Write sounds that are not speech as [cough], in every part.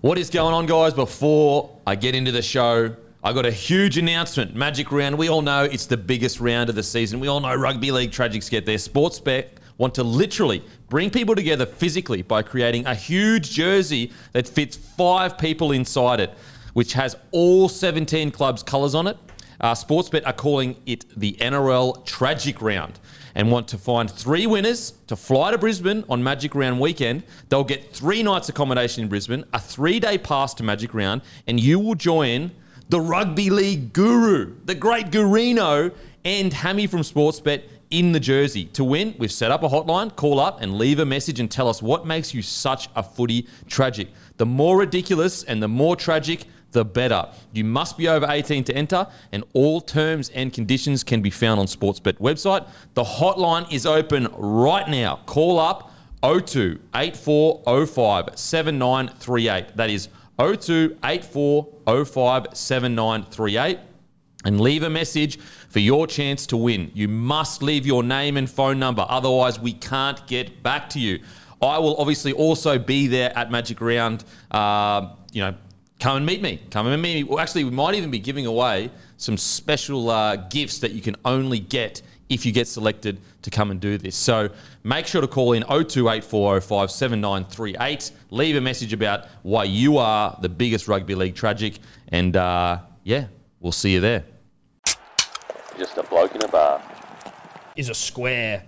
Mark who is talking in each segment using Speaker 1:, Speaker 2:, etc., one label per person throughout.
Speaker 1: What is going on, guys? Before I get into the show, I got a huge announcement. Magic round. We all know it's the biggest round of the season. We all know rugby league tragics get there. Sports bet want to literally bring people together physically by creating a huge jersey that fits five people inside it, which has all 17 clubs' colours on it. Uh, Sportsbet are calling it the NRL Tragic Round and want to find three winners to fly to Brisbane on Magic Round weekend. They'll get three nights accommodation in Brisbane, a three day pass to Magic Round, and you will join the rugby league guru, the great Gurino, and Hammy from Sportsbet in the jersey. To win, we've set up a hotline. Call up and leave a message and tell us what makes you such a footy tragic. The more ridiculous and the more tragic, the better. You must be over 18 to enter, and all terms and conditions can be found on Sportsbet website. The hotline is open right now. Call up 02 8405 7938. That is 02 8405 7938 and leave a message for your chance to win. You must leave your name and phone number, otherwise, we can't get back to you. I will obviously also be there at Magic Round. Uh, you know, come and meet me. Come and meet me. Well, actually, we might even be giving away some special uh, gifts that you can only get if you get selected to come and do this. So make sure to call in 028405 7938. Leave a message about why you are the biggest rugby league tragic. And uh, yeah, we'll see you there.
Speaker 2: Just a bloke in a bar.
Speaker 3: Is a square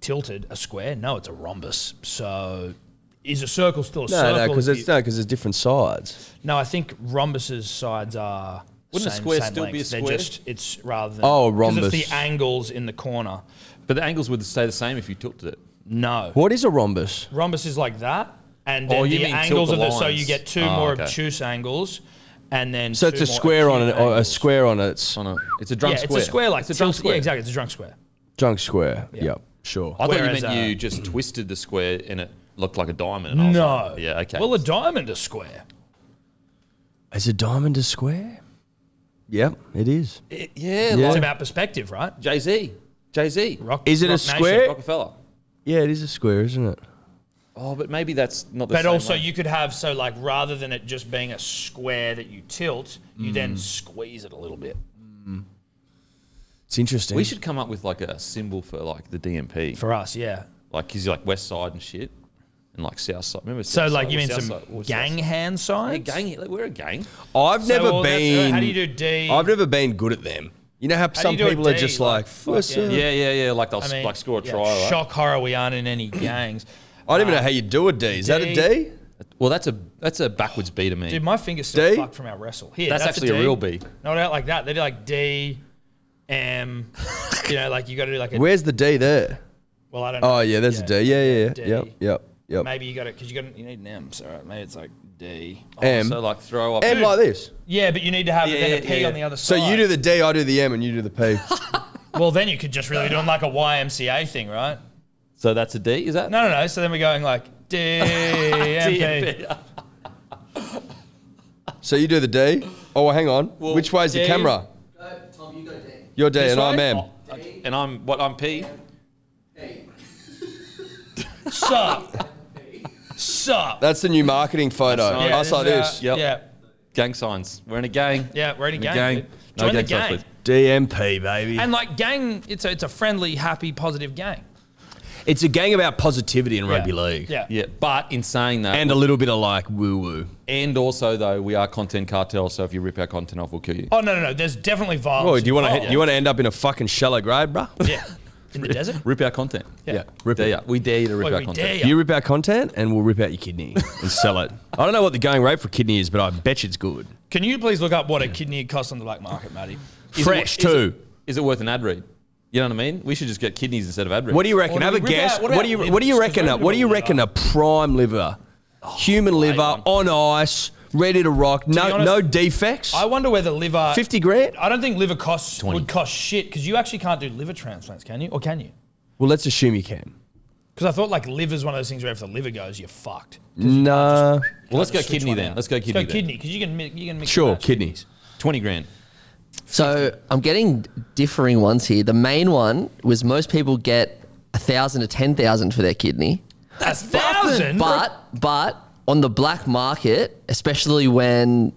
Speaker 3: tilted a square? No, it's a rhombus. So is a circle still a
Speaker 4: No,
Speaker 3: circle?
Speaker 4: no, because
Speaker 3: if
Speaker 4: it's
Speaker 3: you-
Speaker 4: no, because there's different sides.
Speaker 3: no, I think rhombus's sides are.
Speaker 1: Wouldn't a
Speaker 3: same-
Speaker 1: square
Speaker 3: same
Speaker 1: still be
Speaker 3: length.
Speaker 1: a
Speaker 3: They're
Speaker 1: square?
Speaker 3: just it's rather than 'cause
Speaker 4: Oh,
Speaker 3: It's
Speaker 4: rhombus.
Speaker 3: the angles in the corner.
Speaker 1: But the angles would stay the same if you tilted it.
Speaker 3: No,
Speaker 4: What is a rhombus?
Speaker 3: rhombus is like that, and
Speaker 1: Oh,
Speaker 3: then
Speaker 1: you
Speaker 3: the
Speaker 1: mean tilt
Speaker 3: angles
Speaker 1: the
Speaker 3: of the so
Speaker 1: lines.
Speaker 3: you get two
Speaker 1: Oh,
Speaker 3: more
Speaker 1: okay.
Speaker 3: obtuse angles, and then
Speaker 4: So
Speaker 3: two
Speaker 4: it's a
Speaker 3: more
Speaker 4: square on
Speaker 3: acute
Speaker 4: an, a
Speaker 3: angles.
Speaker 4: square on its
Speaker 1: On a, it's a drunk
Speaker 3: Yeah,
Speaker 1: square.
Speaker 3: it's a square like
Speaker 1: it's a drunk
Speaker 3: tilt-
Speaker 1: square.
Speaker 3: Yeah, exactly. It's a drunk square.
Speaker 4: drunk square. Yep, sure.
Speaker 1: I thought you
Speaker 3: Whereas,
Speaker 1: meant
Speaker 3: uh,
Speaker 1: you just twisted the square and it looked like a diamond. and I was
Speaker 3: No.
Speaker 1: like, Oh, yeah. Okay.
Speaker 3: Well, a diamond is square.
Speaker 4: Is a diamond a square? Yep, it is.
Speaker 1: It- yeah.
Speaker 4: Yeah.
Speaker 3: It's about perspective, right?
Speaker 1: Jay Z. Jay Z.
Speaker 3: Rock,
Speaker 4: Is it a
Speaker 3: Rock Nation.
Speaker 4: square?
Speaker 1: Rockefeller.
Speaker 4: Yeah, it is a square, isn't it?
Speaker 1: Oh, but maybe that's not the
Speaker 3: But
Speaker 1: same
Speaker 3: also,
Speaker 1: way.
Speaker 3: you could have so like rather than it just being a square that you tilt, you
Speaker 4: Mm.
Speaker 3: then squeeze it a little bit
Speaker 4: It's interesting.
Speaker 1: We should come up with like a symbol for like the DMP,
Speaker 3: for us. Yeah.
Speaker 1: like because like West Side and shit, and like South Side. Remember?
Speaker 3: So
Speaker 1: South
Speaker 3: like
Speaker 1: Side,
Speaker 3: you mean
Speaker 1: South
Speaker 3: some
Speaker 1: Side, or South
Speaker 3: gang
Speaker 1: Side.
Speaker 3: hand
Speaker 1: Yeah,
Speaker 3: signs?
Speaker 1: gang. like, We're a gang.
Speaker 4: I've
Speaker 3: So,
Speaker 4: never
Speaker 3: well, that's- uh,
Speaker 4: been.
Speaker 3: how do you do D?
Speaker 4: I've never been good at them. You know how
Speaker 3: do
Speaker 4: some
Speaker 3: you do a
Speaker 4: people are
Speaker 3: D?
Speaker 4: just
Speaker 3: Like,
Speaker 4: like,
Speaker 3: fuck
Speaker 4: "What's
Speaker 3: yeah."
Speaker 4: up?"
Speaker 1: Yeah, yeah, yeah. Like they'll
Speaker 3: I
Speaker 1: s-
Speaker 3: mean,
Speaker 1: like score a
Speaker 3: yeah,
Speaker 1: try. right?
Speaker 3: Shock horror. We aren't in
Speaker 4: [clears throat]
Speaker 3: any gangs.
Speaker 4: I don't even know how you do a D. Is that
Speaker 3: D.
Speaker 4: a D?
Speaker 1: Well, that's a that's a backwards B to me.
Speaker 3: Dude, my fingers still
Speaker 4: D?
Speaker 3: fucked from our wrestle. Here,
Speaker 1: That's actually a
Speaker 3: D.
Speaker 1: real B.
Speaker 3: No doubt like that. They do like D, M.
Speaker 1: [laughs]
Speaker 3: you know, like you got to do like a.
Speaker 4: Where's the D there?
Speaker 3: well, I don't. know.
Speaker 4: Oh yeah, there's a D. Yeah, yeah,
Speaker 3: D.
Speaker 4: yeah. Yep, yep, yep.
Speaker 3: Maybe you got it because you got you need an M. So right, maybe it's like D.
Speaker 4: M.
Speaker 1: so like throw up.
Speaker 4: M like this.
Speaker 3: Yeah, but you need to have
Speaker 1: Yeah,
Speaker 3: then a
Speaker 1: yeah,
Speaker 3: P
Speaker 1: yeah.
Speaker 3: on the other
Speaker 4: So
Speaker 3: side.
Speaker 4: you do the D, I do the M, and you do the P.
Speaker 3: [laughs] Well, then you could just really do them like a YMCA thing, right?
Speaker 1: So that's a D. Is that? [laughs]
Speaker 3: No, no, no. So then we're going like [laughs] D M P.
Speaker 1: DMP.
Speaker 4: so you do the D. Oh, hang on.
Speaker 1: Well,
Speaker 4: Which way's the
Speaker 1: D-
Speaker 4: camera?
Speaker 5: Tom, you go down.
Speaker 4: You're D,
Speaker 1: This
Speaker 4: and I'm
Speaker 1: way?
Speaker 4: M.
Speaker 1: Oh, okay. [laughs] And I'm what? I'm P.
Speaker 3: Sup. Sup.
Speaker 4: That's the new marketing photo.
Speaker 1: That's nice.
Speaker 4: Us like
Speaker 3: there's,
Speaker 4: this.
Speaker 3: uh,
Speaker 1: Yep.
Speaker 3: Yeah.
Speaker 1: Gang signs. We're in a gang.
Speaker 3: Yeah, we're in a
Speaker 1: In
Speaker 3: gang. dude.
Speaker 1: No
Speaker 3: Join the
Speaker 1: gang signs,
Speaker 3: gang.
Speaker 1: please.
Speaker 4: DMP, baby.
Speaker 3: And like gang, it's a it's a friendly, happy, positive gang.
Speaker 4: It's a gang about positivity in
Speaker 3: Yeah.
Speaker 4: rugby league.
Speaker 3: Yeah.
Speaker 1: Yeah, but in saying that, and,
Speaker 4: And a little bit of like woo woo.
Speaker 1: also though we are content cartel, so if you rip our content off, we'll kill you.
Speaker 3: Oh no, no, no. There's definitely violence.
Speaker 4: Oh, do you want to
Speaker 3: involved.
Speaker 4: you want to end up in a fucking shallow grave, bruh?
Speaker 3: Yeah. In the desert.
Speaker 1: Rip our content.
Speaker 3: Yeah.
Speaker 4: Rip
Speaker 1: Dare
Speaker 4: it.
Speaker 1: ya. We dare you to rip
Speaker 3: Boy,
Speaker 1: our
Speaker 3: we
Speaker 1: content.
Speaker 3: dare ya.
Speaker 4: You rip our content and we'll rip out your kidney and sell it. [laughs] I don't know what the going rate for kidney is, but I bet you it's good.
Speaker 3: Can you please look up what a kidney costs on the black market, Matty?
Speaker 1: it
Speaker 4: Fresh
Speaker 1: wor-
Speaker 4: too.
Speaker 1: Is it worth an ad read? You know what I mean? We should just get kidneys instead of ad read.
Speaker 4: What do you
Speaker 3: Or
Speaker 4: reckon?
Speaker 3: do
Speaker 4: Have
Speaker 3: we
Speaker 4: a
Speaker 3: rip
Speaker 4: guess.
Speaker 3: out- what
Speaker 4: what,
Speaker 3: about
Speaker 4: do you
Speaker 3: livers?
Speaker 4: what do you
Speaker 3: 'Cause
Speaker 4: reckon?
Speaker 3: we're
Speaker 4: A, what do you
Speaker 3: gonna
Speaker 4: reckon?
Speaker 3: liver.
Speaker 4: A prime liver, human liver on ice, ready to rock. No
Speaker 3: honest,
Speaker 4: no defects.
Speaker 3: I wonder whether liver.
Speaker 4: Fifty grand.
Speaker 3: I don't think liver costs would cost shit because you actually can't do liver transplants, can you? Or can you?
Speaker 4: Well, let's assume you can.
Speaker 3: Because I thought like liver's one of those things where if the liver goes, you're fucked.
Speaker 4: No.
Speaker 1: Well, let's go
Speaker 3: Switch
Speaker 1: kidney
Speaker 3: one
Speaker 1: then.
Speaker 3: out.
Speaker 1: Let's go kidney.
Speaker 3: Let's go kidney because you can mi- you can mix. and
Speaker 4: Sure,
Speaker 3: match.
Speaker 4: kidneys.
Speaker 1: Then. Twenty grand.
Speaker 5: So I'm getting differing ones here. The main one was most people get a thousand to ten thousand for their kidney,
Speaker 3: That's thousand.
Speaker 5: but but on the black market, especially when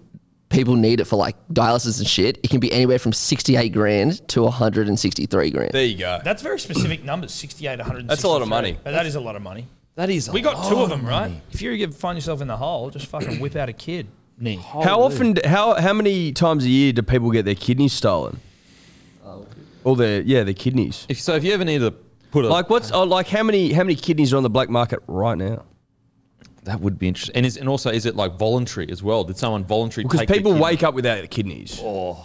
Speaker 5: people need it for like dialysis and shit, it can be anywhere from 68 grand to 163 grand.
Speaker 4: There you go.
Speaker 3: That's very specific numbers 68, 100.
Speaker 4: That's a lot of money.
Speaker 3: But that is a lot of money.
Speaker 5: that is
Speaker 3: We got two of them, right? If you get- find yourself in the hole, just fucking whip out a kid. Knee.
Speaker 4: How often? d- How how many times a year do people get their kidneys stolen? All their yeah, their kidneys.
Speaker 1: If, so if you ever need to put a
Speaker 4: Like what's oh, like how many how many kidneys are on the black market right now?
Speaker 1: that would be interesting. And is and also is it like voluntary as well? Did someone voluntary?
Speaker 4: Because
Speaker 1: take the
Speaker 4: people
Speaker 1: kidney?
Speaker 4: wake up without their kidneys. Or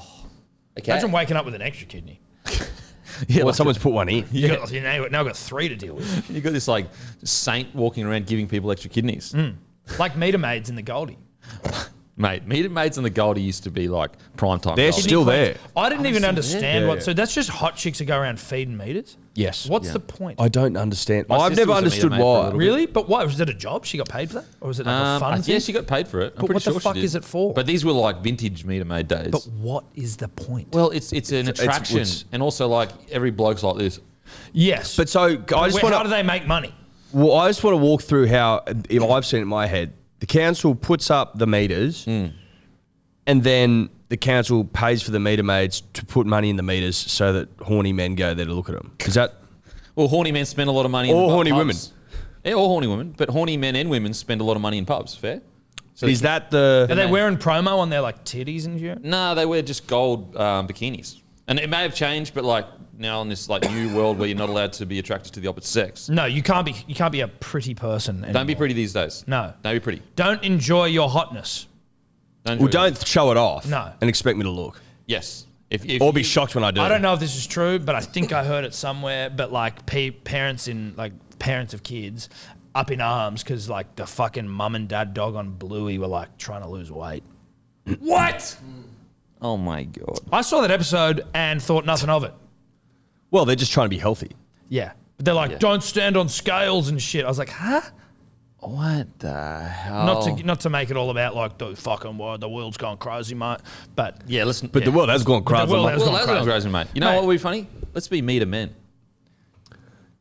Speaker 5: Okay.
Speaker 3: Imagine waking up with an extra kidney.
Speaker 1: [laughs] Yeah, like
Speaker 4: someone's put one in.
Speaker 3: You got, you now, now I've got three to deal with.
Speaker 1: you got this like saint walking around giving people extra kidneys.
Speaker 3: Mm. Like meter maids in the Goldie.
Speaker 1: Mate, meat and maids and the Goldie used to be like prime time.
Speaker 4: They're
Speaker 1: Goldie.
Speaker 4: still there.
Speaker 3: I didn't even understand
Speaker 4: Yeah,
Speaker 3: what.
Speaker 4: yeah.
Speaker 3: So that's just hot chicks that go around feeding meters.
Speaker 4: Yes.
Speaker 3: What's the point?
Speaker 4: I don't understand.
Speaker 1: My
Speaker 4: I've
Speaker 1: sister
Speaker 4: never
Speaker 1: was a meter
Speaker 4: understood
Speaker 1: maid for a
Speaker 4: why.
Speaker 1: little
Speaker 3: really? But why? Was it a job? She got paid for that, or was it like a
Speaker 1: Um,
Speaker 3: fun
Speaker 1: I-
Speaker 3: thing?
Speaker 1: yeah, she got paid for it. I'm
Speaker 3: But
Speaker 1: pretty
Speaker 3: what the
Speaker 1: sure she
Speaker 3: fuck
Speaker 1: did.
Speaker 3: is it for?
Speaker 1: But these were like vintage meter maid days.
Speaker 3: but what is the point?
Speaker 1: well, it's it's an attraction,
Speaker 4: it's-
Speaker 1: and also like every bloke's like this.
Speaker 3: yes.
Speaker 4: But so I just
Speaker 3: Where-
Speaker 4: want
Speaker 3: how do they make money?
Speaker 4: Well, I just want to walk through how if I've seen it in my head. The council puts up the meters,
Speaker 1: Hmm.
Speaker 4: and then the council pays for the meter maids to put money in the meters so that horny men go there to look at them. Is that
Speaker 1: Well, horny men spend a lot of money. in
Speaker 4: Or
Speaker 1: the
Speaker 4: horny
Speaker 1: pubs.
Speaker 4: women.
Speaker 1: Yeah, or horny women. But horny men and women spend a lot of money in pubs. Fair. So
Speaker 4: is that
Speaker 3: Are
Speaker 4: the
Speaker 3: they wearing promo on their like titties and shit?
Speaker 1: Nah, they wear just gold um, bikinis, and it may have changed, but like now in this like new world where you're not allowed to be attracted to the opposite sex.
Speaker 3: No, you can't be. You can't be a pretty person. Anymore.
Speaker 1: Don't be pretty these days.
Speaker 3: No.
Speaker 1: Don't be pretty.
Speaker 3: Don't enjoy your hotness.
Speaker 1: Don't.
Speaker 4: well?
Speaker 1: enjoy it.
Speaker 4: Don't show it off.
Speaker 3: No.
Speaker 4: and expect me to look
Speaker 1: Yes. If, if
Speaker 4: or be
Speaker 1: you-
Speaker 4: shocked when I do.
Speaker 3: I don't know if this is true, but I think I heard it somewhere. But like pe- parents in like parents of kids up in arms because like the fucking mum and dad dog on Bluey were like trying to lose weight.
Speaker 1: What? Oh my god.
Speaker 3: I saw that episode and thought nothing of it.
Speaker 4: Well, they're just trying to be healthy.
Speaker 3: Yeah, but they're like, don't stand on scales and shit. I was like, huh?
Speaker 1: What the hell?
Speaker 3: Not to not to make it all about like the fucking world, the world's gone crazy, mate. But
Speaker 1: Yeah, listen.
Speaker 4: But the
Speaker 1: yeah.
Speaker 4: world has gone crazy.
Speaker 3: world has-
Speaker 1: Well,
Speaker 3: gone
Speaker 1: that's what I was
Speaker 3: crazy.
Speaker 1: raising, mate. You know
Speaker 3: Mate.
Speaker 1: what would be funny? Let's be meter men.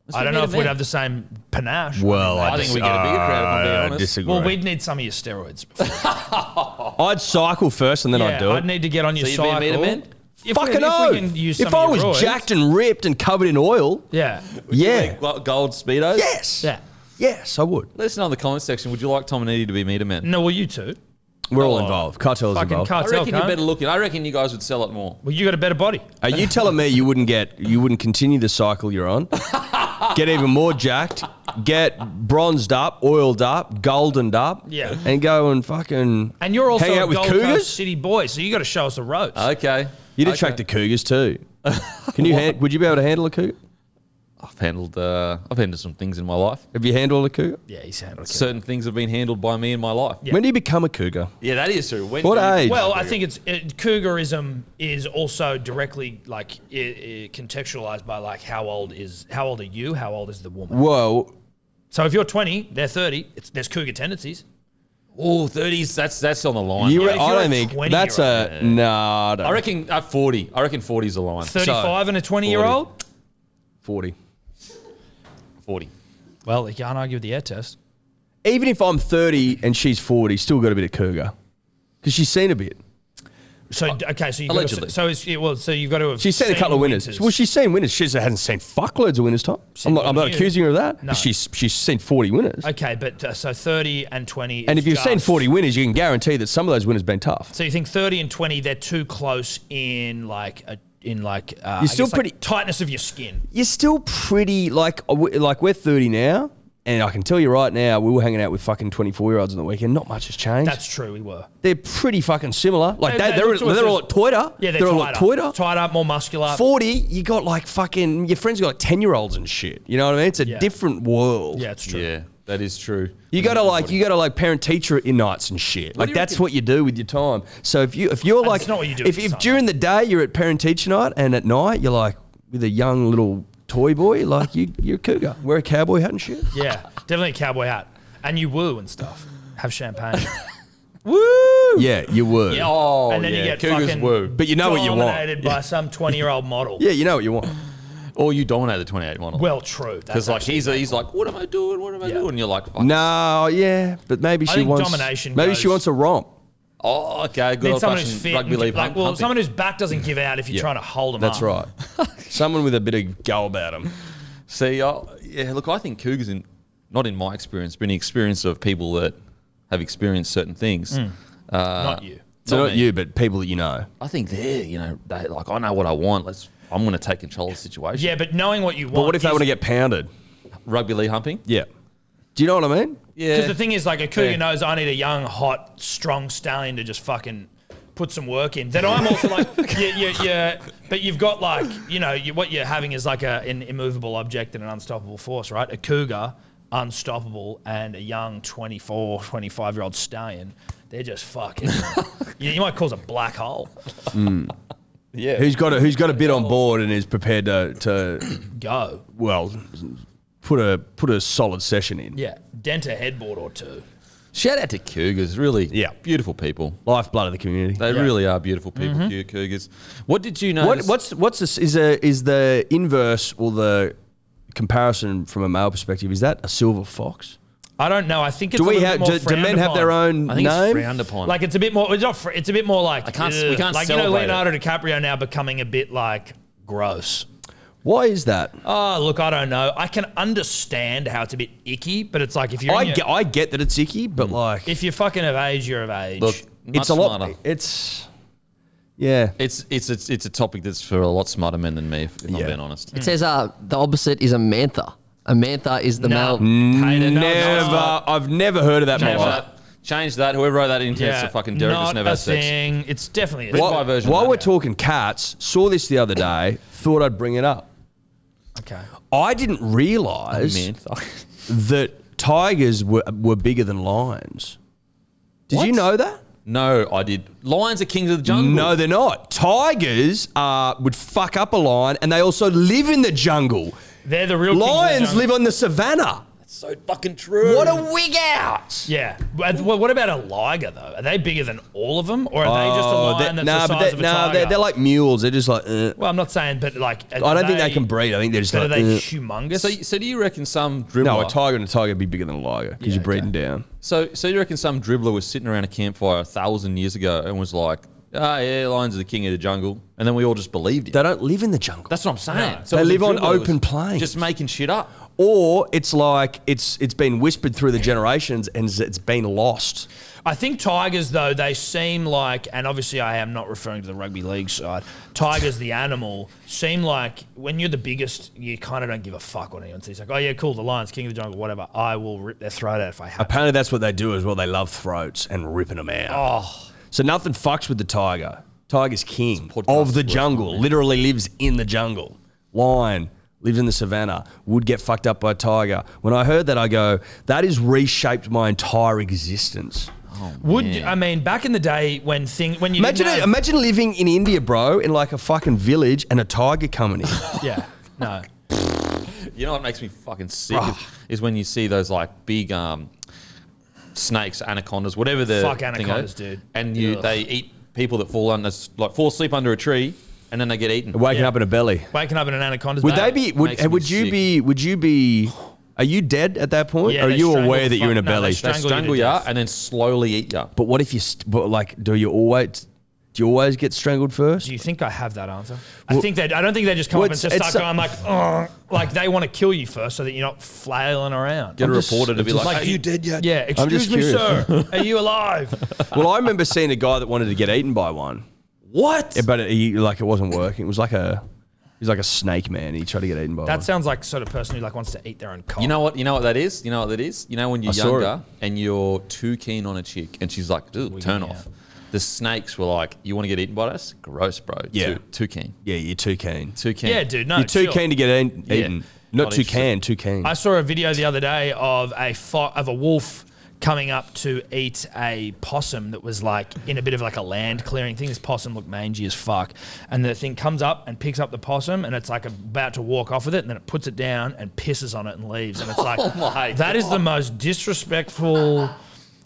Speaker 1: Let's
Speaker 3: I
Speaker 1: be
Speaker 3: don't know
Speaker 1: meter
Speaker 3: if
Speaker 1: men.
Speaker 3: we'd have the same panache.
Speaker 4: well,
Speaker 1: I
Speaker 4: I,
Speaker 1: think
Speaker 4: dis-
Speaker 1: we get a bigger crowd, if I'm being
Speaker 4: I
Speaker 1: honest.
Speaker 4: disagree.
Speaker 3: well, we'd need some of your steroids. Before.
Speaker 4: I'd cycle first and then I'd
Speaker 3: yeah,
Speaker 4: do it.
Speaker 3: I'd need to get on your
Speaker 1: you'd be a
Speaker 3: cycle.
Speaker 1: meter man?
Speaker 3: If we-
Speaker 4: Fucking
Speaker 3: if,
Speaker 4: oh!
Speaker 3: we can use
Speaker 4: if
Speaker 3: some
Speaker 4: I
Speaker 3: of
Speaker 4: was
Speaker 3: your roids.
Speaker 4: jacked and ripped and covered in oil,
Speaker 3: Yeah.
Speaker 4: yeah,
Speaker 1: Well, gold speedos.
Speaker 4: yes,
Speaker 3: Yeah.
Speaker 4: yes, I would.
Speaker 1: Let us know in the comment section. Would you like Tom and Eddie to be meter men?
Speaker 3: No, well, you two.
Speaker 4: We're all involved. Cartel's
Speaker 3: Fucking
Speaker 4: involved.
Speaker 1: I
Speaker 3: cartel.
Speaker 1: reckon you're
Speaker 3: cunt.
Speaker 1: better looking. I reckon you guys would sell it more.
Speaker 3: Well, you got a better body.
Speaker 4: Are you telling me you wouldn't get, you wouldn't continue the cycle
Speaker 3: [laughs]
Speaker 4: you're on, get even more jacked, get bronzed up, oiled up, goldened up,
Speaker 3: Yeah.
Speaker 4: and go and fucking
Speaker 3: And you're also
Speaker 4: hang out
Speaker 3: a
Speaker 4: with
Speaker 3: Gold
Speaker 4: cougars?
Speaker 3: Coast City boy, so you got to show us the ropes.
Speaker 1: Okay.
Speaker 4: You'd
Speaker 1: okay.
Speaker 4: attract the cougars too.
Speaker 3: [laughs]
Speaker 4: Can you? hand, would you be able to handle a cougar?
Speaker 1: I've handled. Uh, I've handled some things in my life.
Speaker 4: Have you handled a cougar?
Speaker 3: yeah, he's handled it.
Speaker 1: Certain things have been handled by me in my life. Yeah,
Speaker 4: When do you become a cougar?
Speaker 1: that is true. When
Speaker 4: What
Speaker 1: do you-
Speaker 4: age?
Speaker 3: Well, I think it's it, cougarism is also directly like i i contextualized by like how old is how old are you? How old is the woman?
Speaker 4: Whoa.
Speaker 3: So if you're 20, they're 30. It's, there's cougar tendencies.
Speaker 1: Oh, 30s. That's that's on the line.
Speaker 4: You
Speaker 3: Yeah,
Speaker 4: re-
Speaker 3: if
Speaker 4: I
Speaker 3: you're a
Speaker 4: don't think
Speaker 3: 20
Speaker 4: that's
Speaker 3: year
Speaker 4: a nah. I, don't.
Speaker 1: I reckon uh, 40. I reckon 40 is the line.
Speaker 3: 35 and a 20 year old.
Speaker 4: forty.
Speaker 1: 40.
Speaker 3: Well, you can't argue with the air test.
Speaker 4: Even if I'm thirty and she's forty, still got a bit of cougar because she's seen a bit.
Speaker 3: So d- okay, so you
Speaker 1: Uh, Allegedly.
Speaker 3: Got to, so it's, yeah, well, so you've got to. Have
Speaker 4: She's seen, a couple of winners.
Speaker 3: winters.
Speaker 4: Well, she's seen winners. She just hasn't seen fuckloads of winners, Tom. I'm not, I'm
Speaker 3: more
Speaker 4: not
Speaker 3: than you.
Speaker 4: accusing her of that.
Speaker 3: No.
Speaker 4: She's she's seen 40 winners.
Speaker 3: okay, but uh, so 30 and 20.
Speaker 4: and
Speaker 3: is
Speaker 4: if you've seen
Speaker 3: just-
Speaker 4: 40 winners, you can guarantee that some of those winners have been tough.
Speaker 3: So you think 30 and 20 they're too close in like a in like uh, I
Speaker 4: still
Speaker 3: guess, like,
Speaker 4: pretty-
Speaker 3: tightness of your skin.
Speaker 4: You're still pretty like uh, we- like we're 30 now, and I can tell you right now, we were hanging out with fucking 24 year olds on the weekend. Not much has changed.
Speaker 3: That's true. We were.
Speaker 4: they're pretty fucking similar. Like
Speaker 3: They-
Speaker 4: they,
Speaker 3: they
Speaker 4: they, are
Speaker 3: look to us
Speaker 4: they're all
Speaker 3: as-
Speaker 4: at Toyota.
Speaker 3: Yeah, they're,
Speaker 4: all at
Speaker 3: tighter,
Speaker 4: Toyota.
Speaker 3: tighter, more muscular.
Speaker 4: 40, you got like fucking your friends got like 10 year olds and shit. You know what I mean? It's a
Speaker 3: Yeah.
Speaker 4: different world.
Speaker 3: Yeah, it's true.
Speaker 1: Yeah, that is true.
Speaker 4: You gotta like you gotta like parent teacher at your nights and shit. Like
Speaker 1: do you
Speaker 4: that's
Speaker 1: reckon-
Speaker 4: what you do with your time. So if you if you're like
Speaker 3: That's not what you do
Speaker 4: if,
Speaker 3: with your
Speaker 4: if
Speaker 3: time.
Speaker 4: during the day you're at parent teacher night and at night you're like with a young little toy boy, like you you're a cougar. Wear a cowboy hat and shit.
Speaker 3: Yeah, definitely a cowboy hat, and you woo and stuff. Have champagne,
Speaker 4: [laughs] Yeah, you were. Yeah,
Speaker 1: Oh,
Speaker 3: and then you
Speaker 1: yeah,
Speaker 3: get
Speaker 1: Cougars
Speaker 3: fucking
Speaker 1: woo.
Speaker 4: But you know what you want.
Speaker 3: dominated by some twenty-year-old model.
Speaker 4: you know what you want.
Speaker 1: Or you dominate the 28 model.
Speaker 3: Well, true.
Speaker 1: because
Speaker 3: That's
Speaker 1: like he's, he's like, what am I doing? What am I
Speaker 3: Yeah.
Speaker 1: doing? And you're like, Fuck.
Speaker 4: No, yeah, but maybe she
Speaker 3: think
Speaker 4: wants
Speaker 3: domination
Speaker 4: Maybe she
Speaker 3: goes-
Speaker 4: wants a romp.
Speaker 1: oh, okay, good
Speaker 3: need
Speaker 1: old
Speaker 3: someone who's
Speaker 1: fashioned
Speaker 3: fit.
Speaker 1: rugby
Speaker 3: and,
Speaker 1: league.
Speaker 3: like,
Speaker 1: hump-
Speaker 3: well,
Speaker 1: humping.
Speaker 3: someone whose back doesn't give out if you're
Speaker 1: Yeah.
Speaker 3: trying to hold them
Speaker 4: That's
Speaker 3: up.
Speaker 4: right. [laughs] Someone with a bit of go about them.
Speaker 1: See, I, yeah, look, I think Cougars, in, not in my experience, but in the experience of people that have experienced certain things,
Speaker 3: Hmm.
Speaker 4: Uh,
Speaker 3: Not you.
Speaker 4: So
Speaker 1: Not
Speaker 4: not,
Speaker 1: me.
Speaker 4: you, but people that you know.
Speaker 1: I think they're, you know, they, like, I know what I want. Let's, I'm going to take control of the situation.
Speaker 3: Yeah, but knowing what you want.
Speaker 4: But what if they
Speaker 3: is-
Speaker 4: want to get pounded?
Speaker 1: Rugby league humping?
Speaker 4: Yeah. Do you know what I mean?
Speaker 1: Yeah.
Speaker 3: Because the thing is, like, a cougar
Speaker 1: Yeah.
Speaker 3: knows I need a young, hot, strong stallion to just fucking put some work in. Then I'm also
Speaker 4: [laughs]
Speaker 3: like, yeah, yeah, yeah. But you've got like, you know, you, what you're having is like a, an immovable object and an unstoppable force, right? A cougar, unstoppable, and a young 24, 25 year old stallion. They're just
Speaker 4: [laughs]
Speaker 3: fucking. you, you might cause a black hole.
Speaker 4: Who's got a who's got a bit on board and is prepared to, to
Speaker 3: Go.
Speaker 4: well put a put a solid session in.
Speaker 3: Yeah. Dent a headboard or two.
Speaker 1: Shout out to Cougars, really.
Speaker 4: Yeah.
Speaker 1: Beautiful people.
Speaker 4: Lifeblood of the community.
Speaker 1: They really are beautiful people,
Speaker 3: Mm-hmm.
Speaker 1: Cou- Cougars. What did you know?
Speaker 4: What, what's what's this, is a, is the inverse or the comparison from a male perspective? Is that a silver fox?
Speaker 3: I don't know. I think it's
Speaker 4: Do
Speaker 3: a
Speaker 4: we
Speaker 3: little
Speaker 4: have
Speaker 3: bit more
Speaker 4: do, do men
Speaker 3: frowned
Speaker 4: have their
Speaker 3: upon.
Speaker 4: own
Speaker 1: I think it's
Speaker 4: name?
Speaker 1: frowned upon.
Speaker 3: Like it's a bit more. It's not. fr- It's a bit more like. I
Speaker 1: can't- we can't
Speaker 3: Like you know,
Speaker 1: celebrate it.
Speaker 3: Leonardo DiCaprio now becoming a bit like gross.
Speaker 4: Why is that?
Speaker 3: Oh, look, I don't know. I can understand how it's a bit icky, but it's like if you're,
Speaker 4: I
Speaker 3: in your-
Speaker 4: get, I get that it's icky, but like
Speaker 3: if you're fucking of age, you're of age.
Speaker 1: Look, much
Speaker 4: it's a lot.
Speaker 1: smarter.
Speaker 4: It's yeah.
Speaker 1: It's, it's it's it's a topic that's for a lot smarter men than me, if, if I'm
Speaker 4: Yeah.
Speaker 1: being honest.
Speaker 5: It says uh, the opposite is a mantha. A mantha is the
Speaker 3: No.
Speaker 5: male.
Speaker 3: Hate it. No, it's
Speaker 4: never.
Speaker 3: not. uh,
Speaker 4: I've never heard of that. in my
Speaker 1: Change
Speaker 3: Never.
Speaker 4: life.
Speaker 1: that. Change that. Whoever wrote that in yeah,
Speaker 3: yeah,
Speaker 1: to fucking Derek
Speaker 3: not
Speaker 1: just never
Speaker 3: a
Speaker 1: had sex.
Speaker 3: thing. It's definitely a
Speaker 1: my
Speaker 4: While,
Speaker 1: version of
Speaker 4: while
Speaker 1: that,
Speaker 4: we're
Speaker 1: yeah.
Speaker 4: talking cats, saw this the other day. Thought I'd bring it up.
Speaker 3: okay.
Speaker 4: I didn't realize
Speaker 1: Man,
Speaker 4: that tigers were were bigger than lions. Did you
Speaker 1: What?
Speaker 4: know that?
Speaker 1: [laughs] no, I did. Lions are kings of the jungle.
Speaker 4: No, they're not. Tigers uh, would fuck up a lion, and they also live in the jungle.
Speaker 3: They're the real kings of the
Speaker 4: Lions
Speaker 3: jungle.
Speaker 4: live on the savannah.
Speaker 1: that's so fucking true.
Speaker 4: What a wig out!
Speaker 3: Yeah. But wh- What about a liger though? Are they bigger than all of them, or are they just a
Speaker 4: Oh,
Speaker 3: lion
Speaker 4: they-
Speaker 3: that's the
Speaker 4: nah, but
Speaker 3: size
Speaker 4: they-
Speaker 3: of a
Speaker 4: nah,
Speaker 3: tiger?
Speaker 4: They're, they're like mules. They're just like. Uh.
Speaker 3: well, I'm not saying, but like, I
Speaker 4: I don't think they can breed. I think they're just
Speaker 3: But are
Speaker 4: like.
Speaker 3: they
Speaker 4: uh.
Speaker 3: humongous?
Speaker 1: So, so do you reckon some dribbler?
Speaker 4: no, a tiger and a tiger would be bigger than a liger because you're breeding down.
Speaker 1: So, so you reckon some dribbler was sitting around a campfire a thousand years ago and was like, "Ah, yeah, lions are the king of the jungle," and then we all just believed it.
Speaker 4: They don't live in the jungle.
Speaker 1: That's what I'm saying.
Speaker 3: No.
Speaker 1: So
Speaker 4: They
Speaker 1: it was a
Speaker 4: live on
Speaker 1: dribbler who was
Speaker 4: open plains.
Speaker 1: just making shit up.
Speaker 4: or it's like it's it's been whispered through the generations and it's been lost.
Speaker 3: I think tigers, though, they seem like, and obviously I am not referring to the rugby league side, tigers, the animal, seem like when you're the biggest, you kind of don't give a fuck what anyone says. Like, oh, yeah, cool, the lion's king of the jungle, whatever. I will rip their throat out if I have to.
Speaker 4: Apparently, that's what they do as well. They love throats and ripping them out.
Speaker 3: Oh,
Speaker 4: So nothing fucks with the tiger. Tiger's king
Speaker 1: podcast
Speaker 4: of the
Speaker 1: word,
Speaker 4: jungle. Literally lives in the jungle. Lion lives in the savannah. Would get fucked up by a tiger. When I heard that, I go, that has reshaped my entire existence.
Speaker 3: would I mean back in the day when thing when you
Speaker 4: Imagine
Speaker 3: didn't
Speaker 4: it,
Speaker 3: have-
Speaker 4: imagine living in India, bro, in like a fucking village and a tiger coming in.
Speaker 3: yeah no
Speaker 1: You know what makes me fucking sick is, is when you see those like big um, snakes, anacondas, whatever the
Speaker 3: Fuck
Speaker 1: thing
Speaker 3: anacondas,
Speaker 1: is,
Speaker 3: dude.
Speaker 1: And you,
Speaker 3: Ugh.
Speaker 1: they eat people that fall under like fall asleep under a tree, and then they get eaten.
Speaker 4: [laughs] Waking
Speaker 3: Yeah.
Speaker 4: up in a belly.
Speaker 3: waking up in an anaconda's
Speaker 4: Would
Speaker 3: mouth.
Speaker 4: they be? Would,
Speaker 1: makes me
Speaker 4: would you
Speaker 1: sick.
Speaker 4: be? Would you be? Are you dead at that point?
Speaker 3: Yeah,
Speaker 4: are
Speaker 3: they
Speaker 4: you
Speaker 3: strangle
Speaker 4: aware
Speaker 3: the
Speaker 4: that you're in a
Speaker 3: fuck- no,
Speaker 4: belly?
Speaker 3: they
Speaker 1: They
Speaker 3: strangle you to
Speaker 1: strangle you,
Speaker 3: death.
Speaker 1: and then slowly eat you.
Speaker 4: but what if you? St- but like, do you always? Do you always get strangled first?
Speaker 3: Do you think I have that answer? I think they. I don't think they just come
Speaker 4: Well,
Speaker 3: up and
Speaker 4: it's-
Speaker 3: just start
Speaker 4: it's a-
Speaker 3: going like, "Ugh," like they want to kill you first so that you're not flailing around.
Speaker 1: Get
Speaker 4: I'm
Speaker 1: a
Speaker 4: just-
Speaker 1: reporter to
Speaker 4: I'm
Speaker 1: be
Speaker 4: just
Speaker 1: like,
Speaker 3: like-
Speaker 1: "Are you dead yet?"
Speaker 3: Yeah, excuse
Speaker 4: just
Speaker 3: me,
Speaker 4: curious.
Speaker 3: sir. Are you alive?
Speaker 4: [laughs] well, I remember seeing a guy that wanted to get eaten by [laughs] one,
Speaker 1: What?
Speaker 4: Yeah, but he like it wasn't working. It was like a, he was like a snake man. He tried to get eaten by
Speaker 3: That
Speaker 4: one.
Speaker 3: sounds like sort of person who like wants to eat their own cock.
Speaker 1: You know what? You know what that is. You know what that is. You know when you're
Speaker 4: I saw
Speaker 1: younger and you're too keen on a chick, and she's like, "Ooh, turn off." The snakes were like, "You want to get eaten by us? Gross, bro.
Speaker 4: Yeah.
Speaker 1: too, too keen,
Speaker 4: Yeah, you're too keen.
Speaker 1: too keen."
Speaker 3: yeah, dude. No,
Speaker 4: you're too
Speaker 3: chill.
Speaker 4: keen to get eaten. eaten. Not,
Speaker 1: Not
Speaker 4: too
Speaker 1: interested.
Speaker 4: can, too keen.
Speaker 3: I saw a video the other day of a fo- of a wolf coming up to eat a possum that was like in a bit of like a land clearing thing. This possum looked mangy as fuck, and the thing comes up and picks up the possum, and it's like about to walk off with it, and then it puts it down and pisses on it and leaves,
Speaker 1: [laughs]
Speaker 3: and it's like that is
Speaker 1: Oh my
Speaker 3: the most disrespectful.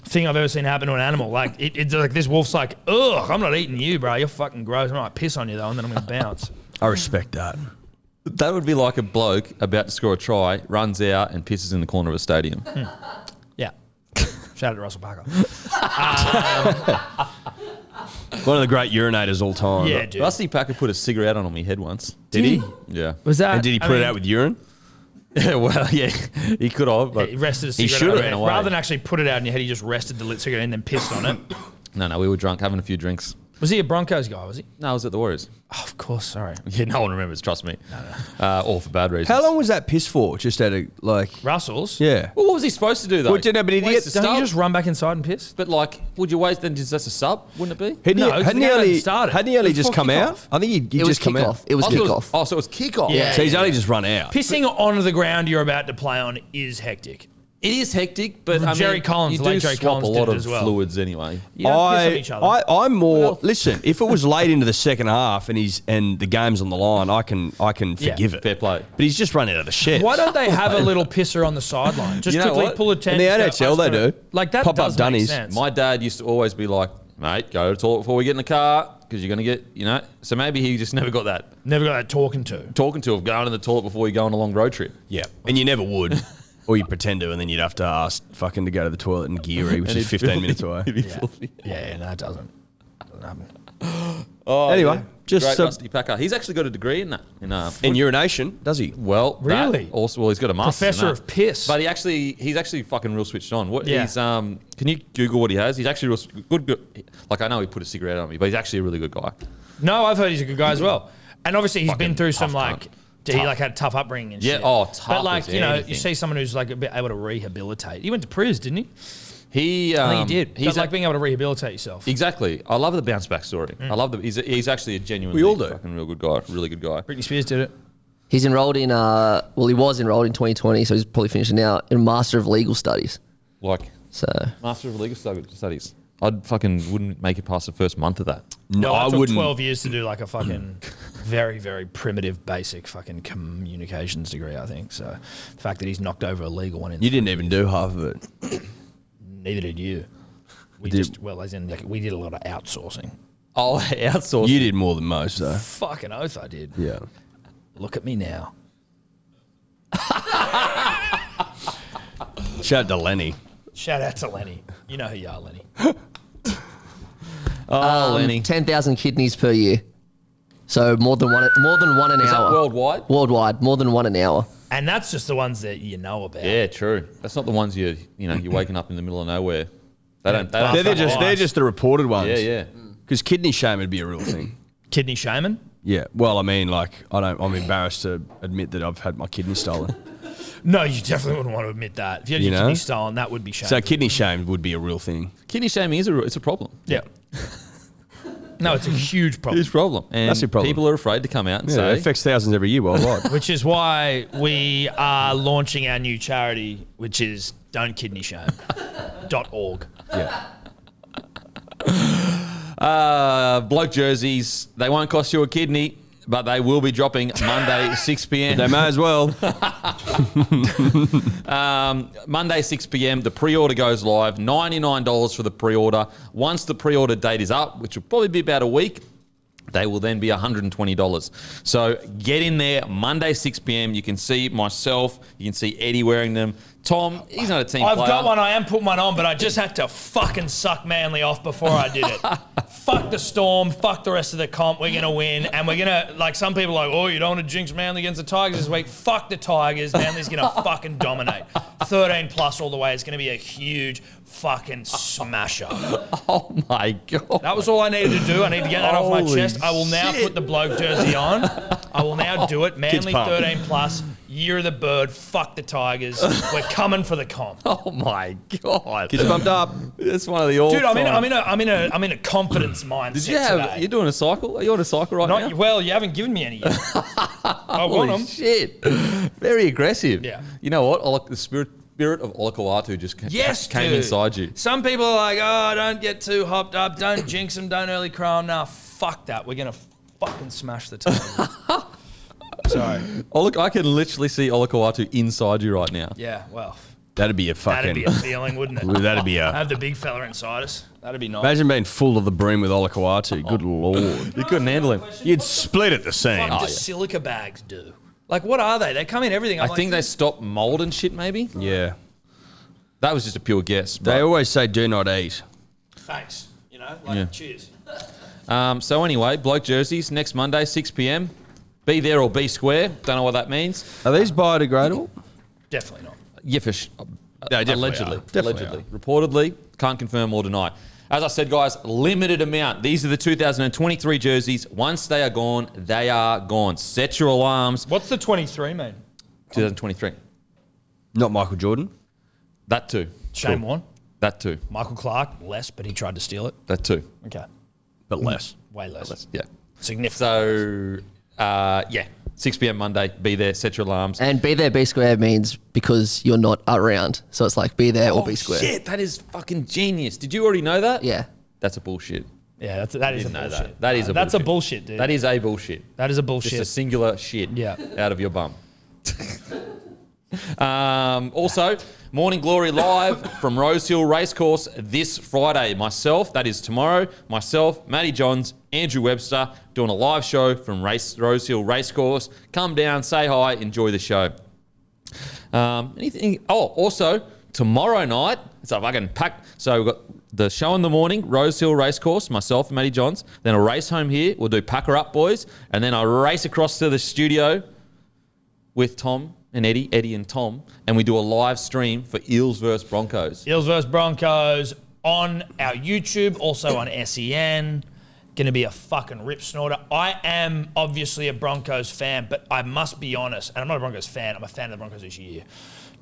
Speaker 3: Thing I've ever seen happen to an animal. Like it, it's like this wolf's like, ugh, I'm not eating you, bro. You're fucking gross. I might piss on you though, and then I'm gonna bounce. [laughs]
Speaker 4: I respect that.
Speaker 1: That would be like a bloke about to score a try, runs out and pisses in the corner of a stadium.
Speaker 3: Yeah. Shout out to Russell
Speaker 4: [laughs]
Speaker 3: Parker.
Speaker 4: One of the great urinators all time.
Speaker 3: Yeah, dude.
Speaker 1: Rusty Packer put a cigarette on my head once.
Speaker 4: Did he?
Speaker 1: Yeah.
Speaker 3: Was that?
Speaker 4: And did he
Speaker 3: I
Speaker 4: put it
Speaker 3: mean,
Speaker 4: out with urine?
Speaker 1: Yeah, [laughs] well, yeah, he could have, but
Speaker 3: He rested a
Speaker 1: he
Speaker 3: cigarette.
Speaker 1: should
Speaker 3: out
Speaker 1: have
Speaker 3: of
Speaker 1: ran
Speaker 3: your-
Speaker 1: away.
Speaker 3: Rather than actually put it out in your head, he just rested the lit cigarette and then pissed on it.
Speaker 1: no, no, we were drunk, having a few drinks.
Speaker 3: [laughs] Was he a Broncos guy? Was he?
Speaker 1: No, I was at the
Speaker 3: [laughs]
Speaker 1: Warriors.
Speaker 3: Oh, of course. Sorry.
Speaker 1: Yeah, no one remembers. Trust me, uh, all for bad reasons.
Speaker 4: How long was that piss for? Just out of like,
Speaker 3: Russell's.
Speaker 4: yeah.
Speaker 1: Well, what was he supposed to do though?
Speaker 4: Well, didn't have an
Speaker 1: Waste
Speaker 4: idiot-
Speaker 1: the
Speaker 3: Don't
Speaker 1: sub?
Speaker 3: you just run back inside and piss?
Speaker 1: But like, would you waste then? Just that's a sub, wouldn't it be?
Speaker 4: Hadn't
Speaker 3: No,
Speaker 4: he,
Speaker 3: 'cause
Speaker 4: hadn't
Speaker 3: the
Speaker 4: he
Speaker 3: game
Speaker 4: only,
Speaker 3: hadn't started.
Speaker 4: hadn't he only
Speaker 3: It was
Speaker 4: just
Speaker 3: for
Speaker 4: come
Speaker 3: kickoff.
Speaker 4: out? I think he, he
Speaker 5: it was
Speaker 4: just come
Speaker 5: kickoff.
Speaker 4: out.
Speaker 5: It was
Speaker 1: I thought it
Speaker 5: kickoff.
Speaker 1: Oh, so it was kickoff.
Speaker 3: Yeah.
Speaker 4: So he's only just run out.
Speaker 3: Pissing on the ground you're about to play on is hectic.
Speaker 1: It is hectic, but I
Speaker 3: Jerry
Speaker 1: mean,
Speaker 3: Collins,
Speaker 1: you
Speaker 3: the late
Speaker 1: do
Speaker 3: Jerry
Speaker 1: swap
Speaker 3: Collins
Speaker 1: a lot
Speaker 3: did it
Speaker 1: of
Speaker 3: as well.
Speaker 1: fluids anyway.
Speaker 3: You don't piss on each other.
Speaker 4: I, I'm more.
Speaker 1: Well-
Speaker 4: listen, if it was late into the second half and he's and the game's on the line, I can I can
Speaker 3: Yeah.
Speaker 4: forgive it.
Speaker 1: Fair play.
Speaker 4: But he's just run out of the shit.
Speaker 3: Why don't they have a little pisser on the sideline? Just
Speaker 1: You know
Speaker 3: quickly
Speaker 1: what?
Speaker 3: pull a ten.
Speaker 4: In the NHL, they do.
Speaker 3: Like that.
Speaker 4: Pop up
Speaker 3: does make
Speaker 4: dunnies.
Speaker 3: sense.
Speaker 1: My dad used to always be like, "Mate, go to the toilet before we get in the car because you're gonna get, you know." So maybe he just [laughs] never got that
Speaker 3: Never got that talking
Speaker 4: [laughs]
Speaker 3: to.
Speaker 1: talking to of going to the toilet before you go on a long road trip.
Speaker 4: Yeah, and you never would, or you pretend to, and then you'd have to ask fucking to go to the toilet in Geary, which is 15 minutes [laughs] away.
Speaker 1: It'd be filthy.
Speaker 3: Yeah, yeah, no, it doesn't. Doesn't happen.
Speaker 1: Oh,
Speaker 4: Anyway,
Speaker 1: yeah.
Speaker 4: just,
Speaker 1: Great
Speaker 4: uh,
Speaker 1: Rusty Packer. He's actually got a degree in that. In uh,
Speaker 4: In urination, does he?
Speaker 1: well, that
Speaker 3: Really?
Speaker 1: also, well, he's got a master's in
Speaker 3: Professor
Speaker 1: that.
Speaker 3: of piss.
Speaker 1: But he actually, he's actually fucking real switched on. What
Speaker 3: Yeah.
Speaker 1: he's um, can you Google what he has? He's actually real s- good, good. Like I know he put a cigarette on me, but he's actually a really good guy.
Speaker 3: No, I've heard he's a good guy as well. And obviously, he's been
Speaker 1: Fucking
Speaker 3: through some
Speaker 1: tough
Speaker 3: like.
Speaker 1: cunt.
Speaker 3: He like had a tough upbringing and
Speaker 1: Yeah,
Speaker 3: shit.
Speaker 1: oh, tough
Speaker 3: But like
Speaker 1: as
Speaker 3: you know,
Speaker 1: anything.
Speaker 3: you see someone who's like a bit able to rehabilitate. He went to prison, didn't he?
Speaker 1: He,
Speaker 3: I think
Speaker 1: um,
Speaker 3: he did.
Speaker 1: He's
Speaker 3: He's like
Speaker 1: a-
Speaker 3: being able to rehabilitate yourself.
Speaker 1: exactly. I love the bounce back story.
Speaker 3: Mm.
Speaker 1: I love the. He's, he's actually a genuinely
Speaker 4: all do.
Speaker 1: fucking real good guy. Really good guy.
Speaker 3: Britney Spears did it.
Speaker 5: He's enrolled in, uh, well, he was enrolled in 2020, so he's probably finishing now in Master of Legal Studies.
Speaker 1: Like
Speaker 5: So
Speaker 1: master of legal Stu- studies. I would fucking wouldn't make it past the first month of that.
Speaker 4: No,
Speaker 3: Well, I
Speaker 4: I
Speaker 3: took
Speaker 4: wouldn't.
Speaker 3: Twelve years to do like
Speaker 1: [laughs]
Speaker 3: a fucking very very primitive basic fucking communications degree. I think so. The fact that he's knocked over a legal one in
Speaker 4: You didn't even do half of it.
Speaker 3: neither did you. We
Speaker 4: Did-
Speaker 3: just well as in like we did a lot of outsourcing.
Speaker 1: Oh, [laughs] outsource.
Speaker 4: You did more than most, though.
Speaker 3: Fucking oath I did.
Speaker 4: Yeah.
Speaker 3: Look at me now.
Speaker 4: Shout out to Lenny.
Speaker 3: Shout out to Lenny. You know who you are, Lenny.
Speaker 1: oh, Lenny.
Speaker 5: 10,000 kidneys per year. So more than one, more than one an
Speaker 1: Is that
Speaker 5: hour.
Speaker 1: worldwide?
Speaker 5: Worldwide, more than one an hour.
Speaker 3: And that's just the ones that you know about.
Speaker 1: Yeah, true. That's not the ones you you know you're waking up in the middle of nowhere. They don't. They don't
Speaker 4: They're, they're
Speaker 3: fucking
Speaker 4: just they're
Speaker 3: lies.
Speaker 4: just the reported ones.
Speaker 1: yeah, yeah.
Speaker 4: Because kidney shame would be a real thing.
Speaker 3: Kidney shaman.
Speaker 4: [clears throat] yeah. Well, I mean, like I don't. I'm embarrassed to admit that I've had my kidney [laughs] stolen.
Speaker 3: No, you definitely wouldn't want to admit that. If you had
Speaker 4: You
Speaker 3: your
Speaker 4: know?
Speaker 3: kidney stolen, that would be shamed.
Speaker 4: so kidney shame would be a real thing.
Speaker 1: Kidney shaming is a it's a problem.
Speaker 3: yeah. [laughs] no, it's a huge problem.
Speaker 1: It's [laughs] a problem. And
Speaker 4: That's a problem.
Speaker 1: People are afraid to come out and
Speaker 4: Yeah,
Speaker 1: say
Speaker 4: it affects thousands every year worldwide.
Speaker 3: Which is why we are launching our new charity, which is don'tkidneyshame.org.
Speaker 4: yeah.
Speaker 1: uh, bloke jerseys. They won't cost you a kidney, but they will be dropping [laughs] Monday 6 p.m.
Speaker 4: [laughs] They may as [laughs] well.
Speaker 1: Um, Monday, 6 p.m., the pre order goes live. $99 for the pre order. Once the pre order date is up, which will probably be about a week, they will then be $120. So get in there Monday, 6 p.m. You can see myself, you can see Eddie wearing them. Tom, he's not a team
Speaker 3: I've
Speaker 1: player.
Speaker 3: got one. I am putting one on, but I just had to fucking suck Manly off before I
Speaker 1: [laughs]
Speaker 3: did it. fuck the Storm. Fuck the rest of the comp. We're gonna win, and we're gonna like some people are like, oh, you don't want to jinx Manly against the Tigers this week. Fuck the Tigers.
Speaker 1: [laughs]
Speaker 3: Manly's gonna fucking dominate. Thirteen plus all the way. It's gonna be a huge fucking smasher.
Speaker 1: Oh my God. [laughs]
Speaker 3: That was all I needed to do. I need to get that off my
Speaker 1: Holy
Speaker 3: chest. I will now
Speaker 1: shit.
Speaker 3: put the bloke jersey on. I will now do it. Manly
Speaker 4: pumped.
Speaker 3: 13 plus. Year of the bird. Fuck the Tigers. We're coming for the comp.
Speaker 1: Oh my God.
Speaker 4: Kids bumped up.
Speaker 1: It's one of the all
Speaker 3: Dude, I'm in, I'm in a, I'm in a, I'm in a confidence mindset
Speaker 1: Did you have,
Speaker 3: today.
Speaker 1: you're doing a cycle? Are you on a cycle right
Speaker 3: Not
Speaker 1: now?
Speaker 3: well. You haven't given me any. Yet. I want
Speaker 1: Holy
Speaker 3: them.
Speaker 1: shit. [gasps] Very aggressive.
Speaker 3: Yeah.
Speaker 1: You know what? Olak- the spirit spirit of Olakawatu just ca-
Speaker 3: Yes,
Speaker 1: came
Speaker 3: dude.
Speaker 1: inside you.
Speaker 3: Some people are like, oh, don't get too hopped
Speaker 1: [coughs]
Speaker 3: up. Don't jinx them. Don't early cry 'em. Nah, fuck that. We're gonna fucking smash
Speaker 1: [laughs]
Speaker 3: the Tigers. Sorry.
Speaker 1: Oh look, I can literally see Olakawatu inside you right now.
Speaker 3: Yeah. Well,
Speaker 4: That'd be a
Speaker 3: that'd
Speaker 4: fucking.
Speaker 3: be a
Speaker 4: [laughs]
Speaker 3: feeling, wouldn't
Speaker 1: [laughs]
Speaker 3: it?
Speaker 4: that'd be a.
Speaker 3: Have the big fella inside us. That'd be nice.
Speaker 4: Imagine being full of the broom with Olakawatu. Good lord. [laughs] Oh,
Speaker 1: You couldn't handle him.
Speaker 4: You'd Oh. split at the
Speaker 1: Oh,
Speaker 3: Fuck
Speaker 4: seams.
Speaker 3: does silica bags do? Like, what are they? They come in everything.
Speaker 1: I
Speaker 3: I'm like,
Speaker 1: think they stop mold and shit. Maybe
Speaker 4: Yeah.
Speaker 1: that was just a pure guess.
Speaker 4: They
Speaker 1: But,
Speaker 4: always say do not eat.
Speaker 3: Thanks. You know, like,
Speaker 1: Yeah.
Speaker 3: cheers.
Speaker 1: um, so anyway, bloke jerseys next Monday, six pm. Be there or be square. Don't know what that means.
Speaker 4: Are these biodegradable?
Speaker 3: Definitely not.
Speaker 1: Yeah, for sh- uh,
Speaker 4: definitely
Speaker 1: allegedly,
Speaker 4: are. Definitely
Speaker 1: allegedly, reportedly, can't confirm or deny. As I said, guys, limited amount. These are the 2023 jerseys. Once they are gone, they are gone. Set your alarms.
Speaker 3: What's the 23 mean?
Speaker 1: 2023.
Speaker 4: Not Michael Jordan.
Speaker 1: That too.
Speaker 3: Shame on.
Speaker 1: That too.
Speaker 3: Michael Clark, less, but he tried to steal it.
Speaker 1: That too.
Speaker 3: Okay.
Speaker 4: But less.
Speaker 3: Way less.
Speaker 1: Yeah.
Speaker 3: Significant.
Speaker 1: So, uh, yeah, 6 p.m. Monday. Be there. Set your alarms.
Speaker 5: And be there, be square means because you're not around. So it's like be there or be square.
Speaker 1: Oh, Shit, that is fucking genius. Did you already know that?
Speaker 5: Yeah.
Speaker 1: That's a bullshit.
Speaker 3: yeah, that's, that is a
Speaker 1: Didn't know
Speaker 3: bullshit.
Speaker 1: that. That is a
Speaker 3: That's a
Speaker 1: bullshit.
Speaker 3: bullshit, dude.
Speaker 1: That is a bullshit.
Speaker 3: that is a
Speaker 1: Just
Speaker 3: bullshit.
Speaker 1: a singular shit
Speaker 3: Yeah.
Speaker 1: out of your bum. [laughs] um, also, Morning Glory live from Rosehill Racecourse this Friday. Myself, that is tomorrow. Myself, Matty Johns, Andrew Webster doing a live show from Race Rosehill Racecourse. Come down, say hi, enjoy the show. Um, anything? Oh, also tomorrow night. It's a fucking packed. So we've got the show in the morning, Rose Hill Racecourse, myself and Matty Johns. Then a race home here. We'll do Packer Up Boys, and then I race across to the studio with Tom and Eddie, Eddie and Tom, and we do a live stream for Eels versus Broncos.
Speaker 3: Eels versus Broncos on our YouTube, also on SEN. Going to be a fucking rip snorter. I am obviously a Broncos fan, but I must be honest, and I'm not a Broncos fan. I'm a fan of the Broncos this year.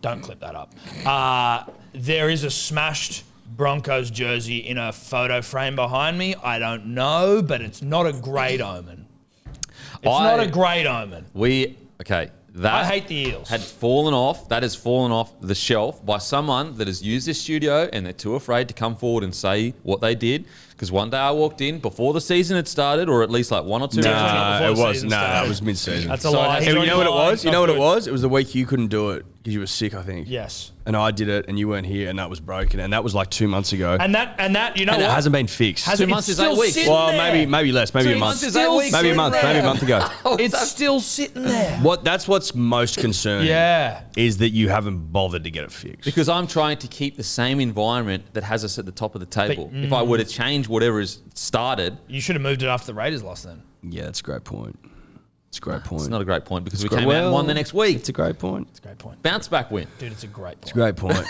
Speaker 3: Don't clip that up. Uh, there is a smashed Broncos jersey in a photo frame behind me. I don't know, but it's not a great omen. It's
Speaker 1: I-
Speaker 3: not a great omen.
Speaker 1: We okay. That
Speaker 3: I hate the Eels.
Speaker 1: had fallen off. That has fallen off the shelf by someone that has used this studio, and they're too afraid to come forward and say what they did. Because one day I walked in before the season had started, or at least like one or two.
Speaker 3: Definitely
Speaker 1: months.
Speaker 3: not before the season started.
Speaker 4: mid-season.
Speaker 3: That's a
Speaker 1: So
Speaker 3: lie.
Speaker 1: I-
Speaker 3: He's
Speaker 1: and
Speaker 4: you
Speaker 3: already
Speaker 4: know what it
Speaker 3: lying.
Speaker 4: was? You
Speaker 3: Not
Speaker 4: know what it
Speaker 3: good.
Speaker 4: was? It was the week you couldn't do it because you were sick, I think.
Speaker 3: Yes.
Speaker 4: And I did it, and you weren't here, and that was broken, and that was like two months ago, and,
Speaker 3: And that, and that, you know
Speaker 4: it
Speaker 3: what?
Speaker 4: hasn't been fixed.
Speaker 1: Two months is eight weeks.
Speaker 4: well, maybe maybe less, maybe
Speaker 1: Two
Speaker 4: a
Speaker 1: months
Speaker 4: month,
Speaker 1: is eight weeks.
Speaker 4: maybe a month,
Speaker 1: Sitting
Speaker 4: maybe a
Speaker 1: there.
Speaker 4: month
Speaker 3: [laughs]
Speaker 4: ago.
Speaker 3: it's still sitting there.
Speaker 4: What? That's what's most concerning.
Speaker 3: Yeah.
Speaker 4: is that you haven't bothered to get it fixed.
Speaker 1: Because I'm trying to keep the same environment that has us at the top of the table. if I
Speaker 4: mm.
Speaker 1: were to change whatever is started,
Speaker 3: You should have moved it after the Raiders lost then.
Speaker 4: yeah, that's a great point. It's a great point.
Speaker 1: it's not a great point because we
Speaker 4: great-
Speaker 1: came out and won the next week.
Speaker 4: It's a great point.
Speaker 3: It's a great point.
Speaker 1: Bounce back win.
Speaker 3: Dude, it's a great point. [laughs]
Speaker 4: Great point.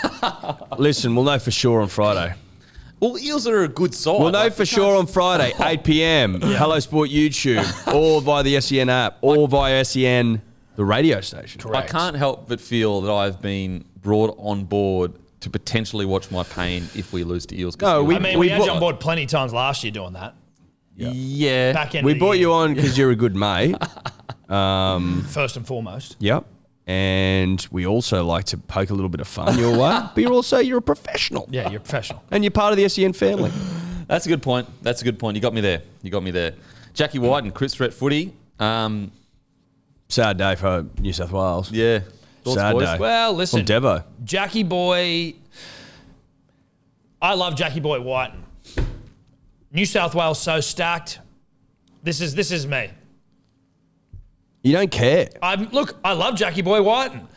Speaker 4: Listen, we'll know for sure on Friday.
Speaker 1: Well, Eels are a good side.
Speaker 4: We'll know
Speaker 1: Like,
Speaker 4: for sure on Friday,
Speaker 3: [laughs]
Speaker 4: 8 p.m. Hello Sport YouTube, or via the SEN app, or via SEN, the radio station.
Speaker 1: I can't help but feel that I've been brought on board to potentially watch my pain if we lose to Eels. 'cause
Speaker 4: No,
Speaker 1: Eels
Speaker 4: we-
Speaker 3: I
Speaker 1: are-
Speaker 3: mean, we, had
Speaker 4: bought-
Speaker 3: you on board plenty of times last year doing that.
Speaker 1: yeah.
Speaker 3: Back end
Speaker 4: We
Speaker 3: of the
Speaker 4: brought
Speaker 3: year,
Speaker 4: you on because you're
Speaker 3: [laughs]
Speaker 4: a good mate.
Speaker 3: first and foremost.
Speaker 4: Yep. And we also like to poke a little bit of fun your
Speaker 3: [laughs]
Speaker 4: way, but you're also you're a professional,
Speaker 3: Yeah, you're professional.
Speaker 4: and you're part of the SEN family.
Speaker 1: That's a good point. That's a good point. You got me there. You got me there. Jackie White and Chris Threat Footy. Um,
Speaker 4: Sad day for New South Wales.
Speaker 1: yeah. Thoughts,
Speaker 4: Sad
Speaker 1: boys?
Speaker 4: day.
Speaker 3: Well,
Speaker 4: From
Speaker 3: listen,
Speaker 4: Devo.
Speaker 3: Jackie Boy. I love Jackie Boy Whiten. New South Wales so stacked. This is this is me.
Speaker 4: You don't care.
Speaker 3: I'm look. I love Jackie Boy Whiten.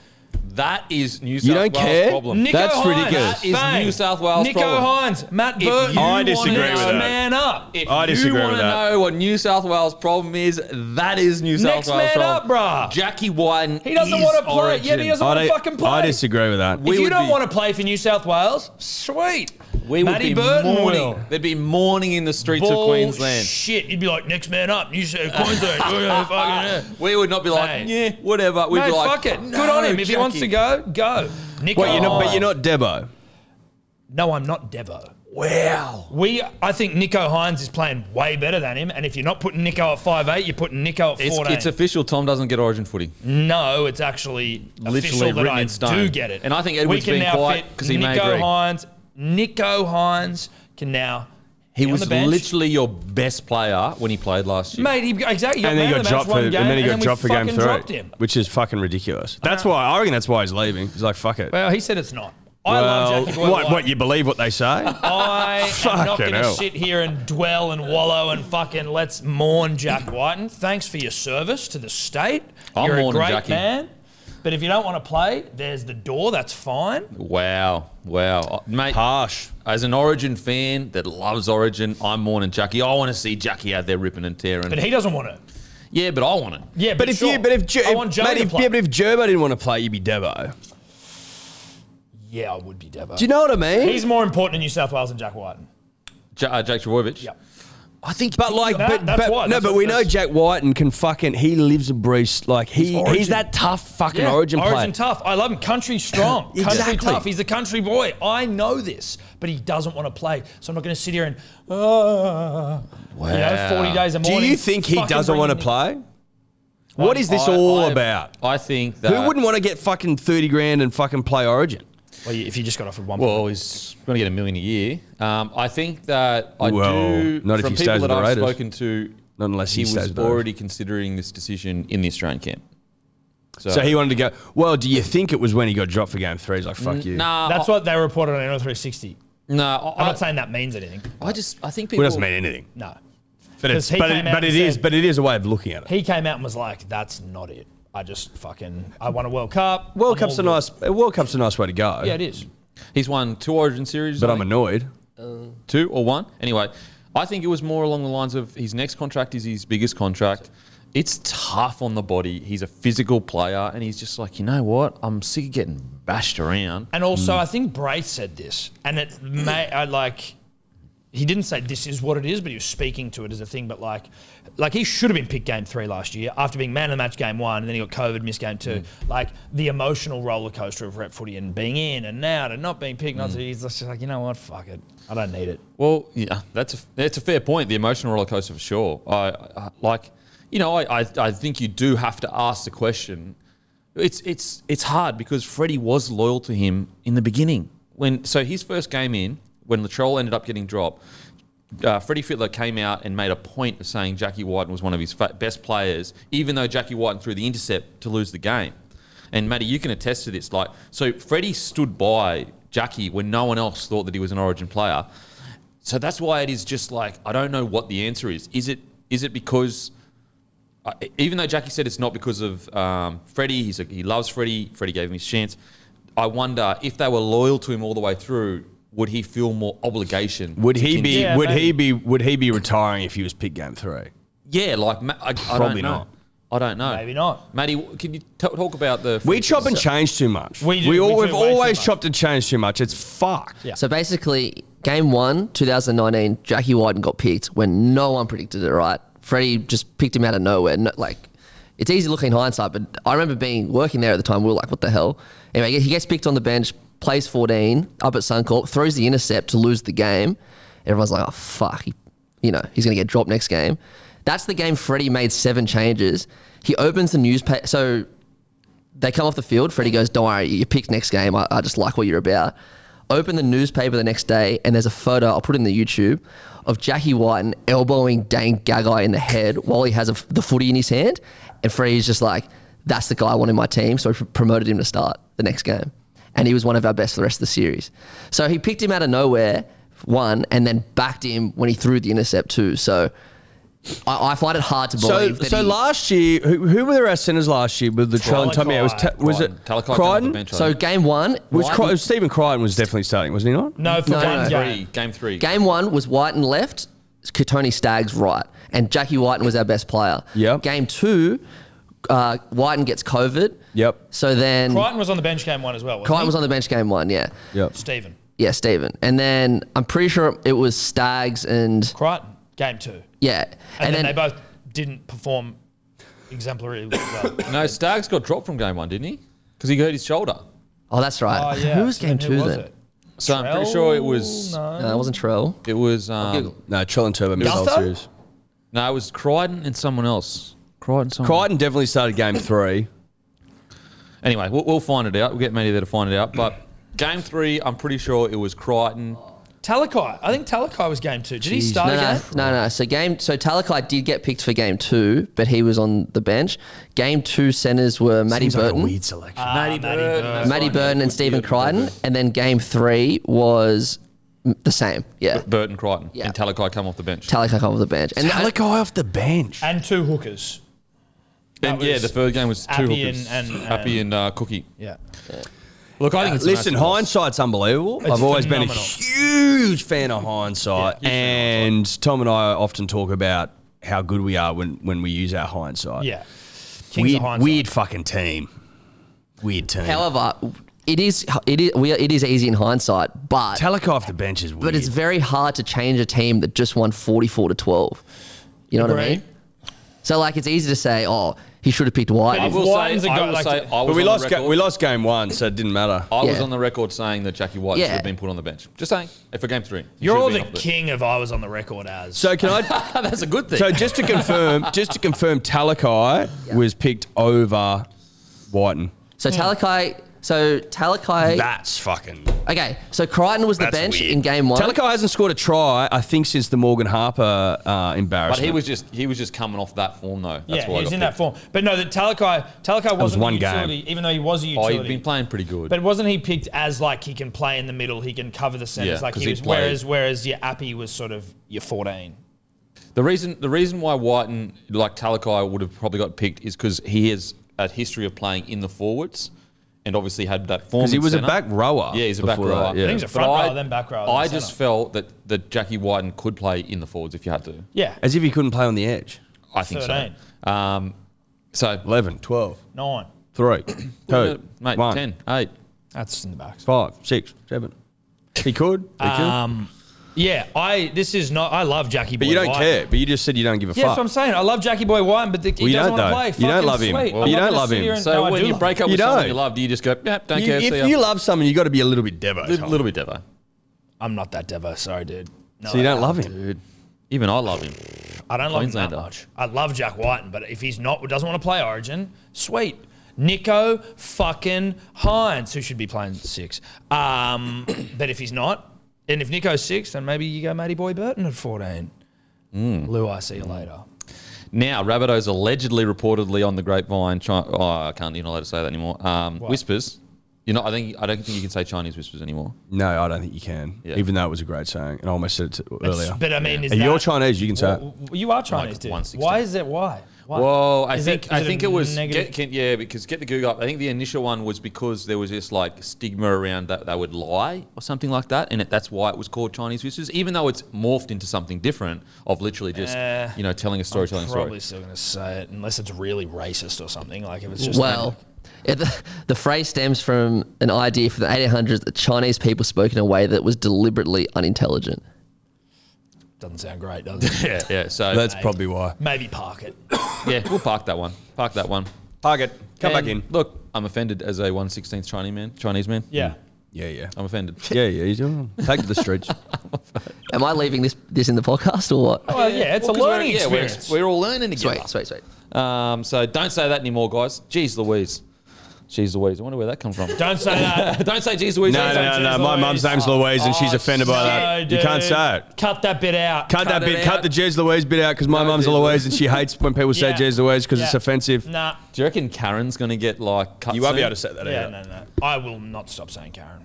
Speaker 1: That is New South
Speaker 4: You don't
Speaker 1: Wales
Speaker 4: care?
Speaker 1: problem.
Speaker 3: Nico
Speaker 4: That's
Speaker 3: Hines,
Speaker 4: ridiculous.
Speaker 1: That is New South Wales
Speaker 3: Nico
Speaker 1: problem.
Speaker 3: Hines, Matt
Speaker 1: If
Speaker 3: Burton.
Speaker 1: you I
Speaker 6: disagree
Speaker 3: wanna
Speaker 6: with that.
Speaker 3: Man up.
Speaker 1: If
Speaker 6: I
Speaker 1: you
Speaker 6: disagree
Speaker 1: want
Speaker 6: with
Speaker 1: to
Speaker 6: that.
Speaker 1: know what New South Wales problem is, that is New South
Speaker 3: Next
Speaker 1: Wales
Speaker 3: man
Speaker 1: problem.
Speaker 3: up, bruh.
Speaker 1: Jackie Whiten.
Speaker 3: He doesn't
Speaker 1: is
Speaker 3: wanna play.
Speaker 1: Origin.
Speaker 3: Yeah, but he doesn't
Speaker 4: I,
Speaker 3: wanna
Speaker 4: don't-
Speaker 3: fucking play.
Speaker 4: I disagree with that.
Speaker 1: We
Speaker 3: if you
Speaker 1: would
Speaker 3: don't
Speaker 1: be-
Speaker 3: want to play for New South Wales, sweet.
Speaker 1: We would
Speaker 3: Matty
Speaker 1: be
Speaker 3: Burton
Speaker 1: mourning.
Speaker 3: will.
Speaker 1: There'd be mourning in the streets of Queensland.
Speaker 3: Shit, you'd be like, next man up, New South
Speaker 1: [laughs]
Speaker 3: Queensland. Oh, Yeah, fucking, yeah.
Speaker 1: We would not be like,
Speaker 3: Hey.
Speaker 1: yeah, whatever. We'd
Speaker 3: Mate,
Speaker 1: be like,
Speaker 3: fuck it.
Speaker 1: "No,
Speaker 3: Good on him. If he wants to
Speaker 1: Jackie."
Speaker 3: go, go. Nico,
Speaker 4: Wait, you're not, but you're not Debo.
Speaker 3: No, I'm not Devo. Wow. We, I think Nico Hines is playing way better than him. And if you're not putting Nico at 5'8", you're putting Nico at 14.
Speaker 1: It's, it's official. Tom doesn't get Origin footy.
Speaker 3: No, it's actually
Speaker 1: Literally
Speaker 3: official that
Speaker 1: written
Speaker 3: I
Speaker 1: in stone.
Speaker 3: do get it.
Speaker 1: And I think Edwards
Speaker 3: We can
Speaker 1: being
Speaker 3: now
Speaker 1: quiet
Speaker 3: fit
Speaker 1: 'cause he may
Speaker 3: Nico
Speaker 1: agree.
Speaker 3: Hines, Nico Hines can now.
Speaker 1: He
Speaker 3: be on
Speaker 1: was
Speaker 3: the bench.
Speaker 1: literally your best player when he played last year.
Speaker 3: mate. He got- exactly. He got
Speaker 4: and then
Speaker 3: man
Speaker 4: he
Speaker 3: of
Speaker 4: got
Speaker 3: the match
Speaker 4: dropped for,
Speaker 3: one
Speaker 4: and
Speaker 3: game,
Speaker 4: then he got
Speaker 3: we
Speaker 4: dropped for game
Speaker 3: fucking dropped
Speaker 4: three,
Speaker 3: him.
Speaker 4: which is fucking ridiculous. That's why I reckon that's why he's leaving. He's like, fuck it.
Speaker 3: Well, he said it's not. I
Speaker 4: Well,
Speaker 3: love Jackie Oh, Boy.
Speaker 4: what,
Speaker 3: White.
Speaker 4: what, you believe
Speaker 3: [laughs]
Speaker 4: what they say? [laughs]
Speaker 3: I am not
Speaker 4: Fucking
Speaker 3: going to
Speaker 4: hell.
Speaker 3: sit here and dwell and wallow and fucking let's mourn Jack Whiten. Thanks for your service to the state.
Speaker 1: I'm
Speaker 3: You're a
Speaker 1: mourning
Speaker 3: great
Speaker 1: Jackie.
Speaker 3: man. But if you don't want to play, there's the door. That's fine.
Speaker 1: Wow, wow, Uh, mate. Harsh. As an Origin fan that loves Origin, I'm mourning Jackie. I want to see Jackie out there ripping and tearing.
Speaker 3: But he doesn't want to.
Speaker 1: yeah, but I want it.
Speaker 3: Yeah, but,
Speaker 4: But if
Speaker 3: sure.
Speaker 4: you, but if, Jer-
Speaker 3: I want Joey
Speaker 4: mate,
Speaker 3: to
Speaker 4: if,
Speaker 3: play.
Speaker 4: yeah, but if Gerbo didn't want to play, you'd be Debo.
Speaker 3: yeah, I would be Devo.
Speaker 4: Do you know what I mean?
Speaker 3: He's more important in New South Wales than Jack Whiten.
Speaker 1: Ja- uh, Jake Trbojevic.
Speaker 3: Yep.
Speaker 1: I think,
Speaker 4: but like,
Speaker 3: That-
Speaker 4: but,
Speaker 3: that's
Speaker 4: but-
Speaker 3: why,
Speaker 4: no,
Speaker 3: that's
Speaker 4: but
Speaker 3: what-
Speaker 4: we know
Speaker 3: that's-
Speaker 4: Jack White and can fucking he lives and breathes like he
Speaker 3: origin.
Speaker 4: he's that tough fucking
Speaker 3: Yeah,
Speaker 4: origin, player.
Speaker 3: Origin tough. I love him. Country
Speaker 4: [laughs]
Speaker 3: strong. Country
Speaker 4: Exactly.
Speaker 3: tough. He's a country boy. I know this, but he doesn't want to play. So I'm not going to sit here and, uh, you know,
Speaker 1: Wow.
Speaker 3: 40 days a
Speaker 4: Do
Speaker 3: morning.
Speaker 4: you think he
Speaker 3: fucking
Speaker 4: doesn't
Speaker 3: bring
Speaker 4: want to
Speaker 3: him in.
Speaker 4: play? What is this
Speaker 1: I-
Speaker 4: all
Speaker 1: I-
Speaker 4: about?
Speaker 1: I think that
Speaker 4: Who wouldn't want to get fucking thirty grand and fucking play Origin?
Speaker 3: Well, you- if you just got offered one.
Speaker 1: Well, he's going to get a million a year. Um, I think that I
Speaker 4: Well,
Speaker 1: do.
Speaker 4: not if
Speaker 1: from people
Speaker 4: he stays
Speaker 1: that
Speaker 4: with the
Speaker 1: I've
Speaker 4: Raiders.
Speaker 1: spoken to,
Speaker 4: Not unless he
Speaker 1: he
Speaker 4: stays
Speaker 1: was
Speaker 4: with the
Speaker 1: already considering this decision in the Australian camp.
Speaker 4: So he wanted to go. Well, do you think it was when he got dropped for game three? He's like, fuck you.
Speaker 1: Nah,
Speaker 3: That's
Speaker 1: I,
Speaker 3: what they reported on Anno 360.
Speaker 1: no.
Speaker 3: I'm
Speaker 1: I,
Speaker 3: not saying that means anything.
Speaker 1: I just I think
Speaker 4: Well,
Speaker 1: people.
Speaker 4: it doesn't mean anything.
Speaker 3: No.
Speaker 4: But it's
Speaker 3: 'Cause he
Speaker 4: but
Speaker 3: came
Speaker 4: it,
Speaker 3: out
Speaker 4: but
Speaker 3: and
Speaker 4: it is
Speaker 3: said-
Speaker 4: but it is a way of looking at it.
Speaker 3: He came out and was like, that's not it. I just fucking, I won a World Cup.
Speaker 4: World
Speaker 3: I'm
Speaker 4: Cup's a
Speaker 3: all good."
Speaker 4: nice World Cup's a nice way to go.
Speaker 3: Yeah, it is.
Speaker 1: He's won two Origin series,
Speaker 4: But
Speaker 1: I
Speaker 4: I'm
Speaker 1: think.
Speaker 4: annoyed.
Speaker 1: two or one. Anyway, I think it was more along the lines of his next contract is his biggest contract. It's tough on the body. He's a physical player, and he's just like, you know what? I'm sick of getting bashed around.
Speaker 3: And also,
Speaker 5: Mm.
Speaker 3: I think Braith said this, and it may I like. He didn't say this is what it is, but he was speaking to it as a thing. But like, like he should have been picked game three last year after being man of the match game one, and then he got COVID, missed game two.
Speaker 5: Mm.
Speaker 3: Like the emotional roller coaster of rep footy and being in and out and not being picked.
Speaker 5: Mm.
Speaker 3: Not to, he's just like, you know what, fuck it, I don't need it.
Speaker 1: Well, yeah, that's a, that's a fair point. The emotional roller coaster for sure. I, I like, you know, I, I I think you do have to ask the question. It's it's it's hard because Freddie was loyal to him in the beginning. When so his first game in, when Latrell ended up getting dropped, uh, Freddie Fitler came out and made a point of saying Jackie Whiten was one of his fa- best players, even though Jackie Whiten threw the intercept to lose the game. And Matty, you can attest to this. Like, so Freddie stood by Jackie when no one else thought that he was an Origin player. So that's why it is just like I don't know what the answer is. Is it is it because I even though Jackie said it's not because of um, Freddie, he's a, he loves Freddie. Freddie gave him his chance. I wonder if they were loyal to him all the way through, would he feel more obligation?
Speaker 4: Would
Speaker 1: to
Speaker 4: he
Speaker 1: continue?
Speaker 4: be?
Speaker 3: Yeah,
Speaker 4: would
Speaker 3: maybe.
Speaker 4: he be? Would he be retiring if he was pick game three?
Speaker 1: Yeah, like Ma- I, I
Speaker 4: Probably
Speaker 1: don't know.
Speaker 4: not.
Speaker 1: I don't know.
Speaker 3: Maybe not.
Speaker 1: Matty, w- can you t- talk about the?
Speaker 4: We chop and change too much.
Speaker 3: We do- we
Speaker 4: all,
Speaker 3: do way
Speaker 4: have
Speaker 3: too
Speaker 4: always
Speaker 3: much.
Speaker 4: chopped and changed too much. It's fucked.
Speaker 3: Yeah.
Speaker 5: So basically, game one, 2019, Jackie Whiten got picked when no one predicted it, right? Freddie just picked him out of nowhere. No, like, it's easy looking in hindsight, but I remember being working there at the time. We were like, what the hell? Anyway, he gets picked on the bench, plays 14, up at Suncorp, throws the intercept to lose the game. Everyone's like, oh, fuck. He, you know, he's going to get dropped next game. That's the game Freddie made seven changes. He opens the newspaper. So they come off the field. Freddie goes, "Don't worry, you picked next game. I, I just like what you're about." Open the newspaper the next day, and there's a photo. I'll put it in the YouTube of Jackie Whiten elbowing Dane Gagai in the head while he has a f the footy in his hand, and Freddie's just like, "That's the guy I want in my team," so he pr- promoted him to start the next game, and he was one of our best for the rest of the series. So he picked him out of nowhere, one, and then backed him when he threw the intercept too. So. I, I find it hard to
Speaker 4: So,
Speaker 5: believe. that
Speaker 4: so
Speaker 5: he-
Speaker 4: last year, who, who were our centers last year with the Latrell and Tommy? It was ta-
Speaker 3: Talakai.
Speaker 4: was it
Speaker 1: Talakai came off the bench, I
Speaker 5: so game one
Speaker 4: Was
Speaker 5: Whiten-
Speaker 4: Cry- Stephen Crichton was definitely starting, wasn't he not?
Speaker 3: No, for
Speaker 5: Mm. No,
Speaker 3: one
Speaker 5: no.
Speaker 1: three,
Speaker 3: game.
Speaker 1: game three.
Speaker 5: Game one was White and left, Tony Staggs right, and Jackie Whiten was our best player.
Speaker 4: Yep.
Speaker 5: Game two, uh, Whiten gets COVID.
Speaker 4: Yep.
Speaker 5: So then Crichton,
Speaker 3: Crichton was on the bench game one as well. was
Speaker 5: was on the bench game one, yeah.
Speaker 4: Yep.
Speaker 3: Stephen
Speaker 5: Yeah, Stephen. And then I'm pretty sure it was Staggs and,
Speaker 3: Crichton game two, and,
Speaker 5: yeah.
Speaker 3: then, they both didn't perform exemplarily
Speaker 5: [coughs]
Speaker 3: well.
Speaker 5: Uh,
Speaker 1: No, Stags got dropped from game one, didn't he? Because he hurt his shoulder.
Speaker 5: oh, that's right.
Speaker 3: Oh, yeah.
Speaker 5: Who was
Speaker 3: So
Speaker 5: game
Speaker 3: who
Speaker 5: two
Speaker 3: was
Speaker 5: then?
Speaker 3: it?
Speaker 1: So I'm pretty sure it was
Speaker 3: No.
Speaker 5: No, it wasn't Trell.
Speaker 1: it was um,
Speaker 5: Google.
Speaker 4: No, Trell and Turbo missed the whole
Speaker 3: Gutho?
Speaker 4: series.
Speaker 1: no, it was Crichton and someone else. Crichton, someone.
Speaker 4: Crichton definitely started game three.
Speaker 1: Anyway, we'll, we'll find it out. We'll get Matty there to find it out. But game three, I'm pretty sure it was Crichton,
Speaker 3: Talakai. I think Talakai was game two. Did he
Speaker 5: Jeez.
Speaker 3: start
Speaker 5: no,
Speaker 3: a
Speaker 5: no,
Speaker 3: game?
Speaker 5: no, no. So game, so Talakai did get picked for game two, but he was on the bench. Game two centers were Matty
Speaker 4: Seems like a
Speaker 5: Burton,
Speaker 4: weird selection.
Speaker 1: Ah,
Speaker 3: Matty Bird.
Speaker 5: Matty Burton, and Stephen Crichton, and then game three was mm, the same. Yeah,
Speaker 1: Burton Crichton
Speaker 5: Yeah.
Speaker 1: and Talakai come off the bench.
Speaker 5: Talakai come off the bench, and
Speaker 4: Alec guy off the bench.
Speaker 3: And two hookers.
Speaker 1: and
Speaker 3: that
Speaker 1: yeah,
Speaker 3: was
Speaker 1: the third game was two
Speaker 3: Appy
Speaker 1: hookers.
Speaker 3: and- and-
Speaker 1: Appy and uh, Cookie.
Speaker 3: Yeah.
Speaker 1: Look, I think it's a
Speaker 4: Listen,
Speaker 1: massive loss.
Speaker 4: hindsight's unbelievable. I've always been a
Speaker 3: phenomenal.
Speaker 4: huge fan of hindsight,
Speaker 3: Yeah, huge fan
Speaker 4: and Tom and I often talk about how good we are when, when we use our hindsight.
Speaker 3: Yeah. Kings of
Speaker 4: weird,
Speaker 3: hindsight.
Speaker 4: weird fucking team. Weird team.
Speaker 5: however, it is it is we, it is easy in hindsight, but
Speaker 4: Talakai off the bench is weird.
Speaker 5: but it's very hard to change a team that just won forty four to twelve. You know what I
Speaker 3: Agree.
Speaker 5: mean? So like, it's easy to say, oh, he should have picked White.
Speaker 1: I
Speaker 3: if
Speaker 1: will
Speaker 3: White's
Speaker 1: say,
Speaker 3: a
Speaker 1: I
Speaker 3: guy
Speaker 1: will
Speaker 3: like
Speaker 1: say,
Speaker 3: to-
Speaker 1: I was
Speaker 4: but we
Speaker 1: on the
Speaker 4: lost, ga-
Speaker 1: record-
Speaker 4: we lost game one, so it didn't matter.
Speaker 1: I was
Speaker 5: Yeah.
Speaker 1: on the record saying that Jackie White should
Speaker 5: Yeah.
Speaker 1: have been put on the bench. Just saying, eh, for game three. He
Speaker 3: You're
Speaker 1: should have
Speaker 3: all
Speaker 1: been
Speaker 3: the
Speaker 1: off the-
Speaker 3: king of I was on the record as.
Speaker 4: So can [laughs] I?
Speaker 1: Ah, That's a good thing.
Speaker 4: So just
Speaker 1: [laughs]
Speaker 4: to confirm, just to confirm, Talakai was picked over Whiten.
Speaker 5: so Talakai, so Talakai.
Speaker 4: That's fucking.
Speaker 5: Okay, so Crichton was the
Speaker 4: That's
Speaker 5: bench
Speaker 4: weird.
Speaker 5: in game one.
Speaker 4: Talakai hasn't scored a try, I think, since the Morgan Harper uh,
Speaker 1: but
Speaker 4: embarrassment.
Speaker 1: he was just he was just coming off that form though. That's
Speaker 3: yeah,
Speaker 1: why I
Speaker 3: he's
Speaker 1: got
Speaker 3: in
Speaker 1: picked.
Speaker 3: that form. But no, that Talakai, Talakai wasn't
Speaker 4: one
Speaker 3: a utility, even though he was a
Speaker 1: Oh,
Speaker 3: utility.
Speaker 1: he'd been playing pretty good.
Speaker 3: But wasn't he picked as like he can play in the middle, he can cover the centers,
Speaker 1: Yeah,
Speaker 3: like
Speaker 1: 'cause
Speaker 3: he
Speaker 1: he
Speaker 3: was.
Speaker 1: played.
Speaker 3: Whereas whereas your Appy was sort of your 14.
Speaker 1: The reason the reason why Whiten like Talakai would have probably got picked is because he has a history of playing in the forwards, and obviously had that form.
Speaker 4: because he
Speaker 1: in
Speaker 4: was a
Speaker 1: centre.
Speaker 4: back rower.
Speaker 1: Yeah, he's a back
Speaker 4: before
Speaker 1: rower.
Speaker 4: that, yeah.
Speaker 3: I think he's a
Speaker 1: But
Speaker 3: front
Speaker 1: I-
Speaker 3: rower, then back rower, then
Speaker 1: I
Speaker 3: centre.
Speaker 1: just felt that, that Jackie Whiten could play in the forwards if you had to.
Speaker 3: Yeah.
Speaker 4: As if he couldn't play on the edge.
Speaker 1: I think
Speaker 3: 13.
Speaker 1: so. Um, so
Speaker 4: 11, 12,
Speaker 3: Nine.
Speaker 4: 3, 2,
Speaker 1: mate,
Speaker 4: one,
Speaker 1: 10, 8.
Speaker 3: That's in the back.
Speaker 4: 5, 6, 7. He could. He could.
Speaker 1: Um,
Speaker 3: Yeah, I this is not I love Jackie Boy.
Speaker 4: but you don't
Speaker 3: White.
Speaker 4: care. But you just said you don't give a
Speaker 3: Yeah, that's
Speaker 4: fuck.
Speaker 3: what I'm saying. I love Jackie Boy White, but the, he
Speaker 4: Well, you
Speaker 3: doesn't
Speaker 4: don't,
Speaker 3: want to
Speaker 4: though.
Speaker 3: play.
Speaker 4: You don't
Speaker 3: Fucking
Speaker 4: love him.
Speaker 3: sweet.
Speaker 4: Well,
Speaker 3: I'm
Speaker 4: you
Speaker 3: not
Speaker 4: don't
Speaker 3: gonna
Speaker 4: love
Speaker 3: sit [laughs]
Speaker 4: him.
Speaker 3: here and-
Speaker 1: So
Speaker 3: no, I
Speaker 1: when
Speaker 3: do
Speaker 1: you
Speaker 3: love
Speaker 1: break
Speaker 3: him.
Speaker 1: up
Speaker 4: You
Speaker 1: with someone
Speaker 4: don't.
Speaker 1: you love, you just go, yeah, don't
Speaker 4: You-
Speaker 1: care.
Speaker 4: if
Speaker 1: see ya."
Speaker 4: you love someone, you got to be a little bit devo.
Speaker 1: little,
Speaker 4: Tom.
Speaker 1: little bit Devo.
Speaker 3: I'm not that Devo. Sorry, dude. No,
Speaker 4: so you don't
Speaker 3: I-
Speaker 4: love him.
Speaker 1: Even I love him.
Speaker 3: I don't love him that
Speaker 1: Queenslander.
Speaker 3: much. I love Jack Whiten, but if he's not doesn't want to play Origin, sweet. Nico fucking Hines, who should be playing six. Um, [coughs] but if he's not, and if Nico's six, then maybe you go Matty Boy Burton at 14.
Speaker 4: Mm.
Speaker 3: Lou, I see you later.
Speaker 1: Now, Rabbitoh's allegedly, reportedly on the grapevine. Chi- oh, I can't. You're not allowed to say that anymore. Um, whispers. You know, I think I don't think you can say Chinese whispers anymore.
Speaker 4: No, I don't think you can.
Speaker 1: Yeah.
Speaker 4: Even though it was a great saying, and I almost said it to-
Speaker 3: It's-
Speaker 4: earlier.
Speaker 3: But I mean, is
Speaker 4: if
Speaker 3: that,
Speaker 4: you're Chinese, you can say it.
Speaker 3: Well, you are Chinese, dude.
Speaker 1: 160.
Speaker 3: Why is it? Why? Why?
Speaker 1: Well, I
Speaker 3: Is
Speaker 1: think
Speaker 3: it-
Speaker 1: I
Speaker 3: is a
Speaker 1: think it was
Speaker 3: negative-
Speaker 1: get, can, yeah because get the Google up. I think the initial one was because there was this like stigma around that they would lie or something like that, and it, that's why it was called Chinese whispers, even though it's morphed into something different of literally just
Speaker 3: Eh,
Speaker 1: you know telling a story, telling a
Speaker 3: probably
Speaker 1: story.
Speaker 3: still going to say it unless it's really racist or something. Like if it's just
Speaker 5: Well, it, the, the phrase stems from an idea from the 1800s that Chinese people spoke in a way that was deliberately unintelligent.
Speaker 3: doesn't sound
Speaker 1: [laughs]
Speaker 3: great, does it?
Speaker 1: Yeah, yeah. So
Speaker 4: That's probably why.
Speaker 3: Maybe park it.
Speaker 1: [clears throat] yeah, we'll park that one. Park that one.
Speaker 4: Park it. Come back
Speaker 1: And
Speaker 4: in.
Speaker 1: Look, I'm offended as a 116th Chinese man. Chinese man.
Speaker 3: Yeah.
Speaker 4: Yeah, yeah.
Speaker 1: I'm offended.
Speaker 4: [laughs] Yeah, yeah. He's doing well. Take to the [laughs] streets.
Speaker 5: Am I leaving this this in the podcast or what?
Speaker 4: Uh,
Speaker 3: Well, yeah, it's
Speaker 1: Well,
Speaker 3: a
Speaker 1: 'cause we're-
Speaker 3: learning
Speaker 1: yeah, we're-
Speaker 3: experience.
Speaker 1: We're, all learning together.
Speaker 5: Sweet, sweet, sweet.
Speaker 1: Um, so don't say that anymore, guys. Jeez Louise. Jeez Louise. I wonder where that come from.
Speaker 3: Don't say that.
Speaker 1: [laughs] don't say jeez Louise.
Speaker 4: No,
Speaker 1: Don't say
Speaker 4: no,
Speaker 1: jeez
Speaker 4: no. My
Speaker 3: Louise.
Speaker 4: mum's name's Louise, and she's
Speaker 1: oh,
Speaker 4: offended by that.
Speaker 3: No,
Speaker 4: You can't
Speaker 3: dude.
Speaker 4: say it.
Speaker 3: Cut that bit out.
Speaker 4: Cut, that
Speaker 1: it
Speaker 4: bit.
Speaker 1: out.
Speaker 4: Cut the Jez Louise bit out because my
Speaker 1: No,
Speaker 4: mum's a
Speaker 1: dude.
Speaker 4: Louise, and [laughs] she hates when people say
Speaker 3: Yeah.
Speaker 4: Jez Louise because it's
Speaker 3: Yeah.
Speaker 4: offensive.
Speaker 3: Nah.
Speaker 1: Do you reckon Karen's going to get like cut? soon?
Speaker 4: say that.
Speaker 3: Yeah, no, no. I will not stop saying Karen.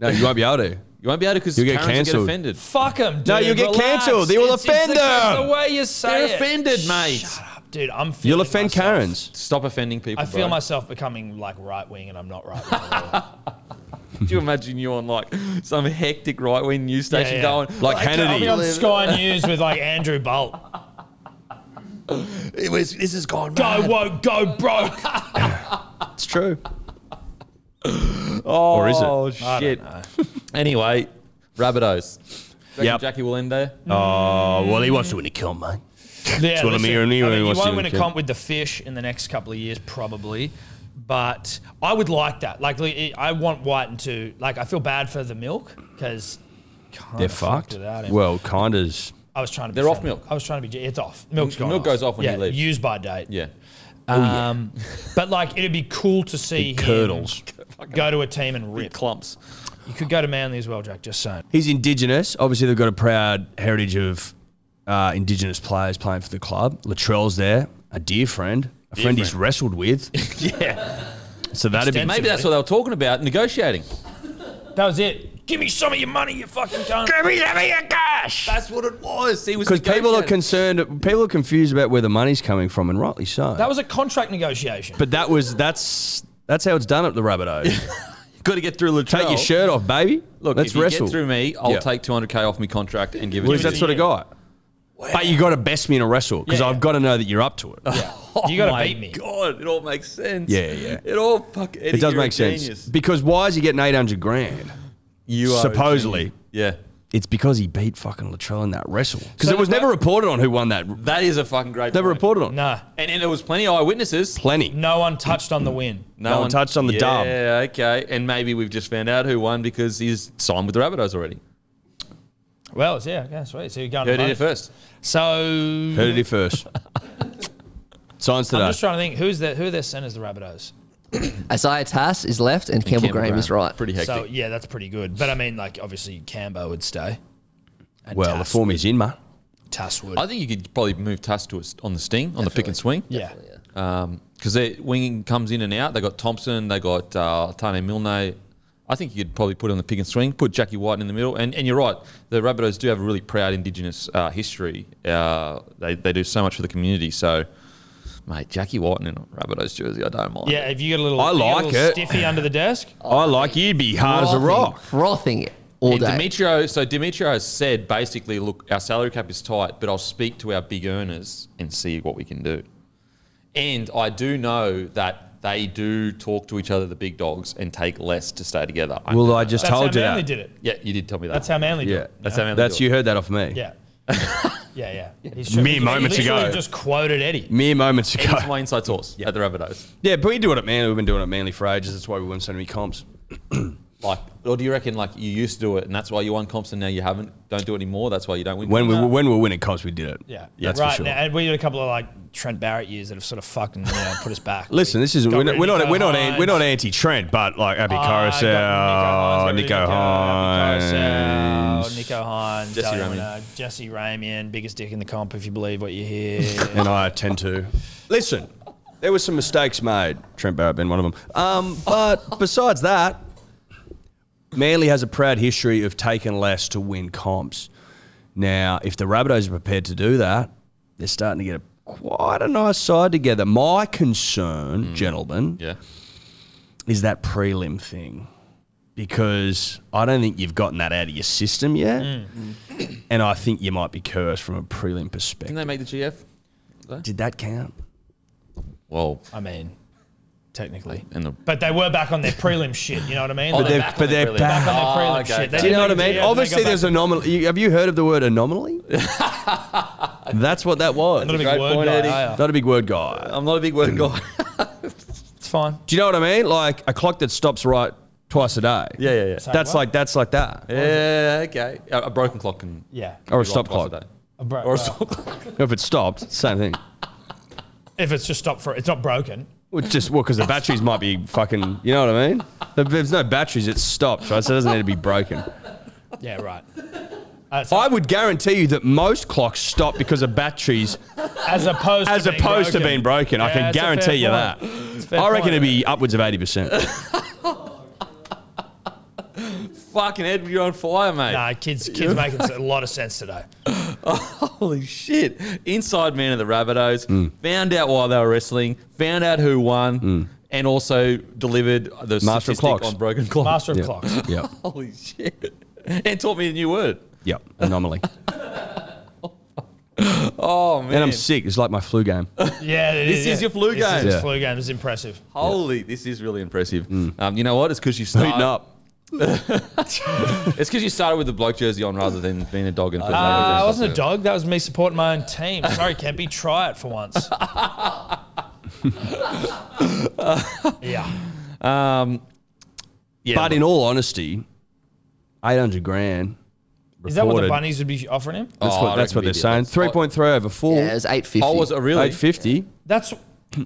Speaker 4: No, you won't be able to.
Speaker 1: You won't be able to because
Speaker 4: You'll get
Speaker 1: Karen's going to get offended.
Speaker 4: cancelled.
Speaker 3: Fuck them, dude.
Speaker 4: No, you'll get
Speaker 3: Relax.
Speaker 4: cancelled. They will
Speaker 3: It's- it's
Speaker 4: offend
Speaker 3: the- it's
Speaker 4: them.
Speaker 3: the way you say
Speaker 1: They're
Speaker 3: it.
Speaker 1: offended, mate.
Speaker 3: Shut up, dude. I'm feeling
Speaker 4: You'll offend
Speaker 3: myself.
Speaker 4: Karens.
Speaker 1: Stop offending people.
Speaker 3: I feel
Speaker 1: bro.
Speaker 3: myself becoming like right wing, and I'm not right wing.
Speaker 1: Do you imagine you on like some hectic right wing news station
Speaker 3: yeah.
Speaker 1: going
Speaker 4: Like
Speaker 3: I'll be on
Speaker 4: Hannity.
Speaker 3: Sky News with like Andrew Bolt.
Speaker 1: it was, this has gone
Speaker 3: Go woke, go
Speaker 4: [laughs]
Speaker 3: broke.
Speaker 4: It's true.
Speaker 1: Oh,
Speaker 4: Or is it?
Speaker 1: Oh shit. [laughs] anyway, Rabbitohs. Reckon
Speaker 4: Yep.
Speaker 1: Jackie will end there.
Speaker 4: Oh well, he wants to win a comp, mate.
Speaker 3: Yeah,
Speaker 4: what I'm
Speaker 3: listen,
Speaker 4: hearing anyway,
Speaker 3: I mean, you
Speaker 4: what's
Speaker 3: won't
Speaker 4: the
Speaker 3: win a
Speaker 4: other
Speaker 3: comp with the fish in the next couple of years, probably. But I would like that. Like, li- I want Whiten to. Like, I feel bad for the milk because
Speaker 4: They're fucked.
Speaker 3: without him.
Speaker 4: Well, kinda's.
Speaker 3: I was trying to. Be
Speaker 1: They're off
Speaker 3: friendly.
Speaker 1: milk.
Speaker 3: I was trying to be. It's off. Milk's gone.
Speaker 1: Milk goes off when
Speaker 3: yeah,
Speaker 1: you leave.
Speaker 3: Use by date.
Speaker 1: Yeah.
Speaker 3: Um, but like, it'd be cool to see him
Speaker 4: curdles.
Speaker 3: go to a team and rip.
Speaker 1: Clumps.
Speaker 3: You could go to Manly as well, Jack. Just saying.
Speaker 4: He's Indigenous. Obviously, they've got a proud heritage of uh, Indigenous players playing for the club. Latrell's there, a dear friend, a friend, he's wrestled with.
Speaker 3: Yeah,
Speaker 4: So that'd be
Speaker 1: Maybe that's what they were talking about negotiating.
Speaker 3: that was it. Give me some of your money, you fucking cunt.
Speaker 1: That's what it was. He was
Speaker 4: because people are
Speaker 1: negotiating.
Speaker 4: concerned, people are confused about where the money's coming from, and rightly so.
Speaker 3: That was a contract negotiation.
Speaker 4: but that was that's that's how it's done at the Rabbitohs.
Speaker 1: [laughs] Got to get through Latrell.
Speaker 4: Take your shirt off, baby.
Speaker 1: Look,
Speaker 4: let's
Speaker 1: if you
Speaker 4: wrestle.
Speaker 1: get through me, I'll
Speaker 4: Yeah.
Speaker 1: take 200k off my contract and give it
Speaker 4: Well, he's
Speaker 1: to
Speaker 4: that
Speaker 1: you.
Speaker 4: sort of guy. But you got to best me in a wrestle because
Speaker 3: Yeah.
Speaker 4: I've got to know that you're up
Speaker 1: [laughs]
Speaker 4: to it. Yeah,
Speaker 3: you got
Speaker 1: my
Speaker 3: to beat me.
Speaker 1: God, it all makes sense.
Speaker 4: Yeah, yeah.
Speaker 1: It all fuck. Eddie,
Speaker 4: it does
Speaker 1: you're a
Speaker 4: make sense
Speaker 1: genius.
Speaker 4: because why is he getting eight hundred grand?
Speaker 1: You are a
Speaker 4: Supposedly.
Speaker 1: genius. Yeah.
Speaker 4: It's because he beat fucking Latrell in that wrestle because
Speaker 3: So
Speaker 4: it was
Speaker 3: the-
Speaker 4: never reported on who won that.
Speaker 1: That is a fucking great.
Speaker 4: Never
Speaker 1: point.
Speaker 4: reported on.
Speaker 3: Nah,
Speaker 1: And, and there was plenty of eyewitnesses.
Speaker 4: plenty.
Speaker 3: no one touched on the win.
Speaker 4: No one touched on the
Speaker 1: yeah,
Speaker 4: dub.
Speaker 1: Yeah, okay. And maybe we've just found out who won because he's signed with the Rabbitohs already.
Speaker 3: Well, yeah, yeah, sweet. So you're going
Speaker 1: Heard
Speaker 3: to
Speaker 1: it here
Speaker 3: both.
Speaker 1: first.
Speaker 3: So
Speaker 4: Heard it
Speaker 3: [laughs]
Speaker 4: here first. Signs
Speaker 3: I'm
Speaker 4: today.
Speaker 3: just trying to think who's the who are their centers the Rabbitohs.
Speaker 5: Isaiah Tass is left and, Campbell, Graham, is right.
Speaker 1: Pretty hectic.
Speaker 3: So yeah, that's pretty good. But I mean, like obviously Cambo would stay. And
Speaker 4: well, the
Speaker 3: Tass-
Speaker 4: form is in, mate.
Speaker 3: Tass would.
Speaker 1: I think you could probably move Tuss to a, on the sting, on the pick and swing.
Speaker 3: yeah.
Speaker 1: because their winging comes in and out. They got Thompson, they got uh, Tane Milne. I think you could probably put on the pick and swing, put Jackie White in the middle, and, and you're right. The Rabbitohs do have a really proud Indigenous uh, history. Uh, they they do so much for the community. So, mate, Jackie White in a Rabbitohs jersey, I don't mind.
Speaker 3: Yeah, if you get a little,
Speaker 4: I
Speaker 3: you get a
Speaker 4: like
Speaker 3: little
Speaker 4: it.
Speaker 3: stiffy under the desk.
Speaker 4: [laughs] I like you. would be hard as a
Speaker 5: Frothing-
Speaker 4: rock.
Speaker 5: Frothing it all
Speaker 1: And
Speaker 5: day.
Speaker 1: Demetrio, so Demetrio has said basically, look, our salary cap is tight, but I'll speak to our big earners and see what we can do. And I do know that they do talk to each other, the big dogs, and take less to stay together. I
Speaker 4: Well,
Speaker 1: know
Speaker 4: I
Speaker 1: that.
Speaker 4: just
Speaker 3: That's
Speaker 4: told
Speaker 3: how
Speaker 4: you
Speaker 3: Manly
Speaker 4: that.
Speaker 3: did it.
Speaker 1: Yeah, you did tell me that.
Speaker 3: That's how Manly
Speaker 4: Yeah,
Speaker 3: did it.
Speaker 1: That's how Manly
Speaker 4: That's
Speaker 1: do it.
Speaker 4: you heard that off me.
Speaker 3: Yeah.
Speaker 4: [laughs]
Speaker 3: yeah, yeah. He's just-
Speaker 4: Mere
Speaker 3: he
Speaker 4: moments
Speaker 3: literally
Speaker 4: ago.
Speaker 3: just quoted Eddie.
Speaker 4: Mere moments ago.
Speaker 1: That's my inside source at the Rabbitohs.
Speaker 4: Yeah, but we do it at Manly. We've been doing it at Manly for ages. That's why we won so many comps.
Speaker 1: Like, or do you reckon like you used to do it, and that's why you won comps, and now you haven't? Don't do it anymore. That's why you don't win.
Speaker 4: When we when we were winning comps, we did it.
Speaker 3: Uh, Yeah.
Speaker 4: that's
Speaker 3: right.
Speaker 4: for sure.
Speaker 3: now- and we did a couple of like Trent Barrett years that have sort of fucking you know, put us back.
Speaker 4: [laughs] Listen, this is
Speaker 3: Got
Speaker 4: we're not
Speaker 3: rid of
Speaker 4: we're not
Speaker 3: Nico
Speaker 4: we're not, an,
Speaker 3: Hines.
Speaker 4: we're not anti Trent, but like Abby oh,
Speaker 3: Ah,
Speaker 4: Carousel,
Speaker 3: got
Speaker 4: Nico
Speaker 3: Hines,
Speaker 4: Hines,
Speaker 3: Nico Hines,
Speaker 1: Jesse
Speaker 3: Jesse
Speaker 1: Ramian.
Speaker 3: Ramian, Jesse Ramian, biggest dick in the comp if you believe what you
Speaker 4: [laughs]
Speaker 3: hear.
Speaker 4: and I tend to listen. There were some mistakes made. Trent Barrett being one of them. Um, but besides that, Manly has a proud history of taking less to win comps. Now, if the Rabbitohs are prepared to do that, they're starting to get a, quite a nice side together. My concern, gentlemen,
Speaker 1: yeah,
Speaker 4: is that prelim thing because I don't think you've gotten that out of your system yet.
Speaker 3: Mm.
Speaker 4: Mm. And I think you might be cursed from a prelim
Speaker 1: didn't
Speaker 4: perspective.
Speaker 1: they make the GF?
Speaker 4: Did that count?
Speaker 1: Well,
Speaker 3: I mean, technically.
Speaker 1: in the
Speaker 3: But they were back on their prelim shit, you know what I mean?
Speaker 1: Oh,
Speaker 3: Like,
Speaker 1: they're
Speaker 4: they're-
Speaker 1: back
Speaker 4: but
Speaker 1: on their
Speaker 4: they're
Speaker 1: prelim.
Speaker 4: back.
Speaker 3: back on their
Speaker 1: Oh,
Speaker 3: prelim
Speaker 1: okay,
Speaker 3: shit. They
Speaker 1: okay.
Speaker 4: Do you know what I
Speaker 3: didn't
Speaker 4: mean?
Speaker 3: do it.
Speaker 4: Obviously,
Speaker 3: They got
Speaker 4: there's anomaly. Have you heard of the word
Speaker 3: [laughs]
Speaker 4: anomaly? That's what that was.
Speaker 3: Not a big
Speaker 1: Great
Speaker 3: word
Speaker 1: point,
Speaker 3: guy,
Speaker 1: Eddie.
Speaker 3: are you?
Speaker 4: Not a big word guy.
Speaker 1: I'm not a big word guy.
Speaker 3: It's fine.
Speaker 4: Do you know what I mean? Like a clock that stops right twice a day.
Speaker 1: yeah, yeah, yeah.
Speaker 4: That's
Speaker 3: what?
Speaker 4: like that's like that.
Speaker 1: [laughs] Yeah, okay. A, a broken clock can.
Speaker 3: Yeah.
Speaker 4: Or a
Speaker 1: be
Speaker 4: stop
Speaker 1: locked twice
Speaker 4: clock.
Speaker 1: a day.
Speaker 3: A bro-
Speaker 1: Or a
Speaker 3: well,
Speaker 1: stop clock.
Speaker 4: If it stopped, same thing.
Speaker 3: if it's just stopped for it's not broken.
Speaker 4: Well, just well, because the batteries might be fucking. You know what I mean? If there's no batteries, it's stopped, right? So it doesn't need to be broken.
Speaker 3: Yeah, right. Uh, so
Speaker 4: I would guarantee you that most clocks stop because of batteries,
Speaker 3: as opposed
Speaker 4: as
Speaker 3: to being
Speaker 4: opposed
Speaker 3: broken.
Speaker 4: to being broken. I
Speaker 3: Yeah,
Speaker 4: can
Speaker 3: it's a fair
Speaker 4: guarantee you
Speaker 3: point.
Speaker 4: that.
Speaker 3: It's a fair
Speaker 4: I reckon
Speaker 3: point.
Speaker 4: it'd be upwards of
Speaker 3: [laughs]
Speaker 4: eighty percent.
Speaker 1: [laughs] Fucking Ed, you're on fire, mate.
Speaker 3: Nah, kids, kids making a lot of sense today.
Speaker 1: Holy shit. Inside man of the Rabbitohs. Found out why they were wrestling. Found out who won. And also delivered the
Speaker 4: Master of
Speaker 1: statistic
Speaker 4: clocks.
Speaker 1: on broken clock.
Speaker 3: Master of clocks.
Speaker 4: Yep.
Speaker 1: Holy shit. [laughs] And taught me a new word.
Speaker 4: Yep. Anomaly.
Speaker 1: Oh, man.
Speaker 4: and I'm sick. It's like my flu game.
Speaker 3: Yeah, it
Speaker 1: This is your flu
Speaker 3: This is
Speaker 1: game.
Speaker 3: his
Speaker 4: Yeah.
Speaker 3: flu game. It's impressive.
Speaker 1: Holy, this is really impressive. Um, you know what? It's because you
Speaker 4: Beaten
Speaker 1: started.
Speaker 4: up.
Speaker 1: [laughs] It's because you started with the bloke jersey on rather than being a dog. And putting
Speaker 3: Uh, I
Speaker 1: that
Speaker 3: wasn't a
Speaker 1: jersey
Speaker 3: dog. That was me supporting my own team. Sorry, Kempy. Try it for
Speaker 4: [laughs]
Speaker 3: once. yeah.
Speaker 1: on. Um, yeah,
Speaker 4: but in all honesty, eight hundred grand.
Speaker 3: Is that what the
Speaker 4: reported.
Speaker 3: bunnies would be offering him?
Speaker 4: That's
Speaker 1: Oh, I
Speaker 4: what that's
Speaker 1: reckon
Speaker 4: what
Speaker 1: we
Speaker 4: they're
Speaker 1: did.
Speaker 4: saying.
Speaker 1: That's-
Speaker 4: Three point three over four.
Speaker 5: yeah, it was 850.
Speaker 1: I was a really.
Speaker 4: Eight fifty.
Speaker 3: That's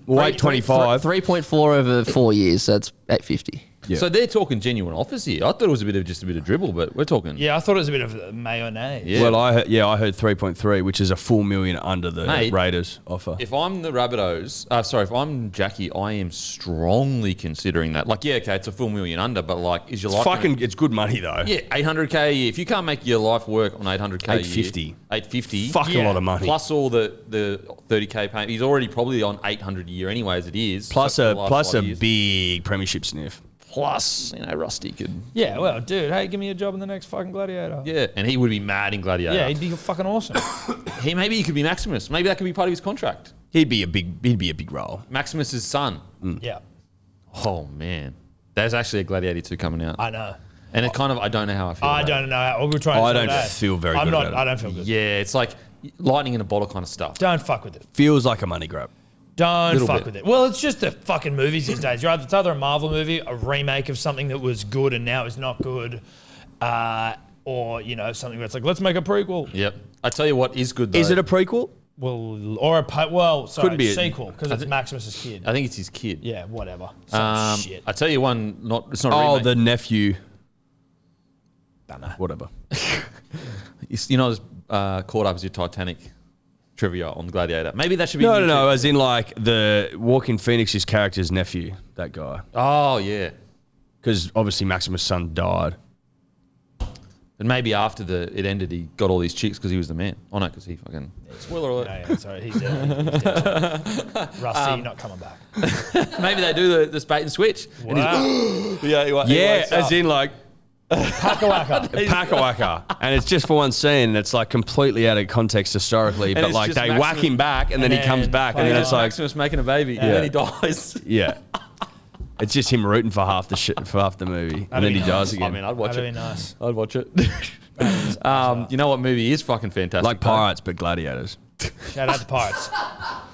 Speaker 4: Well, eight twenty five.
Speaker 5: 3.4 over four years, so it's 850.
Speaker 4: Yeah.
Speaker 1: So they're talking genuine offers here. I thought it was a bit of just a bit of dribble, but we're talking.
Speaker 3: Yeah, I thought it was a bit of mayonnaise.
Speaker 1: Yeah.
Speaker 4: Well, I heard, yeah, I heard 3.3, which is a full million under the
Speaker 1: Mate.
Speaker 4: Raiders offer.
Speaker 1: If I'm the Rabbitohs, uh, sorry, if I'm Jackie, I am strongly considering that. Like, yeah, okay, it's a full million under, but like, is your
Speaker 4: It's
Speaker 1: life gonna-
Speaker 4: fucking, it's good money though.
Speaker 1: yeah, 800k a year. If you can't make your life work on 800k, a year-
Speaker 4: 850.
Speaker 1: 850,
Speaker 4: Fuck a
Speaker 3: Yeah.
Speaker 4: lot of money.
Speaker 1: plus all the the 30k payment. He's already probably on 800 a year, anyways. It is
Speaker 4: plus
Speaker 1: so for
Speaker 4: a
Speaker 1: the last
Speaker 4: plus
Speaker 1: five
Speaker 4: a
Speaker 1: years.
Speaker 4: big premiership sniff.
Speaker 1: plus, you know, Rusty could.
Speaker 3: Yeah, well, dude, hey, give me a job in the next fucking Gladiator.
Speaker 1: Yeah, and he would be mad in Gladiator.
Speaker 3: Yeah, he'd be fucking
Speaker 4: [coughs]
Speaker 3: awesome.
Speaker 1: he maybe he could be Maximus. Maybe that could be part of his contract.
Speaker 4: He'd be a big, he'd be a big role.
Speaker 1: Maximus's son.
Speaker 4: Mm. Hmm.
Speaker 3: yeah,
Speaker 1: Oh man, there's actually a Gladiator 2 coming out,
Speaker 3: I know.
Speaker 1: and it kind of I don't know how I feel.
Speaker 3: I
Speaker 1: about it.
Speaker 3: don't know. how- We were trying.
Speaker 4: I
Speaker 3: to
Speaker 4: don't
Speaker 3: today.
Speaker 4: feel very
Speaker 3: I'm
Speaker 4: good
Speaker 3: not.
Speaker 4: about it.
Speaker 3: I don't feel good.
Speaker 1: Yeah, it's like lightning in a bottle kind of stuff.
Speaker 3: Don't fuck with it.
Speaker 4: Feels like a money grab.
Speaker 3: Don't
Speaker 1: Little
Speaker 3: fuck
Speaker 1: bit.
Speaker 3: with it. Well, it's just the fucking movies these days, right? It's either a Marvel movie, a remake of something that was good and now is not good, uh, or you know something where it's like let's make a prequel.
Speaker 1: Yep. I tell you what is good though.
Speaker 4: Is it a prequel?
Speaker 3: Well, or a po- well, sorry,
Speaker 4: Couldn't be a-
Speaker 3: sequel because it's Maximus's kid.
Speaker 1: I think it's his kid.
Speaker 3: yeah, whatever. Some
Speaker 1: Um,
Speaker 3: shit.
Speaker 1: I tell you one. Not it's not. A
Speaker 4: Oh,
Speaker 1: remake.
Speaker 4: the nephew. Whatever.
Speaker 1: It's- you know, I was uh, caught up as your Titanic trivia on Gladiator. Maybe that should be
Speaker 4: No, no,
Speaker 1: new
Speaker 4: no. As in, like the Walking Phoenix's character's nephew, that guy,
Speaker 1: too. Oh yeah,
Speaker 4: because obviously Maximus' son died.
Speaker 1: and maybe after the it ended, he got all these chicks because he was the man. Oh no, because he fucking spoiler alert.
Speaker 3: No, yeah, sorry, he's dead. He's dead.
Speaker 4: [laughs]
Speaker 3: Rusty,
Speaker 4: Um,
Speaker 3: you're not coming back.
Speaker 1: Maybe they do the, this bait and switch. And he's-
Speaker 4: [laughs]
Speaker 3: Wow.
Speaker 1: yeah, he wa- he
Speaker 4: Yeah,
Speaker 1: wakes
Speaker 4: as
Speaker 1: up.
Speaker 4: in like
Speaker 3: Packawaka.
Speaker 4: Pakawaka, and it's just for one scene. And it's like completely out of context historically, but
Speaker 1: it's
Speaker 4: like
Speaker 1: just
Speaker 4: they
Speaker 1: Maximus-
Speaker 4: whack him back, and, then, he comes
Speaker 3: then
Speaker 4: back, and
Speaker 1: And
Speaker 4: then
Speaker 1: then
Speaker 4: it's like,
Speaker 1: Maximus making a baby, and then he dies.
Speaker 4: yeah, it's just him rooting for half the shit for half the movie, and then [laughs] he
Speaker 3: be
Speaker 4: dies
Speaker 1: I
Speaker 4: again.
Speaker 1: mean, I'd watch
Speaker 3: That'd be
Speaker 1: it.
Speaker 3: nice.
Speaker 1: I'd watch it. um, you know what movie is fucking fantastic?
Speaker 4: like
Speaker 1: though?
Speaker 4: pirates, but gladiators.
Speaker 3: Shout out to Pirates.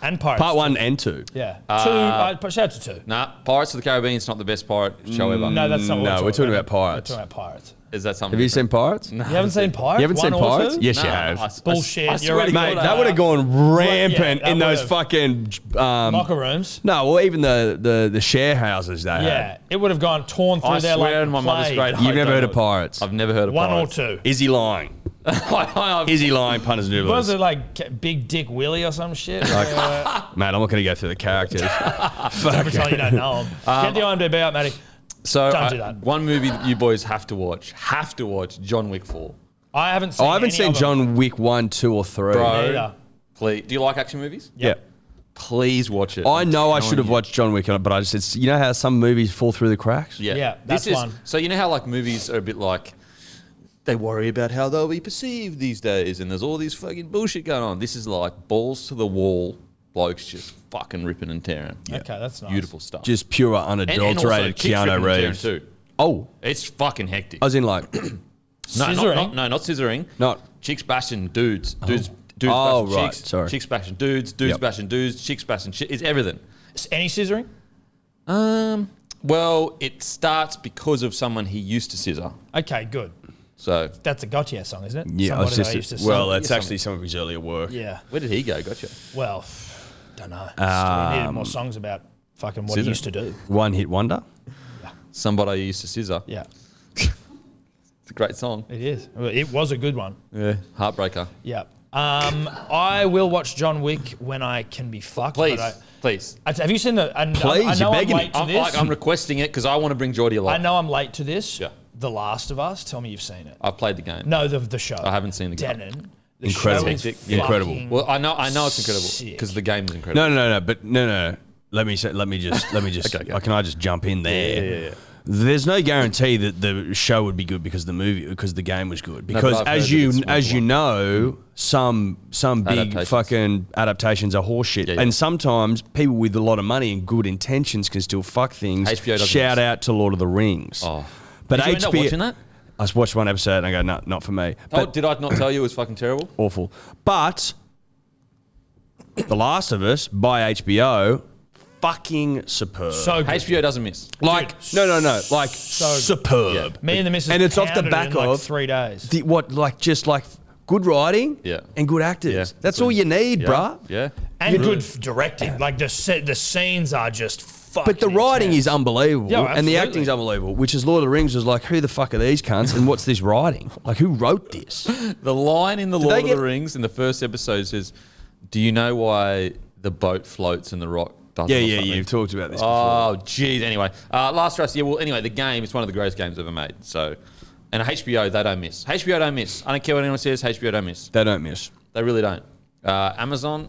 Speaker 3: And Pirates.
Speaker 4: Part one and two.
Speaker 3: Yeah. two. Uh, shout out to two.
Speaker 1: Nah, Pirates of the Caribbean is not the best pirate show ever.
Speaker 3: No, that's not what
Speaker 4: no, we're talking about Pirates.
Speaker 3: We're talking about Pirates.
Speaker 1: Is that something?
Speaker 4: Have you seen Pirates? No.
Speaker 3: You haven't seen Pirates?
Speaker 4: You haven't seen
Speaker 3: One or
Speaker 4: Pirates?
Speaker 3: two?
Speaker 4: Yes,
Speaker 1: No,
Speaker 4: you
Speaker 1: I-
Speaker 4: have.
Speaker 1: I- I-
Speaker 3: Bullshit,
Speaker 1: I
Speaker 3: you're
Speaker 1: swear
Speaker 3: right.
Speaker 1: to God,
Speaker 4: Mate,
Speaker 1: I-
Speaker 4: that would have gone rampant
Speaker 3: that
Speaker 4: in those
Speaker 3: would've.
Speaker 4: fucking. Um,
Speaker 3: Locker rooms.
Speaker 4: no, or even the, the, the share houses they
Speaker 3: Yeah. It would have gone torn through
Speaker 1: I
Speaker 3: their like
Speaker 1: swear on my mother's
Speaker 3: plague.
Speaker 1: great
Speaker 4: had. You've
Speaker 1: I
Speaker 4: never
Speaker 1: don't
Speaker 4: heard
Speaker 1: know.
Speaker 4: of Pirates.
Speaker 1: I've never heard of
Speaker 3: One or
Speaker 1: Pirates.
Speaker 3: two.
Speaker 4: Is he lying?
Speaker 1: [laughs] I, I,
Speaker 4: Is he lying, punters and
Speaker 3: Was
Speaker 4: noodlers?
Speaker 3: it like K- Big Dick Willie or some shit?
Speaker 4: [laughs] Mate, I'm not going to go through the characters.
Speaker 3: Pretend you don't
Speaker 4: [laughs]
Speaker 3: know him. Get
Speaker 4: Um,
Speaker 3: the IMDb out, Matty.
Speaker 1: so
Speaker 3: Don't
Speaker 1: uh,
Speaker 3: do that.
Speaker 1: one movie that you boys have to watch, have to watch John Wick Four,
Speaker 3: I haven't seen
Speaker 4: Oh, I haven't
Speaker 3: any
Speaker 4: seen
Speaker 3: of them.
Speaker 4: John Wick 1, 2, or 3.
Speaker 1: bro.
Speaker 3: Neither.
Speaker 1: Please, do you like action movies?
Speaker 4: Yeah.
Speaker 1: Please watch it.
Speaker 4: I know I
Speaker 1: telling
Speaker 4: should have
Speaker 1: you.
Speaker 4: watched John Wick, but I just, it's, you know how some movies fall through the cracks?
Speaker 1: Yeah,
Speaker 3: Yeah, that's
Speaker 1: this is,
Speaker 3: one.
Speaker 1: So you know how like movies are a bit like they worry about how they'll be perceived these days, and there's all this fucking bullshit going on. This is like balls to the wall, blokes just fucking ripping and tearing.
Speaker 3: Okay, that's nice.
Speaker 1: Beautiful stuff.
Speaker 4: Just pure,
Speaker 1: And- and also
Speaker 4: unadulterated
Speaker 1: chicks ripping and
Speaker 4: Keanu
Speaker 1: tearing
Speaker 4: Reeves.
Speaker 1: too.
Speaker 4: Oh,
Speaker 1: It's fucking hectic.
Speaker 4: I was in like,
Speaker 1: No, not,
Speaker 3: Scissoring?
Speaker 1: not, no, not scissoring.
Speaker 4: Not-
Speaker 1: chicks bashing dudes. Dudes. Dudes
Speaker 4: Oh,
Speaker 1: bashing
Speaker 4: right,
Speaker 1: chicks.
Speaker 4: sorry.
Speaker 1: Chicks bashing dudes. Dudes
Speaker 4: Yep.
Speaker 1: bashing dudes. Chicks bashing shit. It's everything.
Speaker 3: S- Any scissoring?
Speaker 1: Um. Well, it starts because of someone he used to scissor.
Speaker 3: Okay, good.
Speaker 1: So
Speaker 3: That's a Gotye song, isn't it?
Speaker 4: yeah, I was
Speaker 3: Somebody that
Speaker 4: just,
Speaker 3: I used to
Speaker 4: well,
Speaker 3: sing.
Speaker 4: that's actually some of his earlier work.
Speaker 3: yeah.
Speaker 1: where did he go? Gotcha.
Speaker 3: Well, don't know. Um, needed more songs about fucking what he
Speaker 1: Scissor.
Speaker 3: used to do.
Speaker 4: One hit wonder.
Speaker 1: Somebody I used to scissor.
Speaker 3: Yeah,
Speaker 1: It's a great song.
Speaker 3: it is. It was a good one.
Speaker 1: Yeah. Heartbreaker.
Speaker 3: Yeah. Um, I will watch John Wick when I can be fucked. but
Speaker 1: Please,
Speaker 3: I,
Speaker 1: please.
Speaker 3: I- have you seen the? And
Speaker 4: Please,
Speaker 3: I, I
Speaker 4: you're
Speaker 3: know I'm
Speaker 4: begging me.
Speaker 3: late to
Speaker 1: I'm,
Speaker 3: this.
Speaker 1: like, I'm requesting it because I want to bring Geordie
Speaker 3: I
Speaker 1: along.
Speaker 3: know I'm late to this.
Speaker 1: Yeah.
Speaker 3: The Last of Us. Tell me you've seen it.
Speaker 1: I've played the game.
Speaker 3: No, the the show.
Speaker 1: I haven't seen the game.
Speaker 3: Denon. The
Speaker 4: Incredible.
Speaker 3: show is
Speaker 1: Hectic.
Speaker 3: fucking
Speaker 4: Incredible.
Speaker 1: Well, I know, I know it's incredible
Speaker 3: Sick.
Speaker 1: because the game is incredible.
Speaker 4: No, no, no, no. But no, no. Let me say, let me
Speaker 1: [laughs]
Speaker 4: just let me just.
Speaker 1: Okay, okay.
Speaker 4: uh, Can I just jump in there?
Speaker 1: yeah, yeah, yeah.
Speaker 4: There's no guarantee that the show would be good because the movie because the game was good
Speaker 1: but
Speaker 4: because
Speaker 1: I've heard
Speaker 4: as
Speaker 1: that
Speaker 4: you
Speaker 1: it's
Speaker 4: as you
Speaker 1: wonderful.
Speaker 4: know some some big
Speaker 1: Adaptations.
Speaker 4: fucking adaptations are horseshit
Speaker 1: Yeah, yeah.
Speaker 4: and sometimes people with a lot of money and good intentions can still fuck things.
Speaker 1: HBO doesn't
Speaker 4: Shout
Speaker 1: exist.
Speaker 4: out to Lord of the Rings.
Speaker 1: Oh.
Speaker 4: But
Speaker 1: Did you
Speaker 4: HBO
Speaker 1: end up watching that?
Speaker 4: I just watched one episode and I go, no, not for me.
Speaker 1: Oh,
Speaker 4: But
Speaker 1: did I not tell you it was fucking terrible?
Speaker 4: awful. But The Last of Us by HBO, fucking superb.
Speaker 3: So good.
Speaker 1: HBO doesn't miss.
Speaker 4: like
Speaker 3: Dude,
Speaker 4: no, no, no, like
Speaker 3: so-
Speaker 4: superb.
Speaker 3: me and the missus
Speaker 4: and it's off the
Speaker 3: pounded it
Speaker 4: back
Speaker 3: in like
Speaker 4: of
Speaker 3: three days.
Speaker 4: The, what like just like good writing,
Speaker 1: Yeah.
Speaker 4: and good actors.
Speaker 1: Yeah.
Speaker 4: That's all you need,
Speaker 1: Yeah.
Speaker 4: bruh.
Speaker 1: Yeah.
Speaker 3: and good f- directing. Like the se- the scenes are just fucking.
Speaker 4: But the writing
Speaker 3: intense.
Speaker 4: is unbelievable,
Speaker 3: Yeah,
Speaker 4: and
Speaker 3: absolutely.
Speaker 4: the acting's unbelievable. Which is Lord of the Rings was like, who the fuck are these cunts, and what's this writing? Like, who wrote
Speaker 3: [laughs]
Speaker 4: this?
Speaker 1: The line in the Lord
Speaker 4: they
Speaker 1: of
Speaker 4: get-
Speaker 1: the Rings in the first episode says, "Do you know why the boat floats and the rock doesn't?"
Speaker 4: Yeah,
Speaker 1: or
Speaker 4: yeah,
Speaker 1: something?
Speaker 4: you've talked about this.
Speaker 1: Oh, geez. Anyway, uh, last race. Yeah. Well, anyway, the game is one of the greatest games ever made. So, and HBO, they don't miss. HBO don't miss. I don't care what anyone says. HBO don't miss.
Speaker 4: They don't miss.
Speaker 1: They really don't. Uh, Amazon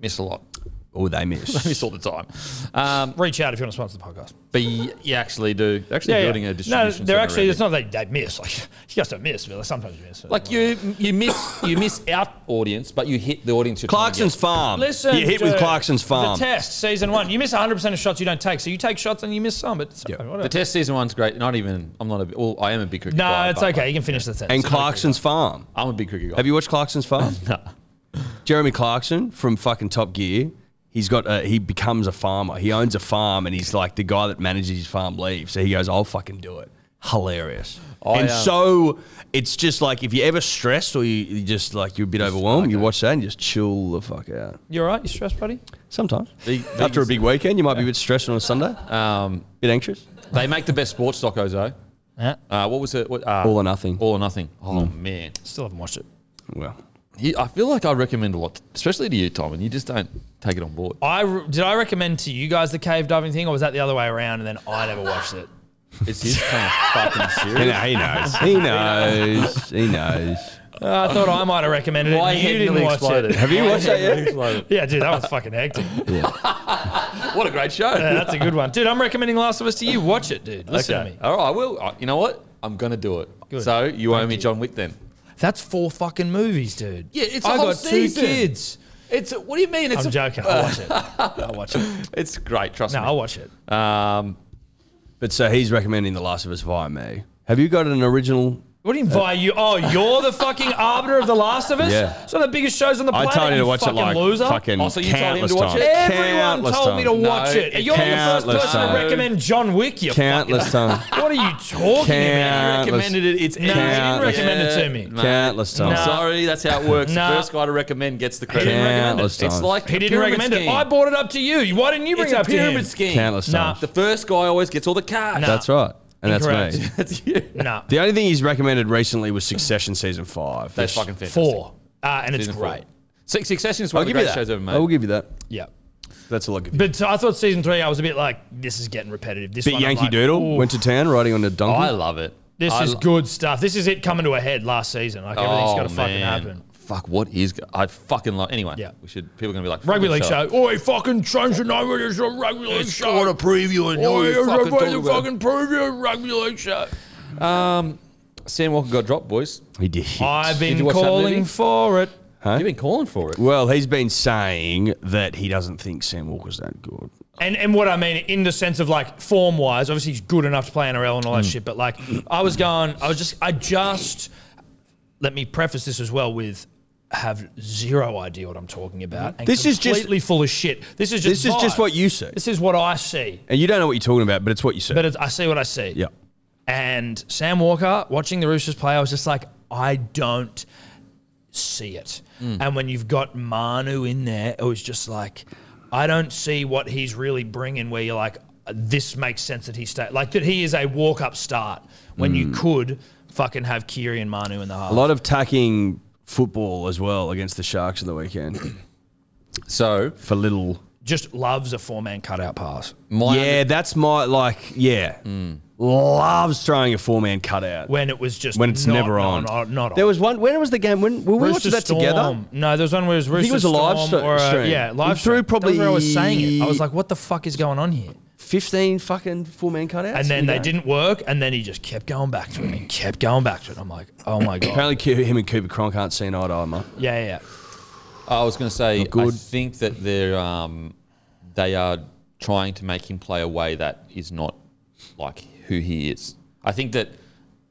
Speaker 1: miss a lot. [laughs]
Speaker 4: Oh, they miss.
Speaker 3: [laughs]
Speaker 1: They miss all the time. Um,
Speaker 3: Reach out if you want to sponsor the podcast.
Speaker 1: but you, you actually do. They're actually building a distribution.
Speaker 3: No,
Speaker 1: centre
Speaker 3: they're actually.
Speaker 1: around
Speaker 3: It's not that they miss. Like [laughs] you guys don't miss, but they sometimes miss.
Speaker 1: it. like you. You miss. You miss out audience, but you hit the audience. you're trying to get.
Speaker 4: Clarkson's Farm.
Speaker 3: Listen,
Speaker 4: you hit with
Speaker 3: to
Speaker 4: Clarkson's Farm.
Speaker 3: The test season one. You miss 100 percent of shots you don't take, so you take shots and you miss some. But
Speaker 4: Yeah.
Speaker 3: whatever.
Speaker 1: The test season one's great. Not even. I'm not a. Well, I am a big cricket.
Speaker 3: no,
Speaker 1: guy,
Speaker 3: it's
Speaker 1: but
Speaker 3: okay. You can finish the test.
Speaker 4: and Clarkson's Farm.
Speaker 1: I'm a big cricket guy.
Speaker 4: Have you watched Clarkson's Farm? [laughs] no. Jeremy Clarkson from fucking Top Gear. He's got. A, he becomes a farmer. He owns a farm, and he's like the guy that manages his farm leaves. So he goes, "I'll fucking do it." Hilarious.
Speaker 1: um,
Speaker 4: and so it's just like if you're ever stressed or you, you just like you're a bit overwhelmed, you watch that and just chill the fuck out.
Speaker 3: You're right. You stressed, buddy.
Speaker 4: Sometimes
Speaker 1: Big-
Speaker 4: after a
Speaker 1: biggest-
Speaker 4: big weekend, you might be a bit stressed on a Sunday, a
Speaker 1: Um,
Speaker 4: bit anxious.
Speaker 1: they make the best sports docos though.
Speaker 3: Yeah.
Speaker 1: Uh, what was it? What, uh,
Speaker 4: All or nothing.
Speaker 1: All or nothing. Oh man,
Speaker 3: Still haven't watched it.
Speaker 4: Well,
Speaker 1: you, I feel like I recommend a lot, especially to you, Tom, and you just don't take it on board.
Speaker 3: I re- did. I recommend to you guys the cave diving thing, or was that the other way around? And then I never watched it.
Speaker 1: [laughs] It's his kind of [laughs] fucking
Speaker 4: [laughs] he
Speaker 1: serious.
Speaker 4: kn- he knows. He knows. he knows.
Speaker 3: Uh, [laughs] I thought I might have recommended it.
Speaker 1: My
Speaker 3: and
Speaker 1: head
Speaker 3: you didn't
Speaker 1: nearly
Speaker 3: watch
Speaker 1: exploded.
Speaker 3: it.
Speaker 4: Have you watched that yet?
Speaker 3: Yeah, dude, that was fucking hectic.
Speaker 1: what a great show!
Speaker 3: Yeah, that's a good one, dude. I'm recommending Last of Us to you. Watch it, dude. Listen to me.
Speaker 1: All right, I will. I- You know what? I'm gonna do it.
Speaker 3: Good.
Speaker 1: So you owe me John Wick then.
Speaker 3: That's four fucking movies, dude.
Speaker 1: Yeah, it's a
Speaker 3: I
Speaker 1: whole
Speaker 3: got
Speaker 1: season.
Speaker 3: two kids.
Speaker 1: It's what do you mean? It's
Speaker 3: I'm joking. I'll watch it. I'll watch it.
Speaker 1: It's great. Trust
Speaker 3: [laughs] No,
Speaker 1: me.
Speaker 3: I'll watch it.
Speaker 1: Um,
Speaker 4: But so he's recommending The Last of Us via me. Have you got an original?
Speaker 3: What do you mean via you? Oh, you're the fucking arbiter of The Last of Us?
Speaker 4: Yeah.
Speaker 3: It's one of the biggest shows on the planet. you fucking loser.
Speaker 1: Oh, so you told him to watch it?
Speaker 3: Everyone
Speaker 4: countless
Speaker 3: told me to
Speaker 4: times.
Speaker 3: watch
Speaker 1: No,
Speaker 3: it. You're the first
Speaker 4: countless
Speaker 3: person to
Speaker 4: times.
Speaker 3: recommend John Wick. You [laughs]
Speaker 4: Countless times.
Speaker 3: fucking. What are you talking about?
Speaker 1: you recommended it. It's
Speaker 3: No, he didn't
Speaker 4: Countless-
Speaker 3: recommend it to me.
Speaker 1: mate.
Speaker 4: Countless times.
Speaker 1: I'm sorry, that's how it works.
Speaker 3: Nah.
Speaker 1: The first guy to recommend gets the credit.
Speaker 3: didn't recommend
Speaker 4: Countless
Speaker 1: It's
Speaker 4: times.
Speaker 1: like
Speaker 3: He
Speaker 1: a
Speaker 3: didn't
Speaker 1: pyramid
Speaker 3: recommend it.
Speaker 1: scheme.
Speaker 3: I brought it up to you. Why didn't you bring
Speaker 1: It's
Speaker 3: it
Speaker 1: a
Speaker 3: up to him?
Speaker 1: pyramid scheme.
Speaker 4: Countless
Speaker 3: Nah.
Speaker 4: times.
Speaker 1: The first guy always gets all the cash.
Speaker 3: Nah.
Speaker 4: That's right. And that's me.
Speaker 1: [laughs]
Speaker 3: Incorrect. [laughs]
Speaker 1: That's you.
Speaker 3: No,
Speaker 4: The only thing he's recommended recently was Succession season five.
Speaker 1: That's
Speaker 4: which-
Speaker 1: fucking fantastic.
Speaker 3: four, uh, and it's
Speaker 1: Season four.
Speaker 3: great.
Speaker 1: Six Succession is one
Speaker 4: I'll
Speaker 1: of the
Speaker 4: give you
Speaker 1: greatest
Speaker 4: that.
Speaker 1: shows ever made.
Speaker 4: I will give you that.
Speaker 3: Yeah.
Speaker 4: That's all I'll give you.
Speaker 3: But I thought season three, I was a bit like, this is getting repetitive. This
Speaker 4: Bit
Speaker 3: one, I'm
Speaker 4: Yankee
Speaker 3: like,
Speaker 4: Doodle
Speaker 3: ooh,
Speaker 4: went to town riding on a donkey.
Speaker 1: I love it.
Speaker 3: This
Speaker 1: I
Speaker 3: is
Speaker 1: lo-
Speaker 3: good stuff. This is it coming to a head last season. Like everything's
Speaker 1: Oh,
Speaker 3: got to fucking
Speaker 1: man.
Speaker 3: happen.
Speaker 1: Fuck, what is. go- I fucking love. Anyway,
Speaker 3: Yeah.
Speaker 1: we should. People are going to be like,
Speaker 3: Rugby
Speaker 1: fucking
Speaker 3: league
Speaker 1: shut up.
Speaker 3: show. Oi, fucking change the name of this to rugby league show.
Speaker 1: What a preview and all
Speaker 3: Oi,
Speaker 1: you fucking
Speaker 3: everybody,
Speaker 1: talking
Speaker 3: the
Speaker 1: about. Um,
Speaker 3: fucking preview of rugby league show.
Speaker 1: Sam Walker got dropped, boys.
Speaker 4: He did.
Speaker 3: I've
Speaker 1: Did you
Speaker 3: been
Speaker 1: watch that
Speaker 3: calling
Speaker 1: movie?
Speaker 3: for it.
Speaker 1: You've been calling for it.
Speaker 4: Well, he's been saying that he doesn't think Sam Walker's that good.
Speaker 3: And and what I mean in the sense of like form wise, obviously he's good enough to play NRL and all
Speaker 4: Mm.
Speaker 3: that shit. But like I was going, I was just, I just let me preface this as well with have zero idea what I'm talking about. And
Speaker 4: This is just-
Speaker 3: completely full of shit. This is just
Speaker 4: This is just
Speaker 3: vibes.
Speaker 4: what you see.
Speaker 3: This is what I see.
Speaker 4: And you don't know what you're talking about, but it's what you see.
Speaker 3: But it's, I see what I see.
Speaker 4: yeah.
Speaker 3: And Sam Walker watching the Roosters play, I was just like, I don't see it.
Speaker 4: Hmm.
Speaker 3: And when you've got Manu in there, it was just like, I don't see what he's really bringing. Where you're like, this makes sense that he stay like that. He is a walk up start when you
Speaker 4: Hmm.
Speaker 3: could fucking have Kiri and Manu in the half.
Speaker 4: A lot of tacking football as well against the Sharks on the weekend [clears throat]
Speaker 1: So,
Speaker 4: for little.
Speaker 3: Just loves a four man cutout pass.
Speaker 1: my.
Speaker 4: yeah, that's my like. Yeah, loves throwing a four man cutout
Speaker 3: When it was just
Speaker 4: when it's
Speaker 3: not-
Speaker 4: never
Speaker 3: no,
Speaker 4: on.
Speaker 3: no, Not, on.
Speaker 4: There was one. When was the game? When were we
Speaker 3: Rooster
Speaker 4: watching that
Speaker 3: Storm.
Speaker 4: together?
Speaker 3: No, there was one where it was Rooster
Speaker 4: think it was a live
Speaker 3: Storm
Speaker 4: st-
Speaker 3: or a-
Speaker 4: stream.
Speaker 3: yeah,
Speaker 4: He
Speaker 3: live
Speaker 4: threw
Speaker 3: stream. That was where I was saying it. I
Speaker 4: probably-
Speaker 3: was like, what the fuck is going on here?
Speaker 4: Fifteen fucking four man cutouts.
Speaker 3: And then
Speaker 4: in a
Speaker 3: they
Speaker 4: game.
Speaker 3: didn't work, and then he just kept going back to it and kept going back to it. I'm like, oh my
Speaker 4: [coughs]
Speaker 3: god,
Speaker 4: Apparently, Cu- him and Cooper Cronk aren't seen eye to eye, mate.
Speaker 3: yeah, yeah, yeah.
Speaker 1: I was going to say,
Speaker 4: good.
Speaker 1: I think that they're um, they are trying to make him play a way that is not like who he is. I think that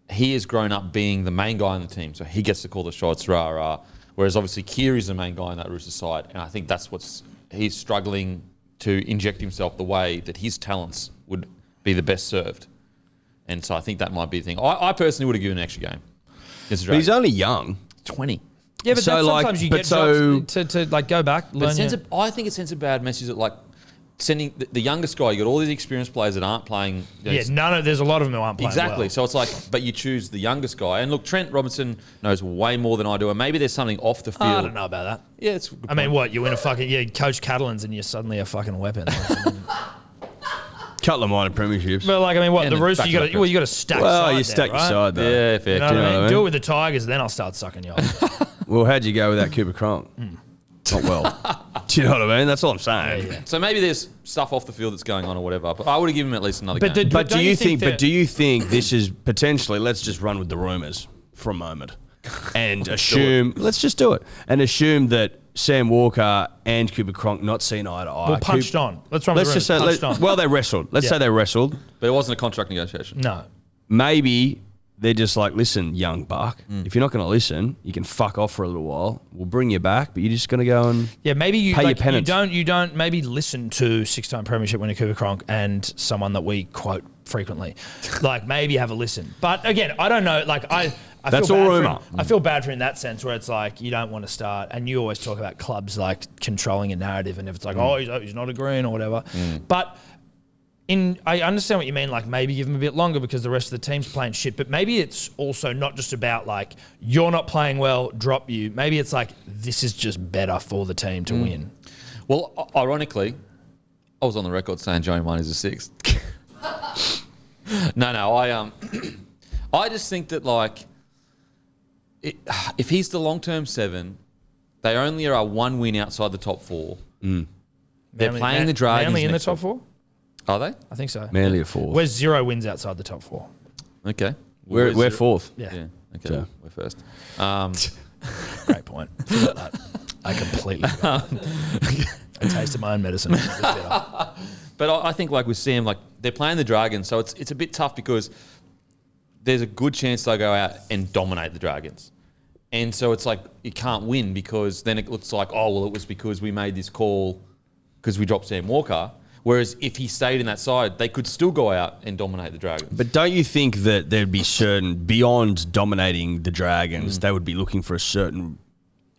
Speaker 1: he has grown up being the main guy on the team, so he gets to call the shots, rah rah. Whereas obviously Kiri's the main guy on that Rooster side, and I think that's what's he's struggling to inject himself the way that his talents would be the best served. And so I think that might be the thing. I, I personally would have given an extra game.
Speaker 4: But he's
Speaker 1: Consideration.
Speaker 4: only young.
Speaker 1: twenty.
Speaker 3: Yeah, but
Speaker 4: So,
Speaker 3: that's
Speaker 4: like,
Speaker 3: sometimes you
Speaker 4: but
Speaker 3: get
Speaker 4: so-
Speaker 3: jobs to, to like go back,
Speaker 1: But
Speaker 3: learn.
Speaker 1: it sends
Speaker 3: your-
Speaker 1: a, I think it sends a bad message that like sending the, the youngest guy. You got all these experienced players that aren't playing. you know,
Speaker 3: Yeah, none of there's a lot of them who aren't playing
Speaker 1: Exactly.
Speaker 3: well.
Speaker 1: So it's like, but you choose the youngest guy. And look, Trent Robinson knows way more than I do. And maybe there's something off the field.
Speaker 3: I don't know about that.
Speaker 1: Yeah, it's. a good
Speaker 3: I mean,
Speaker 1: point.
Speaker 3: what you win a fucking yeah, coach Catalans, and you're suddenly a fucking
Speaker 4: [laughs]
Speaker 3: weapon.
Speaker 4: Cutler minor premierships.
Speaker 3: but like, I mean, what
Speaker 1: And
Speaker 3: the
Speaker 1: then
Speaker 3: rooster?
Speaker 1: back
Speaker 3: You
Speaker 1: to
Speaker 3: got
Speaker 1: the
Speaker 3: well, you got to stack.
Speaker 4: well,
Speaker 3: side
Speaker 4: you
Speaker 3: there,
Speaker 4: stack your
Speaker 3: right?
Speaker 4: side though.
Speaker 1: Yeah, fair.
Speaker 3: You know what
Speaker 4: Do you know
Speaker 3: I
Speaker 4: what I
Speaker 3: mean? Do it
Speaker 4: mean?
Speaker 3: with the Tigers, then I'll start sucking you.
Speaker 4: [laughs]
Speaker 3: off.
Speaker 4: Well, how'd you go with that Cooper Cronk?
Speaker 3: Hmm. [laughs]
Speaker 4: Not well. Do you know what I mean? That's all I'm saying.
Speaker 1: so maybe there's stuff off the field that's going on or whatever. But I would have given him at least another
Speaker 3: But
Speaker 1: game.
Speaker 3: the-
Speaker 4: But
Speaker 3: Don't
Speaker 4: do you
Speaker 3: you
Speaker 4: think?
Speaker 3: think
Speaker 4: but
Speaker 3: that-
Speaker 4: do you think this is potentially? Let's just run with the rumors for a moment,
Speaker 3: [laughs]
Speaker 4: and assume. Let's just do it, and assume that Sam Walker and Cooper Cronk not seen eye to eye.
Speaker 3: Well, punched
Speaker 4: Coop-
Speaker 3: on. Let's run.
Speaker 4: Let's
Speaker 3: the
Speaker 4: just say.
Speaker 3: room.
Speaker 4: let-
Speaker 3: punched on.
Speaker 4: well, they wrestled. Let's
Speaker 3: Yeah.
Speaker 4: say they wrestled.
Speaker 1: but it wasn't a contract negotiation.
Speaker 3: no.
Speaker 4: Maybe they're just like, listen, young buck.
Speaker 3: Mm.
Speaker 4: If you're not going to listen, you can fuck off for a little while. We'll bring you back, but you're just going to go and
Speaker 3: Yeah, maybe you,
Speaker 4: Pay your
Speaker 3: like, you
Speaker 4: penance.
Speaker 3: don't you don't maybe listen to six time premiership winner Cooper Cronk and someone that we quote frequently. like maybe have a listen. But again, I don't know. Like I, I
Speaker 4: That's
Speaker 3: feel
Speaker 4: all
Speaker 3: bad for him.
Speaker 4: rumour.
Speaker 3: I feel bad for him in that sense where it's like you don't want to start and you always talk about clubs like controlling a narrative and if
Speaker 1: Mm.
Speaker 3: it's like, oh he's, he's not agreeing or whatever. But in I understand what you mean, like maybe give him a bit longer because the rest of the team's playing shit, but maybe it's also not just about like you're not playing well, drop you. Maybe it's like this is just better for the team
Speaker 1: Mm.
Speaker 3: to win.
Speaker 1: Well, i- ironically, I was on the record saying Joey Mine is a six. [laughs] no, no, I um, [clears throat] I just think that like, it, [sighs] if he's the long term seven, they only are one win outside the top four. They're
Speaker 3: Manly-
Speaker 1: playing
Speaker 3: Man-
Speaker 1: the Dragons
Speaker 3: Manly in the
Speaker 1: next
Speaker 3: top four?
Speaker 1: Are they?
Speaker 3: I think so.
Speaker 4: manly a four.
Speaker 3: We're zero wins outside the top four.
Speaker 1: Okay,
Speaker 4: We're, we're fourth.
Speaker 3: Yeah.
Speaker 1: Yeah. Okay,
Speaker 4: So-
Speaker 1: we're first. Um,
Speaker 3: Great point. Forgot that. I completely forgot that. I tasted my own medicine. It was [laughs] bitter.
Speaker 1: But I, I think like with Sam, like they're playing the Dragons, so it's it's a bit tough because there's a good chance they go out and dominate the Dragons. And so it's like you can't win because then it looks like, oh well it was because we made this call because we dropped Sam Walker. Whereas if he stayed in that side, they could still go out and dominate the Dragons.
Speaker 4: But don't you think that there'd be certain beyond dominating the Dragons,
Speaker 3: Mm.
Speaker 4: they would be looking for a certain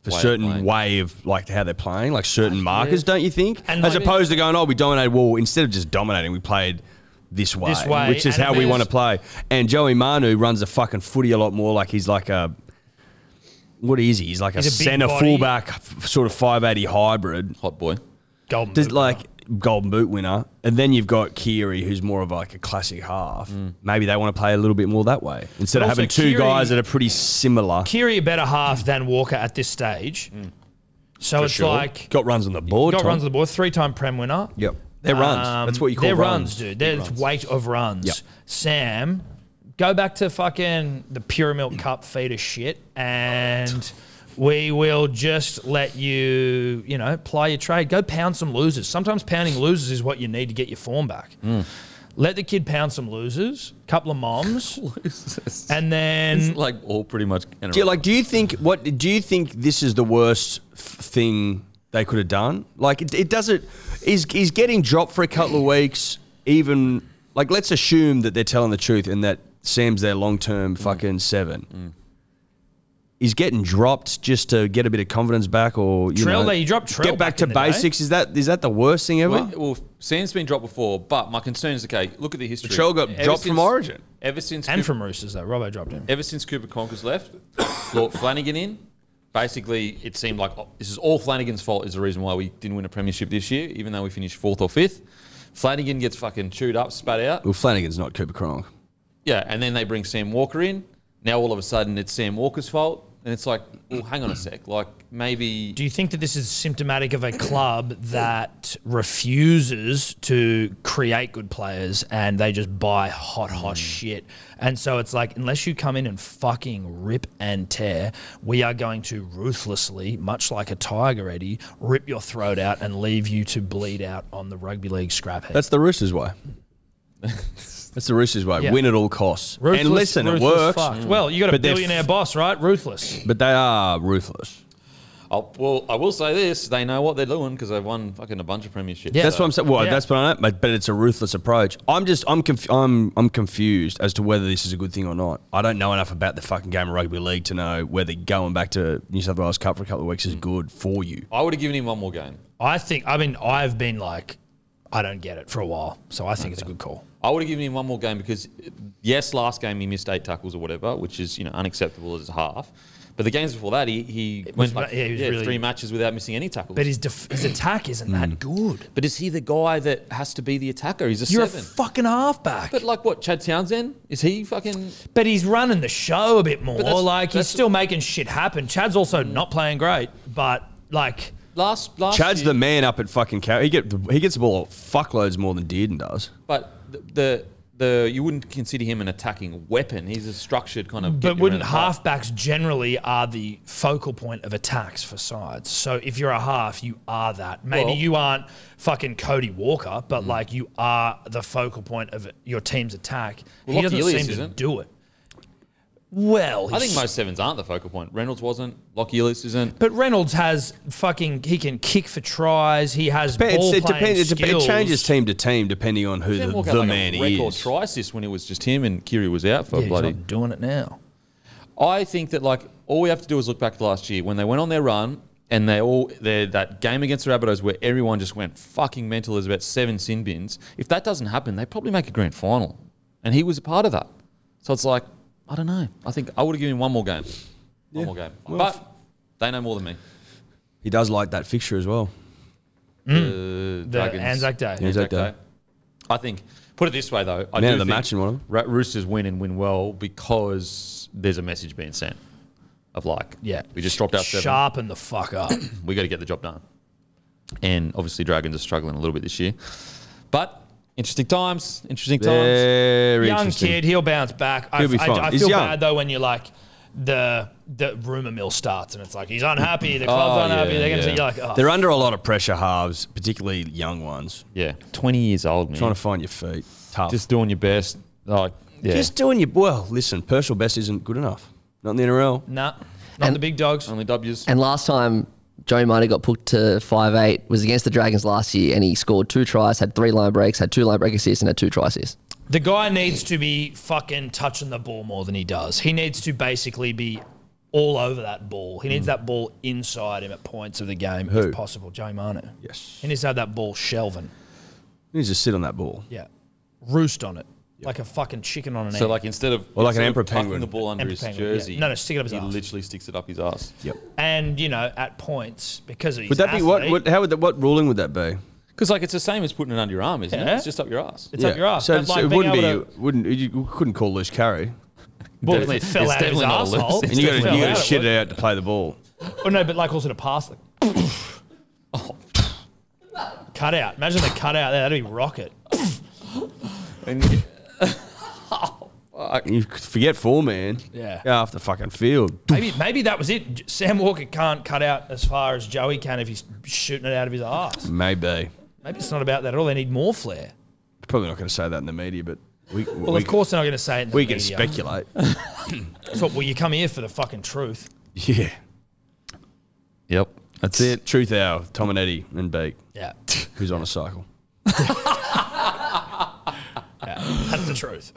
Speaker 4: for
Speaker 1: Way of
Speaker 4: certain
Speaker 1: playing.
Speaker 4: way of like how they're playing, like certain markers, don't you think?
Speaker 3: And
Speaker 4: As
Speaker 3: like-
Speaker 4: opposed to going, oh, we dominated. Well, instead of just dominating, we played this way,
Speaker 3: This way,
Speaker 4: which is
Speaker 3: and
Speaker 4: how
Speaker 3: it
Speaker 4: we
Speaker 3: is-
Speaker 4: want to play. And Joey Manu runs the fucking footy a lot more. Like he's like a what is he? He's like
Speaker 3: He's
Speaker 4: a,
Speaker 3: a big
Speaker 4: centre
Speaker 3: body.
Speaker 4: fullback, f- sort of five eighty hybrid.
Speaker 1: Hot boy.
Speaker 3: Golden.
Speaker 4: There's
Speaker 3: boot.
Speaker 4: like Golden Boot winner, and then you've got Kiri, who's more of like a classic half. Maybe they want to play a little bit more that way instead
Speaker 3: Mm. But also
Speaker 4: of having two
Speaker 3: Kiri-
Speaker 4: guys that are pretty similar.
Speaker 3: Kiri a better half than Walker at this stage. So it's
Speaker 4: Sure.
Speaker 3: like
Speaker 4: got runs on the board.
Speaker 3: got
Speaker 4: Tom.
Speaker 3: runs on the board, three time Prem winner.
Speaker 4: Yep, they're runs.
Speaker 3: Um,
Speaker 4: That's what you call
Speaker 3: they're
Speaker 4: runs,
Speaker 3: dude. There's weight of runs.
Speaker 4: Yep.
Speaker 3: Sam, go back to fucking the Pure Milk Cup feed of shit, and we will just let you, you know, ply your trade. Go pound some losers. Sometimes pounding losers is what you need to get your form back.
Speaker 4: Mm.
Speaker 3: Let the kid pound some losers, couple of
Speaker 4: [laughs]
Speaker 3: moms, and
Speaker 1: [laughs]
Speaker 3: then
Speaker 1: Like all pretty much
Speaker 4: Do you, like, do you think what? Do you think this is the worst f- thing they could have done? Like, it, it doesn't. Is is getting dropped for a couple of weeks even? Like, let's assume that they're telling the truth and that Sam's their long term fucking seven. Is getting dropped just to get a bit of confidence back, or you
Speaker 3: Trell
Speaker 4: know,
Speaker 3: there, you dropped Trell
Speaker 4: Get back,
Speaker 3: back
Speaker 4: to
Speaker 3: in the day.
Speaker 4: basics. Is that is that the worst thing ever?
Speaker 1: Well, well, Sam's been dropped before, but my concern is okay. Look at the history.
Speaker 4: Latrell got
Speaker 1: Ever
Speaker 4: dropped from
Speaker 1: since-
Speaker 4: Origin.
Speaker 1: Ever since
Speaker 3: and
Speaker 1: Cooper-
Speaker 3: from Roosters though. Robbo dropped him.
Speaker 1: ever since Cooper Conkers left, brought Flanagan in. Basically, it seemed like oh, this is all Flanagan's fault. Is the reason why we didn't win a premiership this year, even though we finished fourth or fifth. Flanagan gets fucking chewed up, spat out.
Speaker 4: well, Flanagan's not Cooper Cronk.
Speaker 1: Yeah, and then they bring Sam Walker in. Now all of a sudden, it's Sam Walker's fault, and it's like, well, hang on a sec. Like maybe
Speaker 3: Do you think that this is symptomatic of a club that refuses to create good players and they just buy hot, hot shit? And so it's like, unless you come in and fucking rip and tear, we are going to ruthlessly, much like a tiger, Eddie, rip your throat out and leave you to bleed out on the rugby league scrap heap.
Speaker 4: That's the Roosters [laughs] way. That's the Roosters way.
Speaker 3: Yeah.
Speaker 4: Win at all costs. and listen, it
Speaker 3: ruthless
Speaker 4: works. Mm.
Speaker 3: fuck. Well, you got a
Speaker 4: But they're
Speaker 3: billionaire
Speaker 4: f-
Speaker 3: boss, right? Ruthless.
Speaker 4: But they are ruthless.
Speaker 1: I'll, oh, well, I will say this: they know what they're doing because they've won fucking a bunch of premierships.
Speaker 3: Yeah.
Speaker 4: That's what I'm saying. Well,
Speaker 3: Yeah.
Speaker 4: that's what I know. But, but it's a ruthless approach. I'm just I'm conf- I'm I'm confused as to whether this is a good thing or not. I don't know enough about the fucking game of rugby league to know whether going back to New South Wales
Speaker 3: Mm.
Speaker 4: Cup for a couple of weeks is good for you.
Speaker 1: I would have given him one more game.
Speaker 3: I think. I mean, I've been like, I don't get it for a while. So I think it's a good call.
Speaker 1: I would have given him one more game because, yes, last game he missed eight tackles or whatever, which is you know unacceptable as a half. But the games before that, he, he
Speaker 3: was
Speaker 1: went like
Speaker 3: ba- yeah, he was
Speaker 1: yeah,
Speaker 3: really-
Speaker 1: three matches without missing any tackles.
Speaker 3: But his, def- his attack isn't that good.
Speaker 1: But is he the guy that has to be the attacker? He's a
Speaker 3: You're
Speaker 1: Mm. seven.
Speaker 3: a fucking halfback.
Speaker 1: but
Speaker 3: But,
Speaker 1: like what, Chad Townsend? Is he fucking?
Speaker 3: he's running the show a bit more.
Speaker 1: that's-
Speaker 3: like he's
Speaker 1: that's- Mm.
Speaker 3: still making shit happen. Chad's also not playing great, but like
Speaker 1: Last last
Speaker 4: Chad's
Speaker 1: year-
Speaker 4: the man up at fucking Carry. He get the- he gets the ball fuckloads more than Dearden does.
Speaker 1: but the, the the you wouldn't consider him an attacking weapon. He's a structured kind of. get
Speaker 3: But
Speaker 1: you
Speaker 3: wouldn't
Speaker 1: around the park.
Speaker 3: halfbacks generally are the focal point of attacks for sides? So if you're a half, you are that. Maybe
Speaker 1: Well-
Speaker 3: you aren't fucking Cody Walker,
Speaker 1: Mm.
Speaker 3: but like you are the focal point of your team's attack.
Speaker 1: Well, Lachlan
Speaker 3: he doesn't
Speaker 1: Ilias
Speaker 3: seem
Speaker 1: isn't.
Speaker 3: to do it. Well,
Speaker 1: I think
Speaker 3: he's-
Speaker 1: most sevens aren't the focal point. Reynolds wasn't. Lockie Ellis isn't.
Speaker 3: But Reynolds has fucking. He can kick for tries. He has
Speaker 4: But
Speaker 3: ball
Speaker 4: it's, it
Speaker 3: playing
Speaker 4: depends. It, dep- it
Speaker 3: skills.
Speaker 4: changes team to team depending on who the,
Speaker 1: Didn't walk out
Speaker 4: the
Speaker 1: like
Speaker 4: man
Speaker 1: a record
Speaker 4: is.
Speaker 1: try assist when it was just him and Kiri was out for
Speaker 3: Yeah, he's
Speaker 1: bloody.
Speaker 3: not doing it now.
Speaker 1: I think that like all we have to do is look back to last year when they went on their run and they all their that game against the Rabbitohs where everyone just went fucking mental. There's about seven sin bins. If that doesn't happen, they probably make a grand final, and he was a part of that. So it's like I don't know. I think I would have given him one more game, one more game. but they know more than me.
Speaker 4: He does like that fixture as well.
Speaker 1: The
Speaker 3: The Anzac Day.
Speaker 4: Yeah. Anzac Day.
Speaker 1: I think. Put it this way though, I do
Speaker 4: Man of the
Speaker 1: think
Speaker 4: match in one of them.
Speaker 1: Ra- Roosters win and win well because there's a message being sent of like,
Speaker 3: Yeah,
Speaker 1: we just dropped out seven.
Speaker 3: Sharpen the fuck up.
Speaker 1: we got to get the job done. And obviously, Dragons are struggling a little bit this year. But interesting times, interesting times.
Speaker 4: Very
Speaker 3: young
Speaker 4: interesting.
Speaker 3: kid, he'll bounce back. I,
Speaker 4: He'll be
Speaker 3: I-
Speaker 4: fine.
Speaker 3: I
Speaker 4: He's
Speaker 3: feel
Speaker 4: young.
Speaker 3: bad though when you're like the the rumor mill starts and it's like he's unhappy, the club's
Speaker 1: Oh,
Speaker 3: unhappy,
Speaker 1: yeah,
Speaker 3: they're gonna
Speaker 1: yeah.
Speaker 3: say you're like, oh,
Speaker 4: They're under a lot of pressure, halves, particularly young ones.
Speaker 1: Yeah, 20 years old, man.
Speaker 4: Trying to find your feet. Tough.
Speaker 1: Just doing your best. Like, yeah.
Speaker 4: Just doing your well. Listen, personal best isn't good enough. Not in the NRL.
Speaker 3: nah, not
Speaker 5: And-
Speaker 3: the big dogs.
Speaker 1: only W's.
Speaker 5: And last time Joey Miner got booked to five eight was against the Dragons last year, and he scored two tries, had three line breaks, had two line break assists, and had two try assists.
Speaker 3: The guy needs to be fucking touching the ball more than he does. He needs to basically be all over that ball. He
Speaker 1: Hmm.
Speaker 3: needs that ball inside him at points of the game, if possible. Joe Manu.
Speaker 4: Yes.
Speaker 3: He needs to have that ball shelving.
Speaker 4: He needs to sit on that ball.
Speaker 3: Yeah. Roost on it. Like a fucking chicken on an
Speaker 1: So,
Speaker 3: egg.
Speaker 1: like, instead of,
Speaker 4: Or like
Speaker 1: instead
Speaker 4: an
Speaker 1: of
Speaker 4: emperor
Speaker 1: tucking
Speaker 4: penguin.
Speaker 1: the ball under
Speaker 3: Emperor
Speaker 1: his
Speaker 3: penguin, yeah.
Speaker 1: jersey,
Speaker 3: No, no, stick it up his
Speaker 1: he
Speaker 3: arse.
Speaker 1: literally sticks it up his ass.
Speaker 4: Yep.
Speaker 3: and, you know, at points, because he's
Speaker 4: Would that be what,
Speaker 3: athlete,
Speaker 4: what? How would that? What ruling would that be?
Speaker 1: Because, like, it's the same as putting it under your arm, isn't
Speaker 3: Yeah.
Speaker 1: it? It's just up your ass.
Speaker 3: It's up your ass.
Speaker 4: So,
Speaker 3: But,
Speaker 4: so
Speaker 3: like,
Speaker 4: it
Speaker 3: being
Speaker 4: wouldn't be.
Speaker 3: able
Speaker 4: Wouldn't you couldn't call loose carry?
Speaker 3: Well,
Speaker 1: Definitely-
Speaker 3: if it fell
Speaker 1: it's
Speaker 3: out of his
Speaker 1: definitely not a
Speaker 3: asshole,
Speaker 1: loose.
Speaker 4: And you
Speaker 3: Fell
Speaker 4: got to you got
Speaker 3: out,
Speaker 4: to
Speaker 3: it
Speaker 4: shit
Speaker 3: would.
Speaker 4: it out to play the ball.
Speaker 3: Oh, no, but like also to pass,
Speaker 4: [laughs]
Speaker 3: like, cut out. Imagine the cut out there. That'd be rocket.
Speaker 1: And you-
Speaker 4: Uh, You forget four man.
Speaker 3: Yeah.
Speaker 4: Go Off the fucking field.
Speaker 3: Maybe maybe that was it. J- Sam Walker can't cut out as far as Joey can if he's shooting it out of his ass.
Speaker 4: Maybe.
Speaker 3: Maybe it's not about that at all. They need more flair.
Speaker 4: Probably not going to say that in the media, but we
Speaker 3: Well,
Speaker 4: we,
Speaker 3: of course they're not going to say it. In the
Speaker 4: we can
Speaker 3: media.
Speaker 4: speculate. [laughs]
Speaker 3: That's what- well, you come here for the fucking truth.
Speaker 4: yeah.
Speaker 1: yep. That's it.
Speaker 4: Truth hour. Tom and Eddie and Beak,
Speaker 3: Yeah, [laughs]
Speaker 4: who's on a cycle.
Speaker 3: that's the truth.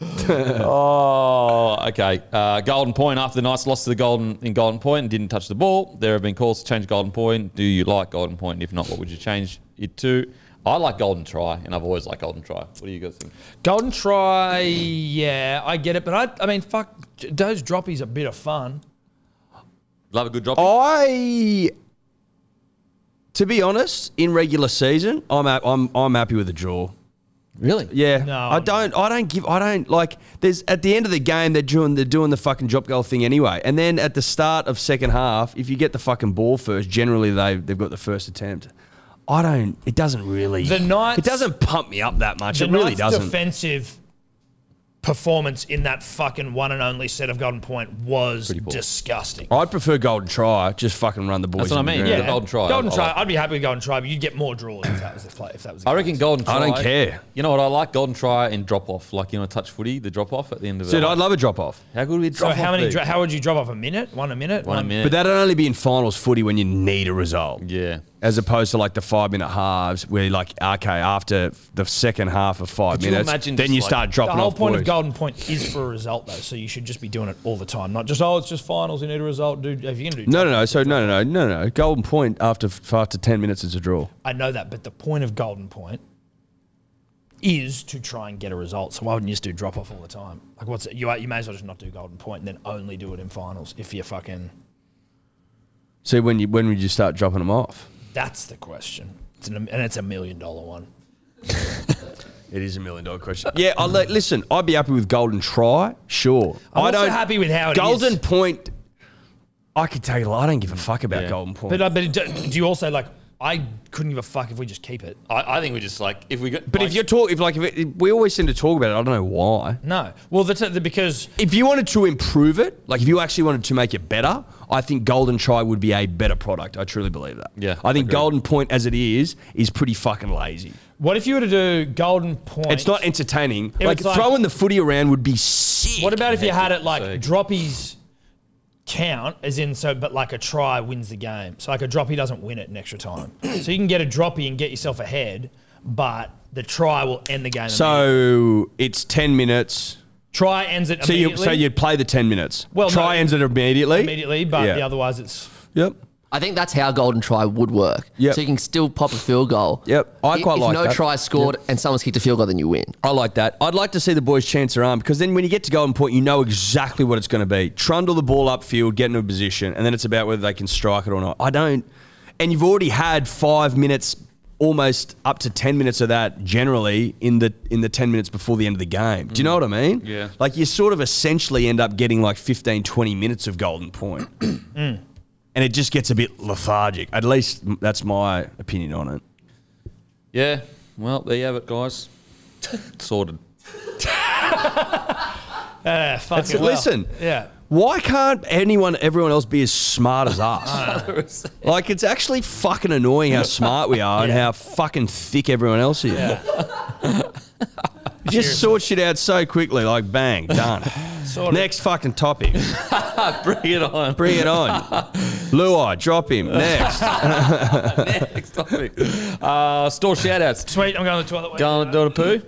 Speaker 1: Oh, okay. Uh, Golden Point after the Knights lost to the Golden in Golden Point and didn't touch the ball. There have been calls to change Golden Point. Do you like Golden Point? If not, what would you change it to? I like Golden Try, and I've always liked Golden Try. What do you guys think?
Speaker 3: Golden try. Yeah, I get it, but I I mean, fuck, j- those droppies a bit of fun.
Speaker 1: Love a good drop.
Speaker 4: I, to be honest, in regular season, I'm hap- I'm I'm happy with a draw.
Speaker 1: really?
Speaker 4: Yeah,
Speaker 3: No,
Speaker 4: I
Speaker 3: I'm
Speaker 4: don't. I don't give. I don't like. There's at the end of the game, they're doing they're doing the fucking drop goal thing anyway. And then at the start of second half, if you get the fucking ball first, generally they they've got the first attempt. I don't. It doesn't really.
Speaker 3: The Knights-
Speaker 4: It doesn't pump me up that much.
Speaker 3: the
Speaker 4: It really
Speaker 3: Knights'
Speaker 4: doesn't.
Speaker 3: defensive performance in that fucking one and only set of golden point was
Speaker 1: poor.
Speaker 3: disgusting.
Speaker 4: I'd prefer golden try. Just fucking run the boys.
Speaker 1: That's what I
Speaker 4: in the
Speaker 1: mean,
Speaker 4: ground.
Speaker 1: yeah. golden try,
Speaker 3: Golden
Speaker 1: I- I
Speaker 3: try.
Speaker 1: like
Speaker 3: I'd be happy with golden try, but you'd get more draws if that was the play. If that was, the
Speaker 1: I
Speaker 3: case.
Speaker 1: reckon Golden Try.
Speaker 4: I don't care.
Speaker 1: You know what I like? Golden Try and drop off. Like, you know, touch footy, the drop off at the end of the
Speaker 4: Dude, I'd love a drop off.
Speaker 1: How good would we
Speaker 3: So
Speaker 1: drop
Speaker 3: how
Speaker 1: off
Speaker 3: many?
Speaker 1: be?
Speaker 3: Dra- how would you drop off a minute? One a minute.
Speaker 1: One minute.
Speaker 4: But that'd only be in finals footy when you need a result.
Speaker 1: yeah.
Speaker 4: as opposed to like the five minute halves where you're like okay after the second half of five
Speaker 1: Could you
Speaker 4: minutes
Speaker 1: imagine
Speaker 4: then
Speaker 1: just
Speaker 4: you
Speaker 1: like-
Speaker 4: start
Speaker 3: The
Speaker 4: dropping
Speaker 3: whole
Speaker 4: off
Speaker 3: point
Speaker 4: boys.
Speaker 3: of golden point is for a result though, so you should just be doing it all the time, not just oh, it's just finals. You need a result, dude. If you're gonna do,
Speaker 4: no no no so no no no no no golden point after f- after 10 minutes is a draw
Speaker 3: I know that, but the point of golden point is to try and get a result. So why wouldn't you just do drop off all the time? Like, what's you? You may as well just not do golden point and then only do it in finals if you're fucking.
Speaker 4: So when you when would you start dropping them off?
Speaker 3: That's the question. It's an, and it's a million dollar one.
Speaker 4: It is a million dollar question. Yeah, I li- listen. I'd be happy with golden try, sure. I'm I
Speaker 3: also
Speaker 4: do not
Speaker 3: happy with how it
Speaker 4: golden
Speaker 3: is.
Speaker 4: point. I could take. a lot. I don't give a fuck about
Speaker 1: Yeah.
Speaker 4: [laughs] golden point.
Speaker 3: But uh, but do, do you also like? I couldn't give a fuck if we just keep it.
Speaker 1: I, I think we just like if we got.
Speaker 4: But if you're talking, if like, if it, we always seem to talk about it. I don't know why.
Speaker 3: No. Well, that's it, because
Speaker 4: If you wanted to improve it, like if you actually wanted to make it better, I think Golden Try would be a better product. I truly believe that.
Speaker 1: Yeah,
Speaker 4: I think
Speaker 1: agreed.
Speaker 4: Golden Point as it is is pretty fucking lazy.
Speaker 3: what if you were to do golden point?
Speaker 4: It's not entertaining.
Speaker 3: It
Speaker 4: like
Speaker 3: was like-
Speaker 4: throwing the footy around would be sick.
Speaker 3: What about if you had it like
Speaker 1: Sick.
Speaker 3: droppies count, as in so, but like a try wins the game. So like a droppy doesn't win it in extra
Speaker 4: [coughs]
Speaker 3: time. so you can get a droppy and get yourself ahead, but the try will end the game. immediately.
Speaker 4: so it's ten minutes.
Speaker 3: try ends it
Speaker 4: So you
Speaker 3: immediately.
Speaker 4: so you'd play the ten minutes.
Speaker 3: Well,
Speaker 4: try
Speaker 3: no.
Speaker 4: ends it immediately.
Speaker 3: immediately, but
Speaker 4: Yeah.
Speaker 3: the otherwise it's
Speaker 4: Yep.
Speaker 5: I think that's how golden try would work.
Speaker 4: Yep.
Speaker 5: So you can still pop a field goal.
Speaker 4: Yep. I
Speaker 5: If-
Speaker 4: quite
Speaker 5: if
Speaker 4: like
Speaker 5: no
Speaker 4: that.
Speaker 5: try scored and someone's kicked a field goal, then you win.
Speaker 4: I like that. I'd like to see the boys chance their arm because then when you get to Golden Point, you know exactly what it's going to be. Trundle the ball upfield, get into a position, and then it's about whether they can strike it or not. I don't. And you've already had five minutes, almost up to ten minutes of that generally in the in the ten minutes before the end of the game. Do you know what I mean?
Speaker 1: Yeah.
Speaker 4: Like you sort of essentially end up getting like 15, 20 minutes of Golden Point, and it just gets a bit lethargic. At least that's my opinion on it.
Speaker 1: yeah, well there you have it, guys. [laughs] Sorted.
Speaker 3: uh, fucking
Speaker 4: it.
Speaker 3: well.
Speaker 4: Listen.
Speaker 3: yeah.
Speaker 4: Why can't anyone, everyone else, be as smart as us? like, it's actually fucking annoying how smart we are and how fucking thick everyone else is. [laughs] Just sort shit out so quickly, like bang, done.
Speaker 3: Sort of.
Speaker 4: Next fucking topic.
Speaker 1: Bring it on.
Speaker 4: Bring it on. Luai, drop him. Next.
Speaker 1: Next topic. Uh, store shout outs.
Speaker 3: Sweet, I'm going to the toilet. Wait,
Speaker 1: Going doing a poo?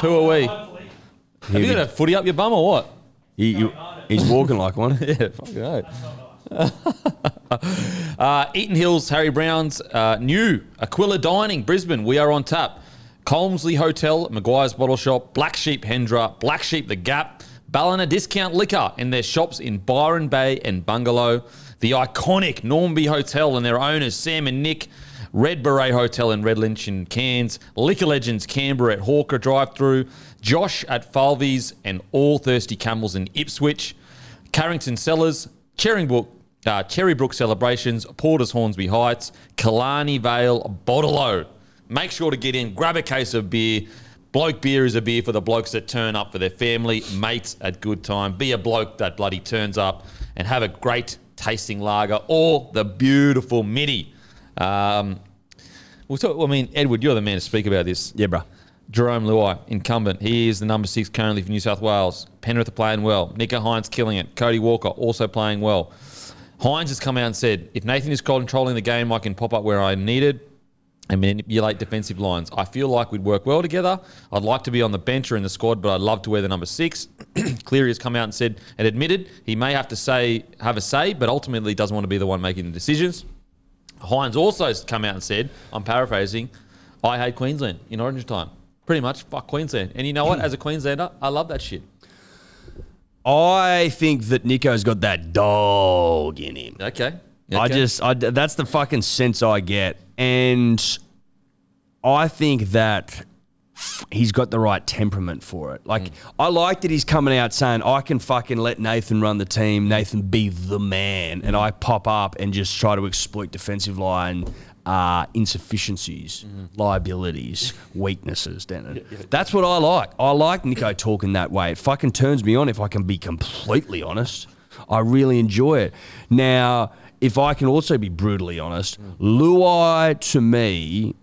Speaker 1: Poo are we? Have you got a footy up your bum or what?
Speaker 4: He- you- he's walking like one.
Speaker 1: [laughs] Yeah, fucking hell. [laughs] uh, Eaton Hills, Harry Brown's, uh, new Aquila Dining, Brisbane. We are on tap. Colmsley Hotel, Maguire's Bottle Shop, Black Sheep Hendra, Black Sheep The Gap, Ballina Discount Liquor, and their shops in Byron Bay and Bungalow. The iconic Normby Hotel and their owners, Sam and Nick. Red Beret Hotel in Red Lynch in Cairns, Liquor Legends Canberra at Hawker Drive Through, Josh at Falvey's, and All Thirsty Camels in Ipswich. Carrington Cellars, Cherrybrook, uh, Cherrybrook Celebrations, Porter's Hornsby Heights, Kalani Vale, Botolo. Make sure to get in, grab a case of beer. Bloke beer is a beer for the blokes that turn up for their family, mates at good time. Be a bloke that bloody turns up and have a great tasting lager or the beautiful midi. Um, we'll talk, I mean, Edward, you're the man to speak about this.
Speaker 4: Yeah, bro.
Speaker 1: Jerome Luai, incumbent. He is the number six currently for New South Wales. Penrith are playing well. Nico Hines killing it. Cody Walker also playing well. Hines has come out and said, if Nathan is controlling the game, I can pop up where I'm needed and manipulate defensive lines. I feel like we'd work well together. I'd like to be on the bench or in the squad, but I'd love to wear the number six. [clears throat] Cleary has come out and said and admitted he may have to say have a say, but ultimately doesn't want to be the one making the decisions. Hines also has come out and said, I'm paraphrasing, I hate Queensland in Orange Time. Pretty much, fuck Queensland. And you know what? As a Queenslander, I love that shit.
Speaker 4: I think that Nico's got that dog in him.
Speaker 1: Okay.
Speaker 4: I
Speaker 1: Okay.
Speaker 4: just, I, that's the fucking sense I get. And I think that he's got the right temperament for it. Like, I like that he's coming out saying, I can fucking let Nathan run the team, Nathan be the man. And I pop up and just try to exploit defensive line. Uh, insufficiencies, liabilities, weaknesses, Denton. That's what I like. I like Nico talking that way. It fucking turns me on if I can be completely honest. I really enjoy it. Now, if I can also be brutally honest, Luai to me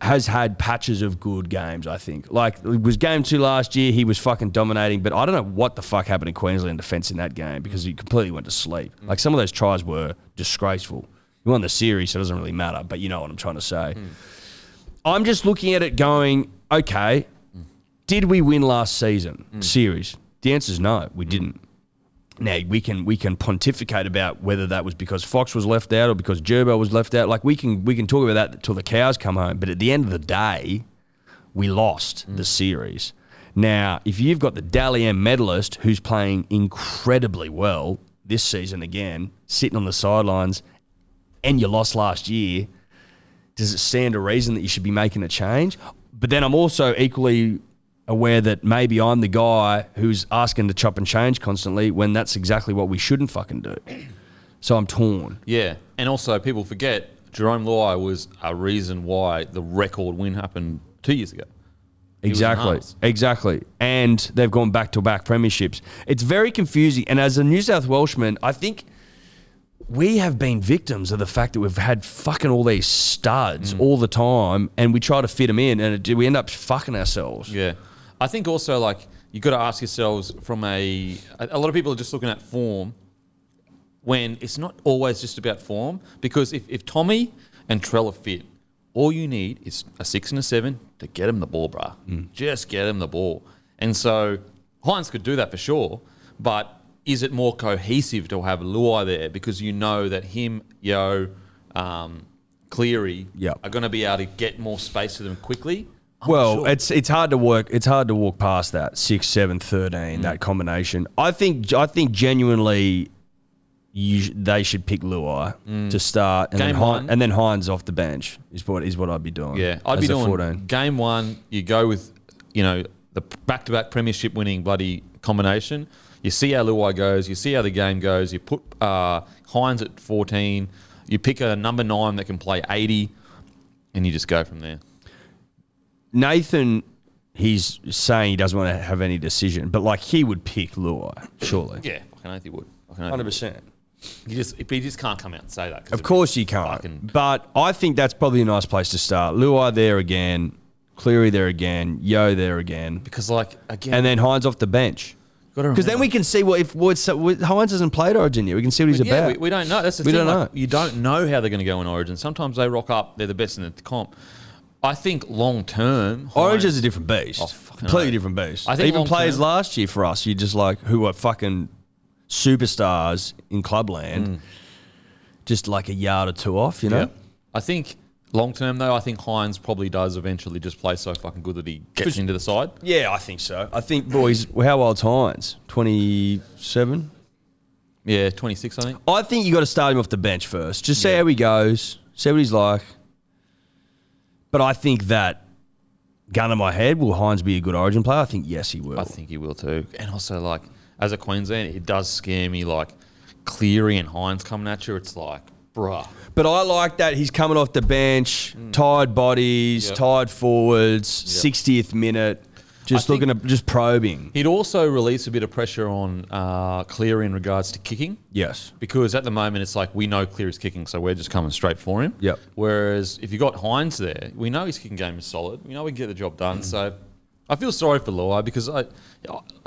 Speaker 4: has had patches of good games, I think. Like, it was game two last year, he was fucking dominating, but I don't know what the fuck happened in Queensland defence in that game because he completely went to sleep. Like, some of those tries were disgraceful. You won the series, so it doesn't really matter, but you know what I'm trying to say. I'm just looking at it going, okay, did we win last season series? The answer is no, we didn't. Now we can we can pontificate about whether that was because Fox was left out or because Gerbo was left out. Like we can we can talk about that till the cows come home. But at the end of the day, we lost the series. Now, if you've got the Dally M medalist who's playing incredibly well this season again, sitting on the sidelines, and you lost last year, does it stand a reason that you should be making a change? But then I'm also equally aware that maybe I'm the guy who's asking to chop and change constantly when that's exactly what we shouldn't fucking do. So I'm torn.
Speaker 1: Yeah, and also people forget Jerome Luai was a reason why the record win happened two years ago. was in
Speaker 4: Exactly.
Speaker 1: halves.
Speaker 4: Exactly. And they've gone back to back premierships. It's very confusing. And as a New South Welshman, I think we have been victims of the fact that we've had fucking all these
Speaker 1: Mm.
Speaker 4: studs all the time and we try to fit them in and it, we end up fucking ourselves.
Speaker 1: Yeah, I think also like you got to ask yourselves from a a lot of people are just looking at form when it's not always just about form because if, if Tommy and Trell are fit, all you need is a six and a seven to get him the ball, bruh. Just get him the ball. And so Hines could do that for sure, but is it more cohesive to have Luai there because you know that him, Yo, um, Cleary
Speaker 4: Yep.
Speaker 1: are going to be able to get more space to them quickly? I'm not
Speaker 4: well,
Speaker 1: sure.
Speaker 4: it's it's hard to work. It's hard to walk past that six, seven, thirteen.
Speaker 1: Mm.
Speaker 4: That combination. I think. I think genuinely, you sh- they should pick Luai to start, and
Speaker 1: Mm. Game
Speaker 4: then Hines,
Speaker 1: one.
Speaker 4: and then Hines off the bench is what is what I'd be doing.
Speaker 1: Yeah, I'd be
Speaker 4: as a
Speaker 1: doing
Speaker 4: 14.
Speaker 1: game one. You go with, you know, the back-to-back premiership winning bloody combination. You see how Luai goes. You see how the game goes. You put uh, Hines at fourteen. You pick a number nine that can play eighty, and you just go from there.
Speaker 4: Nathan, he's saying he doesn't want to have any decision, but like he would pick Luai surely.
Speaker 1: Yeah, fucking oath he would. Fucking oath he
Speaker 4: hundred
Speaker 1: would.
Speaker 4: percent.
Speaker 1: You just, but you just can't come out and say that. 'cause
Speaker 4: Of
Speaker 1: it'd be
Speaker 4: course you can't.
Speaker 1: fucking-
Speaker 4: But I think that's probably a nice place to start. Luai there again, Cleary there again, Yo there again.
Speaker 1: because like again,
Speaker 4: and then Hines off the bench.
Speaker 1: Gotta
Speaker 4: Because then
Speaker 1: remember-
Speaker 4: we can see what if what's, what, Hines hasn't played Origin yet. We can see what he's
Speaker 1: yeah,
Speaker 4: about.
Speaker 1: we, we don't know. That's the
Speaker 4: We
Speaker 1: thing.
Speaker 4: don't
Speaker 1: like,
Speaker 4: know.
Speaker 1: You don't know how they're going to go in Origin. Sometimes they rock up. They're the best in the comp. I think long term,
Speaker 4: Origin's
Speaker 1: Hines-
Speaker 4: a different beast.
Speaker 1: Oh, fucking
Speaker 4: Completely
Speaker 1: hell.
Speaker 4: different beast.
Speaker 1: I think
Speaker 4: Even
Speaker 1: long
Speaker 4: players
Speaker 1: term-
Speaker 4: last year for us, you just like who are fucking superstars in clubland, just like a yard or two off, you know.
Speaker 1: Mm. Yeah. I think long term though, I think Hines probably does eventually just play so fucking good that he gets
Speaker 4: Just-
Speaker 1: into the side.
Speaker 4: Yeah, I think so. I think boys, how old's Hines? Twenty seven.
Speaker 1: Yeah, twenty six, I think.
Speaker 4: I think you got to start him off the bench first. Just see how he goes, see what he's like. But I think that gun in my head, will Hines be a good Origin player? I think yes, he will.
Speaker 1: I think he will too. And also like as a Queensland, it does scare me like Cleary and Hines coming at you. It's like, bruh.
Speaker 4: but I like that he's coming off the bench, tired bodies,
Speaker 1: Yep.
Speaker 4: tired forwards, sixtieth minute, just
Speaker 1: I think-
Speaker 4: looking at just probing.
Speaker 1: He'd also release a bit of pressure on uh, Cleary in regards to kicking.
Speaker 4: Yes,
Speaker 1: Because at the moment it's like we know Cleary's kicking, so we're just coming straight for him.
Speaker 4: Yep.
Speaker 1: Whereas if you got Hines there, we know his kicking game is solid. We know we can get the job done. So I feel sorry for Luai because I,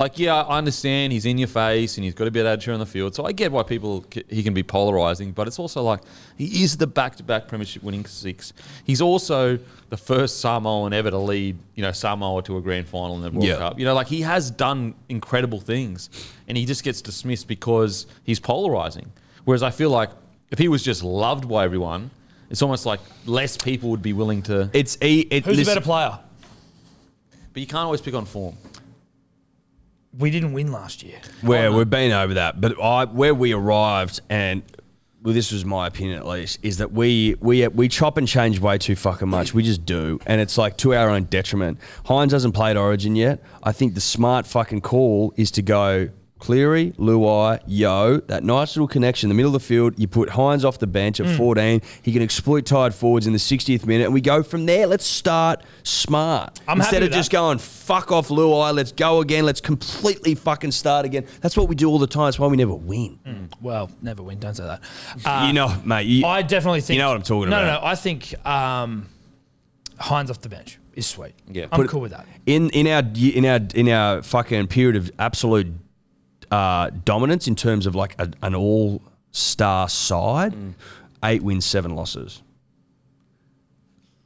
Speaker 1: like, yeah, I understand he's in your face and he's got a bit of attitude on the field. So I get why people c- he can be polarizing, but it's also like he is the back-to-back premiership winning six. He's also the first Samoan ever to lead, you know, Samoa to a grand final in the World
Speaker 4: Yeah.
Speaker 1: Cup. You know, like he has done incredible things, and he just gets dismissed because he's polarizing. Whereas I feel like if he was just loved by everyone, it's almost like less people would be willing to.
Speaker 4: it's e. It,
Speaker 3: Who's
Speaker 4: listen-
Speaker 3: a better player?
Speaker 1: But you can't always pick on form.
Speaker 3: We didn't win last year.
Speaker 4: where we've been over that, but I where we arrived and well, this was my opinion at least is that we we we chop and change way too fucking much. We just do, and it's like to our own detriment. Hines hasn't played Origin yet. I think the smart fucking call is to go. Cleary, Luai, Yo, that nice little connection in the middle of the field. You put Hines off the bench
Speaker 3: Mm.
Speaker 4: at 14. He can exploit tired forwards in the 60th minute, and we go from there. Let's start smart.
Speaker 3: I'm happy
Speaker 4: Instead
Speaker 3: with
Speaker 4: of just
Speaker 3: that.
Speaker 4: going, fuck off, Luai, let's go again, let's completely fucking start again. That's what we do all the time. That's why we never win.
Speaker 3: Well, never win. Don't say that. Uh,
Speaker 4: you know, mate, you,
Speaker 3: I definitely think
Speaker 4: know what I'm talking
Speaker 3: no, No,
Speaker 4: about.
Speaker 3: no, I think um, Hines off the bench is sweet.
Speaker 1: Yeah.
Speaker 3: I'm
Speaker 1: Put
Speaker 3: cool with that.
Speaker 4: in in our in our in our fucking period of absolute uh, dominance in terms of like a, an all star side, eight wins, seven losses.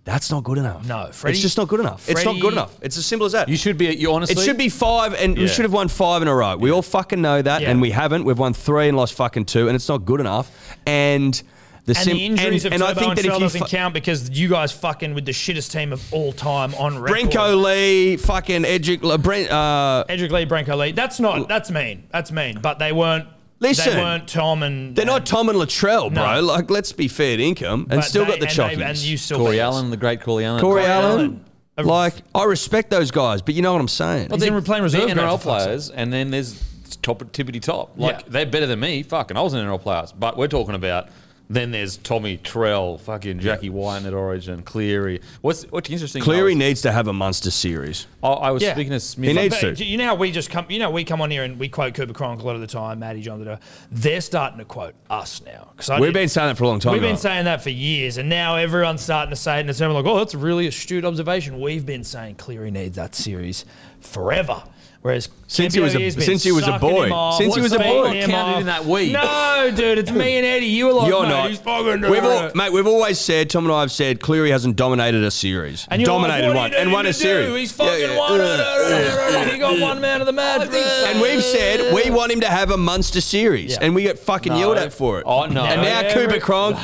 Speaker 4: That's not good enough.
Speaker 3: No, Freddie-
Speaker 4: it's just not good enough. it's not
Speaker 3: Freddie-
Speaker 4: good enough. It's as simple as that.
Speaker 1: You should be. You honestly.
Speaker 4: It should be five, and we
Speaker 1: Yeah.
Speaker 4: should have won five in a row. We all fucking know that,
Speaker 3: Yeah.
Speaker 4: and we haven't. We've won three and lost fucking two, and it's not good enough. And The
Speaker 3: And
Speaker 4: sim-
Speaker 3: the injuries
Speaker 4: and-
Speaker 3: of
Speaker 4: and I
Speaker 3: Turbo
Speaker 4: think
Speaker 3: and
Speaker 4: that if
Speaker 3: Trell
Speaker 4: you
Speaker 3: doesn't
Speaker 4: fu-
Speaker 3: count because you guys fucking with the shittest team of all time on record.
Speaker 4: Brenko Lee, fucking Edric, Le- Brent, uh,
Speaker 3: Edric Lee, Branko Lee. That's not. That's mean. That's mean. But they weren't.
Speaker 4: Listen.
Speaker 3: they weren't Tom and.
Speaker 4: they're not
Speaker 3: and-
Speaker 4: Tom and Latrell, bro.
Speaker 3: No.
Speaker 4: Like, let's be fair to income, and
Speaker 3: but
Speaker 4: still
Speaker 3: they-
Speaker 4: got the
Speaker 3: and, they- and
Speaker 4: chockies.
Speaker 3: you still
Speaker 1: Corey
Speaker 3: beat us.
Speaker 1: Allen, the great Corey Allen.
Speaker 4: Corey
Speaker 3: Allen.
Speaker 4: Allen, like, I respect those guys, but you know what I'm saying.
Speaker 3: He's in playing reserve
Speaker 1: they're
Speaker 3: grade,
Speaker 1: NRL
Speaker 3: for fuck's
Speaker 1: players, and then there's top tippity top. Like
Speaker 3: Yeah.
Speaker 1: they're better than me. Fucking, I was an NRL player, but we're talking about. Then there's Tommy Trell, fucking Jackie Wine at Origin, Cleary. What's what's interesting?
Speaker 4: Cleary
Speaker 1: I was,
Speaker 4: needs to have a monster series.
Speaker 1: I, I was
Speaker 3: Yeah.
Speaker 1: speaking to Smith.
Speaker 4: He needs-
Speaker 3: But
Speaker 4: to.
Speaker 3: do you know how we just come you know we come on here and we quote Cooper Cronk a lot of the time, Maddie John. da, da. They're starting to quote us now because
Speaker 4: We've been saying that for a long time.
Speaker 3: We've been
Speaker 4: right?
Speaker 3: saying that for years, and now everyone's starting to say it, and it's everyone like, oh, that's a really astute observation. We've been saying Cleary needs that series forever. Whereas
Speaker 4: Since he was a-
Speaker 3: Kempio's been
Speaker 4: since he was a
Speaker 3: sucking
Speaker 4: boy.
Speaker 3: him off,
Speaker 4: Since he was a
Speaker 3: beating
Speaker 4: boy.
Speaker 3: him
Speaker 1: Counted
Speaker 3: off.
Speaker 1: in that week.
Speaker 3: No, dude, it's me and Eddie. You were like,
Speaker 4: You're
Speaker 3: "Mate,
Speaker 4: not.
Speaker 3: he's fucking
Speaker 4: We've
Speaker 3: doing
Speaker 4: all,
Speaker 3: it."
Speaker 4: mate, we've always said, Tom and I have said, Cleary hasn't dominated a series.
Speaker 3: And you're
Speaker 4: dominated
Speaker 3: like, what
Speaker 4: one.
Speaker 3: do you
Speaker 4: and
Speaker 3: need
Speaker 4: won
Speaker 3: him
Speaker 4: a
Speaker 3: to
Speaker 4: series.
Speaker 3: do? He's
Speaker 4: Yeah,
Speaker 3: fucking
Speaker 4: yeah.
Speaker 3: won. it. he got one man of the match.
Speaker 4: And we've said we want him to have a monster series.
Speaker 3: Yeah.
Speaker 4: And we get fucking yelled at for it.
Speaker 1: Oh, no.
Speaker 4: And now
Speaker 3: Yeah,
Speaker 4: Cooper
Speaker 3: every- [laughs]
Speaker 4: Cronk,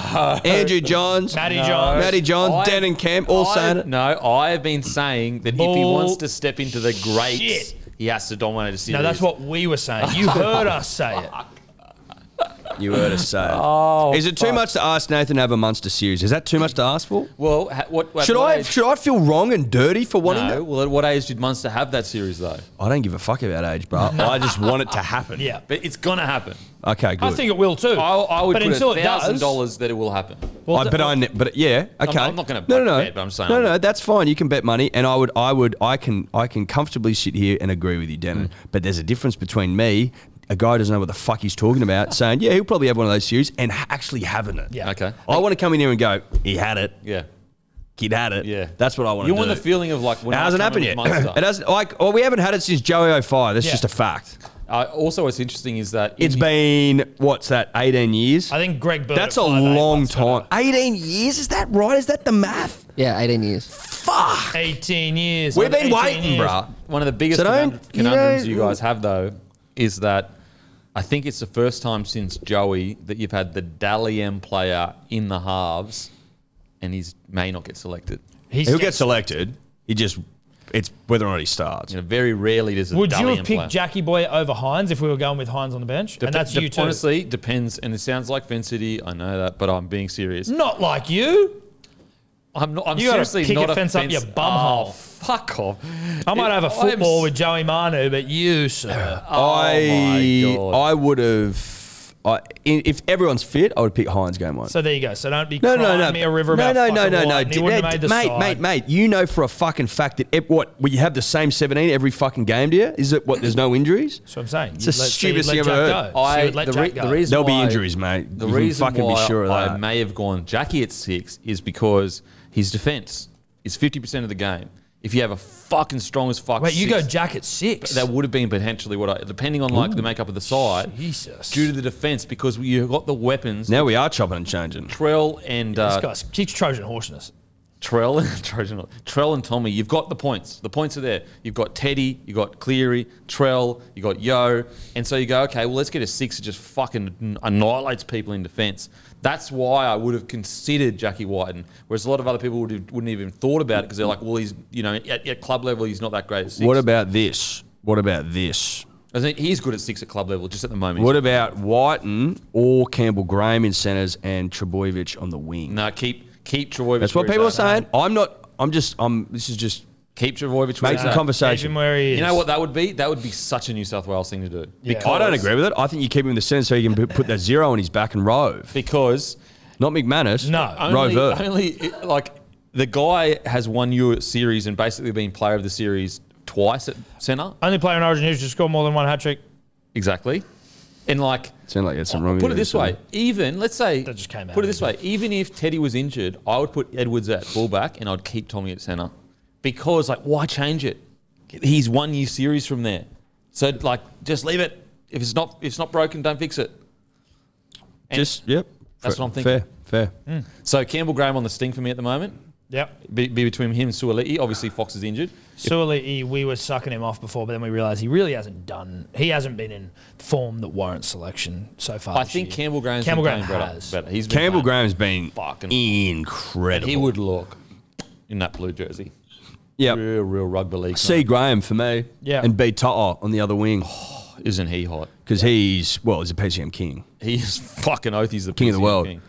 Speaker 4: Andrew Johns,
Speaker 3: Matty Johns.
Speaker 4: Matty Johns,
Speaker 1: I-
Speaker 4: Dan and Camp all
Speaker 1: I-
Speaker 4: saying it.
Speaker 1: No, I have been saying that if he
Speaker 3: Bull-
Speaker 1: wants to step into the greats,
Speaker 3: Shit.
Speaker 1: he has to dominate a series.
Speaker 3: No, that's what we were saying.
Speaker 4: [laughs]
Speaker 3: You heard us say it.
Speaker 4: You heard us say it.
Speaker 3: Oh,
Speaker 4: Is it too much to ask Nathan to have a monster series? Is that too much to ask for?
Speaker 1: Well, ha- what, what
Speaker 4: Should
Speaker 1: what
Speaker 4: I
Speaker 1: age-
Speaker 4: should I feel wrong and dirty for wanting
Speaker 1: no.
Speaker 4: that?
Speaker 1: Well, at what age did Munster have that series though?
Speaker 4: I don't give a fuck about age, bro.
Speaker 3: [laughs]
Speaker 4: I just want it to happen.
Speaker 3: Yeah.
Speaker 1: But it's gonna happen.
Speaker 4: Okay, good.
Speaker 3: I think it will too.
Speaker 1: I, I would
Speaker 3: but
Speaker 1: put
Speaker 3: until
Speaker 1: a
Speaker 3: it
Speaker 1: thousand
Speaker 3: does,
Speaker 1: dollars that it will happen.
Speaker 3: Well,
Speaker 4: I, but I, ne- but yeah, okay.
Speaker 1: I'm not gonna
Speaker 4: no, no, no.
Speaker 1: bet, but I'm saying
Speaker 4: no,
Speaker 1: I
Speaker 4: no.
Speaker 1: would.
Speaker 4: That's fine. You can bet money, and I would, I would, I can, I can comfortably sit here and agree with you,
Speaker 1: Mm.
Speaker 4: Damon. But there's a difference between me, a guy who doesn't know what the fuck he's talking about, [laughs] saying yeah, he'll probably have one of those series, and ha- actually having it.
Speaker 3: Yeah.
Speaker 1: Okay.
Speaker 4: I want to come in here and go, he had it,
Speaker 1: Yeah.
Speaker 4: kid had it.
Speaker 1: Yeah.
Speaker 4: That's what I want
Speaker 1: You
Speaker 4: to
Speaker 1: want
Speaker 4: do.
Speaker 1: the feeling of like when
Speaker 4: it
Speaker 1: I
Speaker 4: hasn't
Speaker 1: come in
Speaker 4: happened
Speaker 1: with
Speaker 4: yet. [clears throat] [laughs]
Speaker 1: Munster.
Speaker 4: it hasn't. Like, well, we haven't had it since Joey 05. That's
Speaker 3: Yeah.
Speaker 4: just a fact.
Speaker 1: Uh, also, what's interesting is that
Speaker 4: It's
Speaker 1: in-
Speaker 4: been what's that? 18 years.
Speaker 3: I think Greg Bird.
Speaker 4: That's
Speaker 3: at
Speaker 4: a
Speaker 3: 5'8"
Speaker 4: long
Speaker 3: wants to know.
Speaker 4: time. 18 years. Is that right? Is that the math?
Speaker 5: Yeah, 18 years.
Speaker 4: Fuck.
Speaker 3: 18 years.
Speaker 4: We've been
Speaker 3: 18
Speaker 4: waiting,
Speaker 3: years.
Speaker 4: bruh.
Speaker 1: one of the biggest
Speaker 4: So don't-
Speaker 1: conund-
Speaker 4: you know-
Speaker 1: conundrums you, guys have though is that I think it's the first time since Joey that you've had the Dally M player in the halves, and he's may not get selected.
Speaker 3: He's
Speaker 4: He'll get selected. He just it's whether or not he starts.
Speaker 1: You know, very rarely does a
Speaker 3: Would
Speaker 1: Dally
Speaker 3: you have
Speaker 1: M
Speaker 3: picked
Speaker 1: player.
Speaker 3: Jackie Boy over Hines if we were going with Hines on the bench? and
Speaker 1: Dep-
Speaker 3: that's
Speaker 1: dep-
Speaker 3: you too.
Speaker 1: Honestly, depends, and it sounds like Vin City. I know that, but I'm being serious.
Speaker 3: not like you.
Speaker 1: I'm not. I'm
Speaker 3: You gotta
Speaker 1: seriously
Speaker 3: kick a
Speaker 1: not
Speaker 3: fence up your bum
Speaker 1: oh,
Speaker 3: hole.
Speaker 1: Fuck off.
Speaker 3: I might
Speaker 1: It-
Speaker 3: have a
Speaker 1: I'm
Speaker 3: football
Speaker 1: s- Oh
Speaker 3: with Joey Manu, but you, sir.
Speaker 4: Oh I
Speaker 1: my God.
Speaker 4: I would have. I, in, if everyone's fit, I would pick Hines game one.
Speaker 3: so there you go. So don't be
Speaker 4: no,
Speaker 3: crying
Speaker 4: no, no,
Speaker 3: me a river
Speaker 4: no,
Speaker 3: about
Speaker 4: no, no,
Speaker 3: fucking
Speaker 4: no, no,
Speaker 3: White. He wouldn't have made
Speaker 4: Mate,
Speaker 3: the
Speaker 4: mate,
Speaker 3: side.
Speaker 4: mate, mate. You know for a fucking fact that ev- what we have the same seventeen every fucking game, do you? Is it what? There's no injuries.
Speaker 3: That's what I'm saying.
Speaker 4: It's the stupidest thing I've ever heard.
Speaker 1: I-
Speaker 3: I, let
Speaker 1: the
Speaker 3: Jack
Speaker 1: re-
Speaker 3: go.
Speaker 1: the reason-
Speaker 4: There'll be
Speaker 1: why-
Speaker 4: injuries, mate.
Speaker 1: The
Speaker 4: You can
Speaker 1: reason
Speaker 4: fucking
Speaker 1: why
Speaker 4: be sure of that.
Speaker 1: I may have gone Jackie at six is because his defense is fifty percent of the game. If you have a fucking strong as fuck,
Speaker 3: Wait, you go
Speaker 1: six,
Speaker 3: Jack at six.
Speaker 1: that would have been potentially what I, depending on like the makeup of the side,
Speaker 3: Jesus.
Speaker 1: due to the defense because you got the weapons.
Speaker 4: now we are chopping and changing.
Speaker 1: Trell and uh,
Speaker 3: this guy's keeps Trojan horseness.
Speaker 1: Trell [laughs] and Trojan, Trell and Tommy, you've got the points. The points are there. You've got Teddy, you've got Cleary, Trell, you got Yo. And so you go, okay, well, let's get a six that just fucking annihilates people in defense. That's why I would have considered Jackie Whiten, whereas a lot of other people would have, wouldn't even thought about it because they're like, well, he's, you know, at, at club level, he's not that great at six.
Speaker 4: What about this? What about this?
Speaker 1: I think he's good at six at club level just at the moment.
Speaker 4: What about Whiten or Campbell Graham in centres and Trebojevic on the wing?
Speaker 1: no, keep, keep Travojevic.
Speaker 4: That's what
Speaker 1: where he's
Speaker 4: people are
Speaker 1: at.
Speaker 4: saying. I'm not. I'm just. I'm. This is just
Speaker 1: Keep Travojevic. where he's
Speaker 4: making
Speaker 1: at.
Speaker 3: Keep
Speaker 4: conversation.
Speaker 3: him where he is.
Speaker 1: You know what that would be? That would be such a New South Wales thing to do.
Speaker 3: Yeah.
Speaker 4: I don't agree with it. I think you keep him in the centre so you can p- put that zero on his back and rove.
Speaker 1: Because
Speaker 4: Not McManus.
Speaker 3: No.
Speaker 1: only,
Speaker 4: Rover.
Speaker 1: only it- like the guy has won your series and basically been player of the series twice at centre.
Speaker 3: Only player in Origin who's just scored more than one hat trick.
Speaker 1: Exactly. And like,
Speaker 4: Sound like you had something wrong. with uh,
Speaker 1: put
Speaker 4: you
Speaker 1: it
Speaker 4: there,
Speaker 1: this way: even let's say
Speaker 3: That just came out
Speaker 1: Put it
Speaker 3: of
Speaker 1: this way: even if Teddy was injured, I would put Edwards at fullback and I'd keep Tommy at centre because, like, why change it? He's one year series from there, so like, just leave it. If it's not if it's not broken, don't fix it.
Speaker 4: Just yep.
Speaker 1: That's
Speaker 4: Fair-
Speaker 1: what I'm thinking. Mm.
Speaker 4: Fair. Fair.
Speaker 1: So Campbell Graham on the sting for me at the moment.
Speaker 3: Yep.
Speaker 1: Be, be between him and Suoliti. Obviously, Fox is injured.
Speaker 3: Suoli, we were sucking him off before, but then we realised he really hasn't done. He hasn't been in form that warrants selection so far.
Speaker 1: I
Speaker 3: this
Speaker 1: think
Speaker 3: year.
Speaker 1: Campbell Graham's
Speaker 3: Campbell
Speaker 1: been
Speaker 3: Graham
Speaker 1: playing
Speaker 3: has.
Speaker 1: better. better. He's been
Speaker 4: Campbell
Speaker 1: playing-
Speaker 4: Graham's been
Speaker 1: Fucking-
Speaker 4: incredible.
Speaker 1: He would look in that blue jersey.
Speaker 4: yeah.
Speaker 1: Real, real rugby league.
Speaker 4: C Graham for me.
Speaker 3: Yeah.
Speaker 4: And B Totter on the other wing
Speaker 1: guy. Isn't he hot?
Speaker 4: because he's well, he's a PCM king.
Speaker 1: He is fucking oath. He's the
Speaker 4: King of the
Speaker 1: PCM
Speaker 4: world.
Speaker 1: king.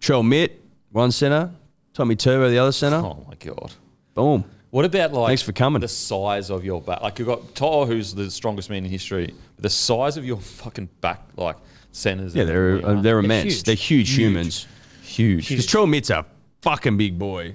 Speaker 4: Trell Mitt, one center. Tommy Turbo, the other center.
Speaker 1: Oh my god.
Speaker 4: Boom.
Speaker 1: What about like
Speaker 4: Thanks for coming.
Speaker 1: the size of your back? Like you've got Toa who's the strongest man in history, but the size of your fucking back like centers
Speaker 4: Yeah, they're uh, they're immense.
Speaker 3: huge.
Speaker 4: They're huge, humans.
Speaker 1: huge.
Speaker 4: Because Trell Mitt's a fucking big boy,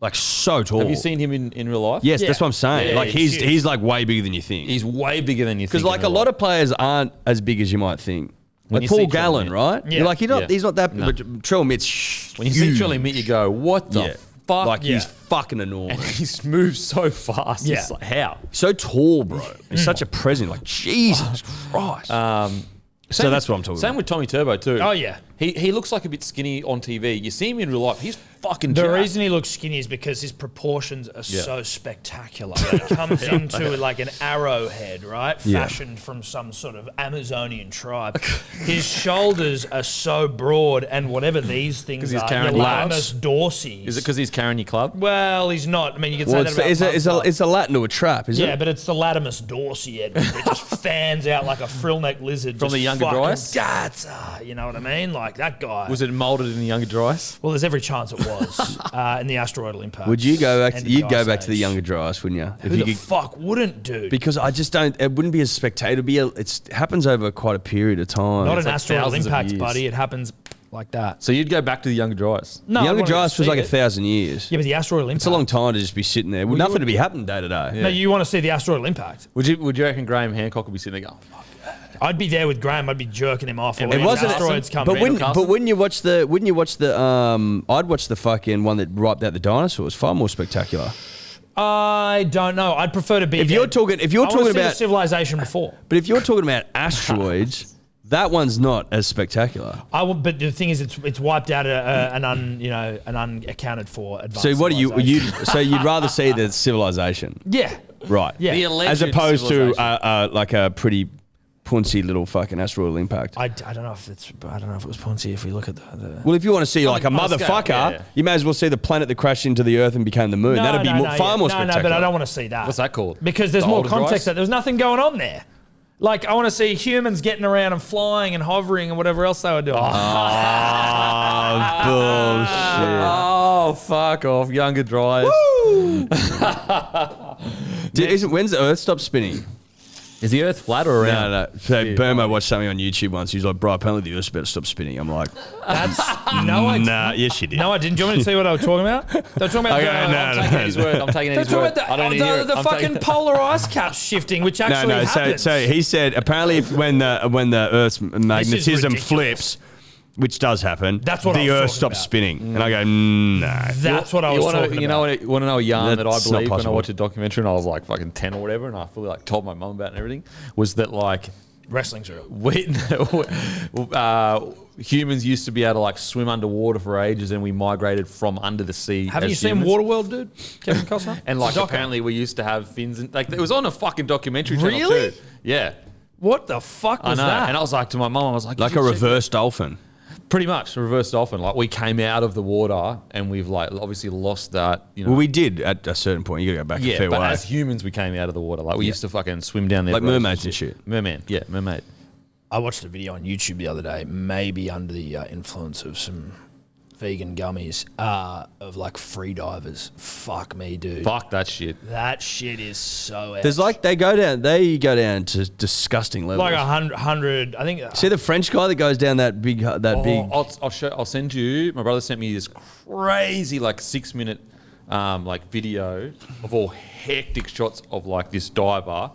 Speaker 4: like so tall.
Speaker 1: Have you seen him in, in real life?
Speaker 4: Yes,
Speaker 3: Yeah.
Speaker 4: that's what I'm saying.
Speaker 3: Yeah,
Speaker 4: like
Speaker 3: he's
Speaker 4: he's
Speaker 3: huge.
Speaker 4: he's like way bigger than you think.
Speaker 1: He's way bigger than you think.
Speaker 4: Because like a lot of players aren't as big as you might think.
Speaker 1: When
Speaker 4: Like
Speaker 1: you see
Speaker 4: Paul
Speaker 1: Trell
Speaker 4: Gallen,
Speaker 1: Mitt-
Speaker 4: right?
Speaker 3: Yeah.
Speaker 4: You're like he's not
Speaker 1: Yeah.
Speaker 4: he's not that.
Speaker 1: No.
Speaker 4: But Trell Mitt's
Speaker 1: when you see
Speaker 4: huge.
Speaker 1: Charlie Mitt, you go, "What the
Speaker 4: yeah.
Speaker 1: fuck?"
Speaker 4: Like
Speaker 3: Yeah.
Speaker 4: he's fucking enormous.
Speaker 1: [laughs] he's moved so fast.
Speaker 3: Yeah.
Speaker 1: It's like, how?
Speaker 4: so tall, bro. He's such a presence. Like Jesus Christ. so that's what I'm talking
Speaker 1: Um, Same
Speaker 4: about.
Speaker 1: with Tommy Turbo too.
Speaker 3: Oh, yeah.
Speaker 1: he he looks like a bit skinny on TV. You see him in real life, he's fucking.
Speaker 3: The
Speaker 1: jacked.
Speaker 3: reason he looks skinny is because his proportions are so spectacular. It
Speaker 1: [laughs]
Speaker 3: comes into like an arrowhead, right? Fashioned from some sort of Amazonian tribe. his shoulders are so broad, and whatever these things
Speaker 1: 'Cause he's
Speaker 3: are,
Speaker 1: carrying
Speaker 3: Yolamus dorsi.
Speaker 1: is it because he's carrying your club?
Speaker 3: Well, he's not. I mean, you can
Speaker 4: Well,
Speaker 3: say
Speaker 4: it's,
Speaker 3: that about
Speaker 4: it's, a, it's, a,
Speaker 3: Pump Up.
Speaker 4: it's a Latin to a trap, is
Speaker 3: yeah,
Speaker 4: it?
Speaker 3: but it's the Latimus dorsi, Edward. It just
Speaker 4: [laughs]
Speaker 3: fans out like a frill neck lizard
Speaker 1: From
Speaker 3: just
Speaker 1: the younger
Speaker 3: fucking
Speaker 1: Dries?
Speaker 3: guts, ah, You know what I mean? Like that guy.
Speaker 1: Was it molded in the younger Dries?
Speaker 3: Well, there's every chance it
Speaker 4: [laughs]
Speaker 3: was uh, in the asteroidal impact.
Speaker 4: Would you go back?
Speaker 3: and
Speaker 4: To,
Speaker 3: the
Speaker 4: you'd go
Speaker 3: Ice
Speaker 4: back to the
Speaker 3: Age.
Speaker 4: younger Dryas, wouldn't you? If
Speaker 3: Who
Speaker 4: you
Speaker 3: the
Speaker 4: could,
Speaker 3: fuck wouldn't, dude?
Speaker 4: because I just don't. It wouldn't be as spectator. It'd Be a, it's, it happens over quite a period of time.
Speaker 3: Not
Speaker 4: It's
Speaker 3: an
Speaker 4: like-
Speaker 3: asteroidal
Speaker 1: thousands of
Speaker 3: impact,
Speaker 1: years.
Speaker 3: buddy. It happens like that.
Speaker 1: So you'd go back to the younger Dries?
Speaker 3: No,
Speaker 4: the
Speaker 3: I
Speaker 4: younger
Speaker 3: wanted to
Speaker 4: Dryas was
Speaker 3: see
Speaker 4: like a
Speaker 3: it.
Speaker 4: thousand years.
Speaker 3: Yeah, but the asteroidal impact.
Speaker 4: It's a long time to just be sitting there. Well, nothing to be happening day to day.
Speaker 3: No, you want to see the asteroidal impact?
Speaker 1: Would you Would you reckon Graham Hancock would be sitting there going,
Speaker 3: I'd be there with Graham. I'd be jerking him off. It
Speaker 4: wasn't-
Speaker 3: asteroids come.
Speaker 4: But
Speaker 3: in.
Speaker 4: when,
Speaker 1: Carlson?
Speaker 4: but when you watch the, wouldn't you watch the? Um, I'd watch the fucking one that wiped out the dinosaurs. Far more spectacular.
Speaker 3: I don't know. I'd prefer to be.
Speaker 4: If
Speaker 3: there.
Speaker 4: you're talking- if you're
Speaker 3: I wanna
Speaker 4: talking
Speaker 3: see the
Speaker 4: about-
Speaker 3: civilization before,
Speaker 4: But if you're talking about
Speaker 3: [laughs]
Speaker 4: asteroids, that one's not as spectacular.
Speaker 3: I would. But the thing is, it's it's wiped out a, a, an un you know an unaccounted for advanced.
Speaker 4: So what do you you?
Speaker 3: civilization.
Speaker 4: So you'd rather see the civilization,
Speaker 3: Yeah.
Speaker 4: right?
Speaker 3: Yeah. The
Speaker 4: As
Speaker 1: alleged
Speaker 4: opposed to
Speaker 1: civilization.
Speaker 4: uh, uh, like a pretty punsy little fucking asteroidal impact.
Speaker 3: I, I don't know if it's I don't know if it was Ponzi. If we look at the, the
Speaker 4: well, if you want to see like a
Speaker 1: on a scale,
Speaker 4: motherfucker,
Speaker 1: yeah, yeah.
Speaker 4: you may as well see the planet that crashed into the Earth and became the Moon. That'd be more, far
Speaker 3: yeah.
Speaker 4: more
Speaker 3: no,
Speaker 4: spectacular.
Speaker 3: No, but I don't want to see that.
Speaker 1: What's that called?
Speaker 3: Because there's
Speaker 1: The
Speaker 3: more
Speaker 1: older
Speaker 3: context.
Speaker 1: Christ?
Speaker 3: That there's nothing going on there. Like I want to see humans getting around and flying and hovering and whatever else they were doing.
Speaker 4: Ah.
Speaker 3: [laughs]
Speaker 4: Bullshit.
Speaker 1: "Oh fuck off, younger Dries"?
Speaker 4: Dude, isn't, when's the Earth stop spinning?
Speaker 1: Is the Earth flat or
Speaker 4: No,
Speaker 1: round?
Speaker 4: no. So Burma watched something on YouTube once. He was like, bro, apparently the Earth's about to stop spinning. I'm like,
Speaker 3: That's no, I
Speaker 4: [laughs] nah, yes, you did.
Speaker 3: no, I didn't. Do you want me to tell you what I was talking about? They were talking about
Speaker 4: Okay,
Speaker 3: the,
Speaker 4: no,
Speaker 1: I'm
Speaker 4: no,
Speaker 1: taking
Speaker 4: no,
Speaker 1: his
Speaker 4: no.
Speaker 1: word. I'm taking
Speaker 3: They're
Speaker 1: his word.
Speaker 3: talking
Speaker 1: I don't
Speaker 3: about
Speaker 1: need
Speaker 3: the,
Speaker 1: to hear
Speaker 3: the,
Speaker 1: it.
Speaker 3: the
Speaker 1: I'm
Speaker 3: fucking
Speaker 1: taking-
Speaker 3: polar ice caps shifting, which
Speaker 4: No,
Speaker 3: actually
Speaker 4: no. So,
Speaker 3: happens.
Speaker 4: so he said apparently if, when the when the Earth's magnetism
Speaker 3: ridiculous.
Speaker 4: flips, which does happen,
Speaker 3: That's what I
Speaker 4: the
Speaker 3: was
Speaker 4: Earth
Speaker 3: talking
Speaker 4: stops
Speaker 3: about. Mm.
Speaker 4: spinning. And I go, no.
Speaker 3: That's what I was
Speaker 1: you wanna,
Speaker 3: talking about.
Speaker 1: You know, what, you want to know a yarn that I
Speaker 4: That's not
Speaker 1: believe when I
Speaker 4: possible.
Speaker 1: watched a documentary and I was like fucking ten or whatever, and I fully like told my mum about it and everything was that like
Speaker 3: Wrestling's real.
Speaker 1: we [laughs] uh, humans used to be able to like swim underwater for ages, and we migrated from under the sea.
Speaker 3: Have
Speaker 1: as
Speaker 3: you seen
Speaker 1: humans.
Speaker 3: Waterworld, dude? Kevin Costner?
Speaker 1: [laughs] And like apparently we used to have fins and like it was on a fucking documentary channel
Speaker 3: Really?
Speaker 1: too. Yeah,
Speaker 3: what the fuck
Speaker 1: I
Speaker 3: was
Speaker 1: know.
Speaker 3: that?
Speaker 1: And I was like to my mum, I was like,
Speaker 4: Like
Speaker 1: "Did
Speaker 4: a
Speaker 1: you check
Speaker 4: reverse dolphin.
Speaker 1: pretty much a reverse dolphin. Like we came out of the water and we've like obviously lost that. You know,
Speaker 4: Well, we did at a certain point. You got to go back a
Speaker 1: yeah,
Speaker 4: fair
Speaker 1: but
Speaker 4: way.
Speaker 1: as humans we came out of the water. Like we used to fucking swim down there,
Speaker 4: Like
Speaker 1: for ages
Speaker 4: mermaids and shit.
Speaker 1: Merman, yeah, mermaid.
Speaker 3: I watched a video on YouTube the other day, maybe under the uh, influence of some vegan gummies, uh, of like free divers. Fuck me, dude.
Speaker 1: Fuck that shit.
Speaker 3: That shit is so.
Speaker 4: There's
Speaker 3: epic.
Speaker 4: like they go down. They go down to disgusting levels.
Speaker 3: like a hundred, hundred. I think. uh,
Speaker 4: See the French guy that goes down that big uh, that big.
Speaker 1: Oh, I'll, I'll show. I'll send you. My brother sent me this crazy, like six minute, um, like video of all hectic shots of like this diver.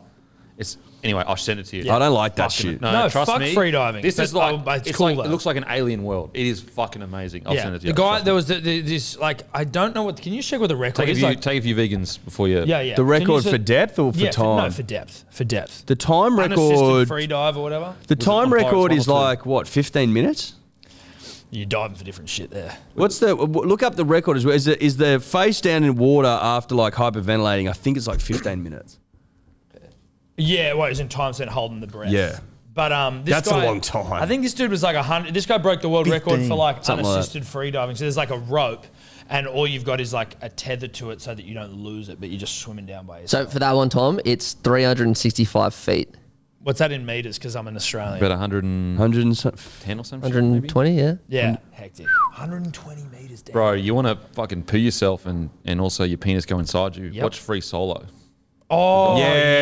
Speaker 1: It's anyway. I'll send it to you.
Speaker 4: I don't like that
Speaker 1: Fucking-
Speaker 4: shit.
Speaker 1: No,
Speaker 3: No,
Speaker 1: trust
Speaker 3: fuck
Speaker 1: me.
Speaker 3: freediving.
Speaker 1: This is
Speaker 3: But,
Speaker 1: like,
Speaker 3: oh, it's
Speaker 1: it's
Speaker 3: cool
Speaker 1: like
Speaker 3: though.
Speaker 1: it looks like an alien world. It is fucking amazing. I'll
Speaker 3: yeah,
Speaker 1: send it to
Speaker 3: the
Speaker 1: you.
Speaker 3: guy.
Speaker 1: Trust
Speaker 3: There
Speaker 1: me.
Speaker 3: was the, the, this like I don't know what. Can you check what the record
Speaker 1: take a
Speaker 3: is?
Speaker 1: few,
Speaker 3: like,
Speaker 1: take a few vegans before you.
Speaker 3: yeah, yeah.
Speaker 4: The
Speaker 3: Can you
Speaker 4: record
Speaker 3: se-
Speaker 4: for depth or for
Speaker 3: yeah,
Speaker 4: time?
Speaker 3: no, for depth. For depth.
Speaker 4: the time
Speaker 3: Unassisted
Speaker 4: record.
Speaker 3: free dive or whatever.
Speaker 4: The
Speaker 1: Was it
Speaker 4: time
Speaker 1: on Pirates
Speaker 4: record
Speaker 1: one
Speaker 4: is
Speaker 1: or two?
Speaker 4: like what? 15 minutes.
Speaker 3: You're diving for different shit there.
Speaker 4: What's the w- look up the record as well? Is the, is the face down in water after like hyperventilating? I think it's like 15 minutes.
Speaker 3: Yeah, well, he's in time spent holding the breath.
Speaker 4: Yeah.
Speaker 3: But um, this
Speaker 4: That's a
Speaker 3: guy-
Speaker 4: long time.
Speaker 3: I think this dude was like a hundred. This guy broke the world record
Speaker 4: 15,
Speaker 3: for like
Speaker 4: something like that.
Speaker 3: unassisted freediving. So there's like a rope, and all you've got is like a tether to it so that you don't lose it, but you're just swimming down by yourself.
Speaker 5: So for that one, Tom, it's 365 feet.
Speaker 3: What's that in meters? Because I'm in Australia.
Speaker 1: About 110
Speaker 4: 100 and something.
Speaker 1: or something.
Speaker 5: 120, yeah.
Speaker 3: yeah, hectic. 120 meters down.
Speaker 1: Bro, you want to fucking poo yourself and, and also your penis go inside you.
Speaker 3: Yep.
Speaker 1: Watch Free Solo.
Speaker 3: Oh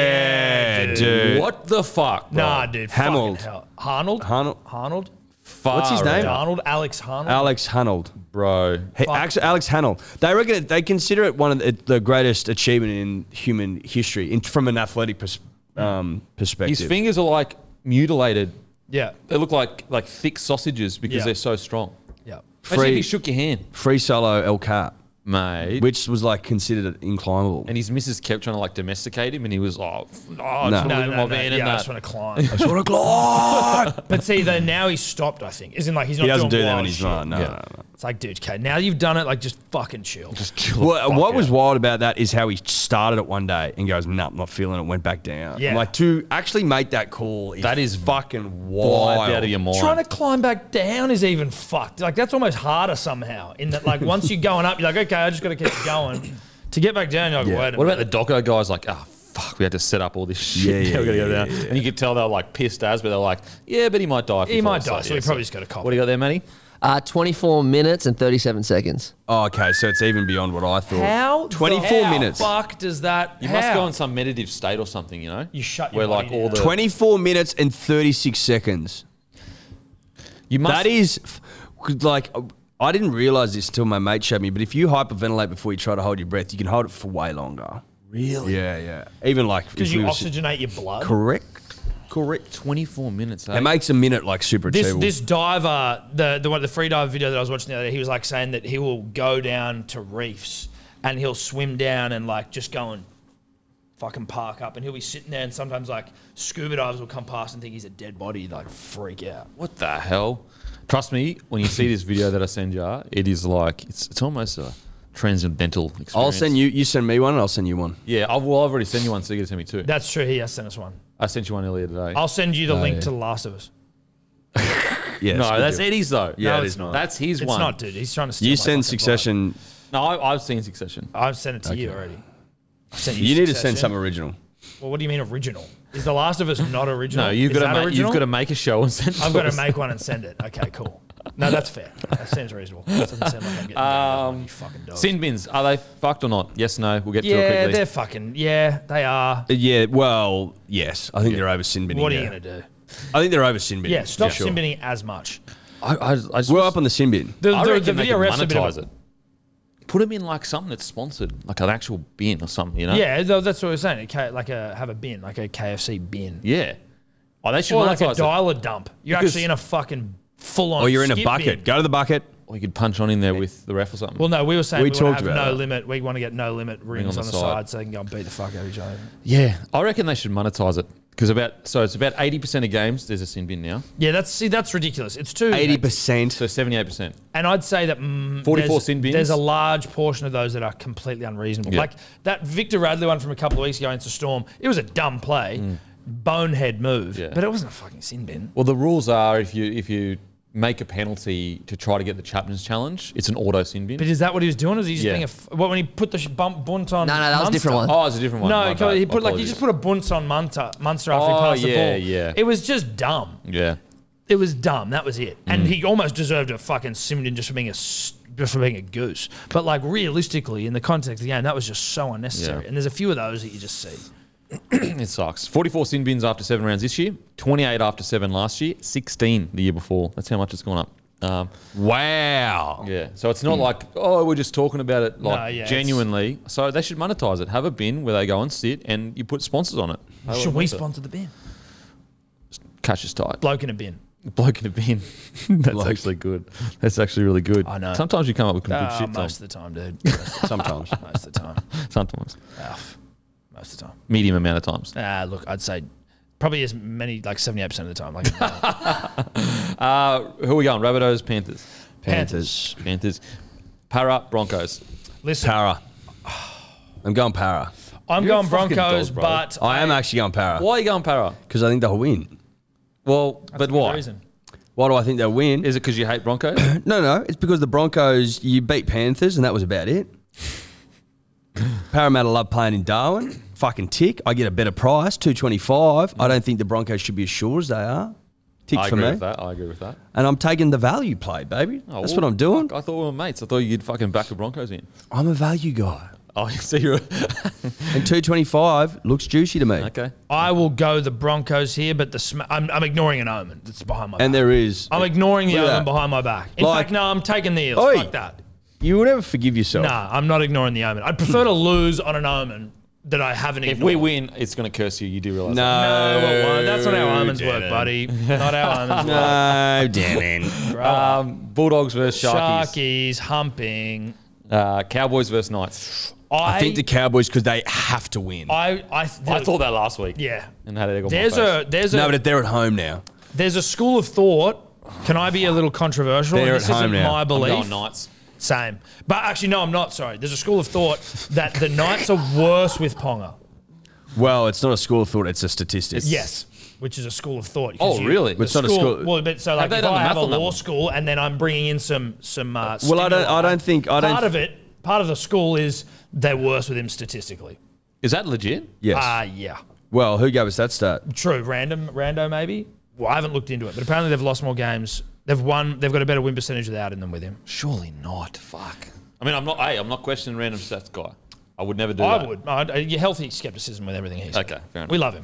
Speaker 4: Yeah, dude.
Speaker 1: What the fuck, bro?
Speaker 3: Nah, dude.
Speaker 4: Hamold.
Speaker 3: fucking hell. Harnold.
Speaker 4: Harnold.
Speaker 3: Harnold.
Speaker 1: Far
Speaker 4: What's his name?
Speaker 1: out,
Speaker 3: Donald. Alex Harnold.
Speaker 4: Alex Honnold.
Speaker 1: Bro.
Speaker 4: Hey, Alex, Alex Honnold. They reckon it, they consider it one of the, the greatest achievement in human history in, from an athletic pers- um, perspective.
Speaker 1: His fingers are like mutilated.
Speaker 3: yeah.
Speaker 1: They look like like thick sausages because
Speaker 3: Yeah.
Speaker 1: they're so strong.
Speaker 3: Yeah. Oh,
Speaker 1: Imagine if
Speaker 4: Free-
Speaker 1: he shook your hand,
Speaker 4: Free solo El Cat,
Speaker 1: mate.
Speaker 4: which was like considered inclimbable.
Speaker 1: and his missus kept trying to like domesticate him, and he was like, "Oh, I
Speaker 4: No.
Speaker 1: just
Speaker 3: No,
Speaker 1: want to live in my
Speaker 3: no, no,
Speaker 1: van
Speaker 3: yeah,
Speaker 1: and
Speaker 3: I
Speaker 1: that."
Speaker 3: just want to climb.
Speaker 4: I just [laughs] want to climb.
Speaker 3: But see, though, now he's stopped. I think isn't like he's not.
Speaker 4: he doesn't do
Speaker 3: doing
Speaker 4: that
Speaker 3: wild
Speaker 4: when he's
Speaker 3: shit.
Speaker 4: not. No,
Speaker 1: Yeah.
Speaker 4: no, no.
Speaker 3: It's like, dude, okay, now you've done it. Like, just fucking chill.
Speaker 4: Well, what was wild about that is how he started it one day and goes, "Nah, I'm not feeling it." Went back down.
Speaker 3: Yeah.
Speaker 4: Like to actually make that call. Is
Speaker 1: That is
Speaker 4: fucking
Speaker 1: Wild
Speaker 4: wild.
Speaker 1: out of your mind.
Speaker 3: Trying to climb back down is even fucked. Like, that's almost harder somehow. In that, like, once you're going up, you're like, okay, I just got to keep going. to get back down, you're like, wait a
Speaker 1: What
Speaker 3: minute.
Speaker 1: about the doco guys? Like, ah, fuck, we had to set up all this shit. [laughs] Yeah,
Speaker 4: Yeah, yeah,
Speaker 1: we gotta go
Speaker 4: yeah,
Speaker 1: down. And you could tell they were like pissed as, but they're like, yeah, but he might die. If
Speaker 3: He might
Speaker 1: falls
Speaker 3: die,
Speaker 1: asleep."
Speaker 3: so we probably just gotta cop
Speaker 1: What do you got there, Matty?
Speaker 5: Uh, 24 minutes and 37 seconds.
Speaker 4: Oh, okay, so it's even beyond what I thought.
Speaker 3: How? the
Speaker 4: 24
Speaker 3: hell
Speaker 4: minutes.
Speaker 3: Fuck does that?
Speaker 1: You
Speaker 3: how?
Speaker 1: must go in some meditative state or something, you know?
Speaker 3: You shut your
Speaker 1: Where like
Speaker 3: body
Speaker 1: all
Speaker 3: down.
Speaker 1: the
Speaker 4: 24 minutes and 36 seconds.
Speaker 1: you must
Speaker 4: That is f- like I didn't realize this until my mate showed me. But if you hyperventilate before you try to hold your breath, you can hold it for way longer. Really? Yeah, yeah. Even like if
Speaker 3: because
Speaker 4: we
Speaker 3: you
Speaker 4: were sit-
Speaker 3: oxygenate your blood.
Speaker 4: Correct. Correct.
Speaker 1: 24 minutes. eh?
Speaker 4: It makes a minute like super
Speaker 3: This
Speaker 4: achievable.
Speaker 3: this diver, the the one the free dive video that I was watching the other day, he was like saying that he will go down to reefs and he'll swim down and like just go and fucking park up and he'll be sitting there and sometimes like scuba divers will come past and think he's a dead body, like freak out.
Speaker 1: What the hell? Trust me, when you see this video that I send you, it is like it's it's almost a transcendental experience.
Speaker 4: I'll send you. You send me one, and I'll send you one.
Speaker 1: Yeah, I've, well, I've already sent you one, so you can send me two.
Speaker 3: That's true. He has sent us one.
Speaker 1: I sent you one earlier today.
Speaker 3: I'll send you the link
Speaker 1: yeah.
Speaker 3: to The Last of Us.
Speaker 4: Yeah.
Speaker 1: no, that's
Speaker 4: it.
Speaker 1: Eddie's though. No,
Speaker 4: Yeah, it
Speaker 1: it's
Speaker 4: is not.
Speaker 1: That's his
Speaker 3: It's
Speaker 1: one.
Speaker 3: not, dude. He's trying to steal
Speaker 4: You
Speaker 3: my fucking
Speaker 4: send Succession.
Speaker 1: No, I, I've seen Succession.
Speaker 3: vibe. I've sent it to you already. I've sent
Speaker 4: You need to
Speaker 3: Succession.
Speaker 4: send something original.
Speaker 3: Well, what do you mean original? Is The Last of Us not original?
Speaker 1: No, you've
Speaker 3: Is
Speaker 1: got to
Speaker 3: that
Speaker 1: ma-
Speaker 3: original?
Speaker 1: you've got to make a show and send.
Speaker 3: I've got
Speaker 1: us.
Speaker 3: to make one and send it. Okay, cool. No, that's fair. That seems reasonable. That doesn't sound like I'm getting um, you fucking dogs.
Speaker 1: Sin bins, are they fucked or not? Yes, no. We'll get to it
Speaker 3: yeah,
Speaker 1: quickly.
Speaker 3: they're fucking. Yeah, they are.
Speaker 4: Yeah. Well, yes. I think they're over sin binning.
Speaker 3: What are
Speaker 4: yeah.
Speaker 3: you gonna do?
Speaker 4: I think they're over sin binning.
Speaker 3: Yeah, stop
Speaker 4: for sure.
Speaker 3: sin binning as much.
Speaker 1: I, I, I just,
Speaker 4: We're up on the sin bin.
Speaker 3: The,
Speaker 1: I
Speaker 3: the- the
Speaker 1: reckon they
Speaker 3: video
Speaker 1: could
Speaker 3: refs a bit of
Speaker 1: monetize it. Put them in like something that's sponsored, like an actual bin or something. You know?
Speaker 3: Yeah, tho- that's what I was saying. Okay, like a have a bin, like a KFC bin,
Speaker 1: Yeah. Oh, they should
Speaker 3: or like
Speaker 1: monetize
Speaker 3: a
Speaker 1: it.
Speaker 3: dialer dump. You're
Speaker 1: Because-
Speaker 3: actually in a fucking full on.
Speaker 4: Or Oh, you're in a bucket. Go to the bucket.
Speaker 1: Or you could punch on in there with the ref or something.
Speaker 3: Well, no, we were saying we,
Speaker 4: We
Speaker 3: want
Speaker 4: talked
Speaker 3: to have
Speaker 4: about
Speaker 3: no
Speaker 4: that.
Speaker 3: limit. We want to get no limit rings on the, side. so they can go and beat the fuck out of each other.
Speaker 1: yeah, I reckon they should monetize it because about so it's about eighty percent of games there's a sin bin now.
Speaker 3: Yeah, that's see, that's ridiculous. It's too
Speaker 4: Eighty percent.
Speaker 1: So seventy eight percent.
Speaker 3: And I'd say that mm,
Speaker 1: 44
Speaker 3: there's,
Speaker 1: sin bins?
Speaker 3: There's a large portion of those that are completely unreasonable.
Speaker 1: Yeah.
Speaker 3: Like that Victor Radley one from a couple of weeks ago into Storm. It was a dumb play, bonehead move,
Speaker 1: Mm. Yeah.
Speaker 3: but it wasn't a fucking sin bin.
Speaker 1: Well, the rules are if you if you make a penalty to try to get the Chapman's challenge, it's an auto sin bin.
Speaker 3: But is that what he was doing? Or was he just
Speaker 1: Yeah.
Speaker 3: being a f- what when he put the sh- bump bunt on?
Speaker 5: No, no, that was a
Speaker 3: Munster?
Speaker 5: different one.
Speaker 1: oh, it's a different one.
Speaker 3: No,
Speaker 1: My
Speaker 3: because
Speaker 1: bad.
Speaker 3: he put like he
Speaker 1: Apologies.
Speaker 3: just put a bunt on Munster, Munster after
Speaker 1: Oh,
Speaker 3: he
Speaker 1: yeah,
Speaker 3: passed the ball.
Speaker 1: yeah.
Speaker 3: It was just dumb.
Speaker 1: Yeah.
Speaker 3: It was dumb. That was it.
Speaker 1: Mm.
Speaker 3: And he almost deserved a fucking Simon just for being a s- just for being a goose. But like realistically, in the context of the game, that was just so unnecessary.
Speaker 1: Yeah.
Speaker 3: And there's a few of those that you just see.
Speaker 1: It sucks. 44 sin bins after seven rounds this year, 28 after seven last year, 16 the year before. That's how much it's gone up. Um,
Speaker 4: Wow.
Speaker 1: yeah. So it's not like, oh, we're just talking about it like
Speaker 3: No, yeah, it's-
Speaker 1: genuinely. So they should monetize it. Have a bin where they go and sit and you put sponsors on it. They
Speaker 3: Should
Speaker 1: would
Speaker 3: we
Speaker 1: love it.
Speaker 3: sponsor the bin?
Speaker 1: Cash is tight. [laughs]
Speaker 3: Bloke in a bin.
Speaker 1: Bloke in a bin. [laughs] That's
Speaker 4: Bloke.
Speaker 1: actually good. That's actually really good.
Speaker 3: I know.
Speaker 1: Sometimes you come up with good
Speaker 3: Ah,
Speaker 1: shit, Tom.
Speaker 3: most of the time, dude. Most
Speaker 4: Sometimes. [sighs]
Speaker 3: of
Speaker 1: [laughs]
Speaker 3: the time.
Speaker 1: Sometimes.
Speaker 3: Ah, f- most of the time.
Speaker 1: Medium amount of times.
Speaker 3: Ah, look, I'd say
Speaker 1: [laughs]
Speaker 3: probably as many, like 78% of the time. Like,
Speaker 1: Uh, who are we going? Rabbitohs, Panthers.
Speaker 4: Panthers.
Speaker 1: Panthers. Para Broncos.
Speaker 3: Listen,
Speaker 4: Para. I'm going para.
Speaker 3: I'm
Speaker 1: You're a
Speaker 3: going
Speaker 1: fucking
Speaker 3: Broncos,
Speaker 1: dog, bro.
Speaker 3: but
Speaker 4: I am actually going para
Speaker 1: Why are you going para?
Speaker 4: because I think they'll win.
Speaker 1: Well, but
Speaker 3: the
Speaker 1: why?
Speaker 3: reason.
Speaker 4: Why do I think they'll win?
Speaker 1: Is it because you hate Broncos?
Speaker 4: No, no. It's because the Broncos, you beat Panthers, and that was
Speaker 1: [laughs]
Speaker 4: about it. Parramatta love playing in Darwin. Fucking tick. I get a better price, 225. I don't think the Broncos should be as sure as they are. Tick
Speaker 1: I
Speaker 4: for
Speaker 1: agree
Speaker 4: me.
Speaker 1: with that. I agree with that.
Speaker 4: And I'm taking the value play, baby.
Speaker 1: Oh,
Speaker 4: That's
Speaker 1: well,
Speaker 4: what I'm doing.
Speaker 1: fuck, I thought we were mates. I thought you'd fucking back the Broncos in. [laughs]
Speaker 4: I'm a value guy.
Speaker 1: Oh, so you're
Speaker 4: And 225 looks juicy to me.
Speaker 1: okay.
Speaker 3: I will go the Broncos here, but the sm- I'm, I'm ignoring an omen that's behind my
Speaker 4: And
Speaker 3: back.
Speaker 4: there is.
Speaker 3: I'm ignoring the
Speaker 4: Look at
Speaker 3: omen
Speaker 4: that.
Speaker 3: behind my back. In
Speaker 4: Like-
Speaker 3: fact, no, I'm taking the eels.
Speaker 4: Oi.
Speaker 3: Fuck that.
Speaker 4: you will never forgive yourself.
Speaker 3: Nah, I'm not ignoring the omen. I'd prefer to lose on an omen that I haven't
Speaker 1: If
Speaker 3: ignored.
Speaker 1: we win, it's going to curse you. You do realize that.
Speaker 3: no,
Speaker 4: No.
Speaker 3: it won't. that's not how omens
Speaker 4: Dylan.
Speaker 3: work, buddy. Not
Speaker 4: [laughs]
Speaker 3: how omens work.
Speaker 4: No, damn it.
Speaker 1: Um, Bulldogs versus Sharkies.
Speaker 3: Sharkies humping.
Speaker 1: Uh, Cowboys versus Knights.
Speaker 3: I
Speaker 4: I think the Cowboys, because they have to win.
Speaker 3: I I,
Speaker 1: I thought that last week.
Speaker 3: yeah.
Speaker 1: And had it egg on my
Speaker 3: There's
Speaker 1: face.
Speaker 3: a there's a
Speaker 4: no, but they're at home now.
Speaker 3: there's a school of thought. Can I be a little controversial?
Speaker 4: They're
Speaker 3: this
Speaker 4: at home
Speaker 3: isn't
Speaker 4: now.
Speaker 3: my
Speaker 4: I'm
Speaker 1: I'm
Speaker 3: belief.
Speaker 1: going Knights.
Speaker 3: Same. But actually, no, I'm not. Sorry. There's a school of thought that the Knights are worse with Ponga.
Speaker 4: Well, it's not a school of thought, it's a statistic.
Speaker 3: Yes. Which is a school of thought. 'cause
Speaker 1: Oh, really?
Speaker 4: But it's not a school-
Speaker 3: Well, but so
Speaker 1: Have
Speaker 3: like
Speaker 1: they
Speaker 3: if
Speaker 1: done the
Speaker 3: I have
Speaker 1: math
Speaker 3: a
Speaker 1: on that
Speaker 3: law
Speaker 1: one?
Speaker 3: school and then I'm bringing in some some. Uh,
Speaker 4: Well, I don't- I
Speaker 3: stimuli,
Speaker 4: don't think- I don't
Speaker 3: Part
Speaker 4: th-
Speaker 3: of it, part of the school is they're worse with him statistically.
Speaker 1: Is that legit?
Speaker 4: Yes.
Speaker 3: Ah, yeah.
Speaker 4: Uh, well, who gave us that stat?
Speaker 3: True. Random, rando maybe. Well, I haven't looked into it, but apparently they've lost more games. They've won. They've got a better win percentage without him than with him.
Speaker 1: Surely not. Fuck. I mean, I'm not. Hey, I'm not questioning random stats guy. I would never do
Speaker 3: I
Speaker 1: that.
Speaker 3: would. I, you're healthy skepticism with everything he's.
Speaker 1: Okay, fair enough.
Speaker 3: We love him.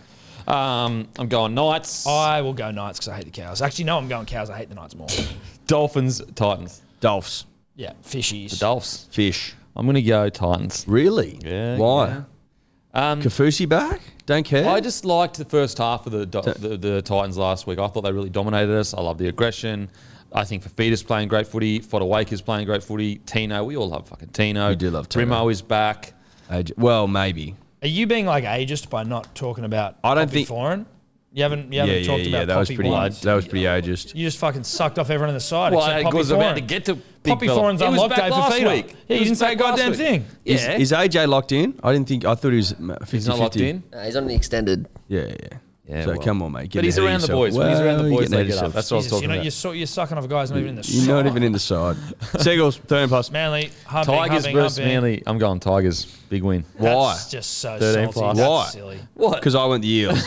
Speaker 1: Um, I'm going Knights,
Speaker 3: I will go Knights because I hate the cows. Actually, no, I'm going cows. I hate the Knights more.
Speaker 1: Dolphins, Titans,
Speaker 4: Dolphs.
Speaker 3: Yeah, fishies.
Speaker 1: Dolphs.
Speaker 4: Fish.
Speaker 1: I'm gonna go Titans.
Speaker 4: Really?
Speaker 1: Yeah,
Speaker 4: Why? Um, Kafusi back? Don't care.
Speaker 1: I just liked the first half of the, Do- the the Titans last week. I thought they really dominated us. I love the aggression. I think Fafita's playing great footy. Fodder Wake is playing great footy. Tino, we all love fucking Tino.
Speaker 4: We do love Tino.
Speaker 1: Rimo is back.
Speaker 4: AJ well, maybe.
Speaker 3: Are you being like ageist by not talking about?
Speaker 4: I don't
Speaker 3: Poppy
Speaker 4: think-
Speaker 3: foreign. You haven't. You
Speaker 4: Yeah,
Speaker 3: haven't
Speaker 4: yeah,
Speaker 3: talked
Speaker 4: yeah.
Speaker 3: about
Speaker 4: That was
Speaker 3: Poppy
Speaker 4: pretty.
Speaker 3: Wine.
Speaker 4: That was pretty ageist.
Speaker 3: You just fucking sucked off everyone on the side.
Speaker 1: Well,
Speaker 3: except
Speaker 1: I
Speaker 3: Poppy
Speaker 1: was about
Speaker 3: Foreign.
Speaker 1: to get to Big
Speaker 3: Poppy
Speaker 1: Fella.
Speaker 3: Foreign's
Speaker 1: He was
Speaker 3: unlocked
Speaker 1: back
Speaker 3: day for
Speaker 1: last
Speaker 3: Fafita.
Speaker 1: week.
Speaker 3: Yeah,
Speaker 1: He
Speaker 3: he
Speaker 1: was
Speaker 3: didn't say a
Speaker 1: back
Speaker 3: goddamn
Speaker 1: last week.
Speaker 3: thing.
Speaker 1: Yeah.
Speaker 4: Is, is AJ locked in? I didn't think. I thought he was. 50,
Speaker 1: he's not locked in.
Speaker 5: Uh, he's on the extended.
Speaker 4: Yeah, yeah.
Speaker 1: Yeah,
Speaker 4: so
Speaker 1: well.
Speaker 4: come on, mate. Get
Speaker 1: but he's
Speaker 4: ahead of
Speaker 1: around the
Speaker 4: yourself.
Speaker 1: boys. when he's around the
Speaker 4: Well, you're
Speaker 1: boys, they
Speaker 4: getting
Speaker 1: get
Speaker 4: ahead
Speaker 1: up.
Speaker 4: of
Speaker 1: That's
Speaker 4: yourself.
Speaker 1: what
Speaker 3: Jesus,
Speaker 1: I was
Speaker 3: you
Speaker 1: talking
Speaker 3: know, you're,
Speaker 1: about.
Speaker 3: so, you're sucking off a guy's not even in the.
Speaker 4: You're
Speaker 3: side.
Speaker 4: not even in the side. [laughs] Seagulls, third plus.
Speaker 3: Manly humping,
Speaker 1: Tigers
Speaker 3: humping,
Speaker 1: versus
Speaker 3: humping.
Speaker 1: Manly. I'm going Tigers. Big win.
Speaker 3: That's
Speaker 4: Why?
Speaker 3: just so
Speaker 1: 13
Speaker 3: salty.
Speaker 1: plus.
Speaker 3: That's
Speaker 4: Why?
Speaker 3: silly.
Speaker 1: What?
Speaker 4: Because I went the Eels.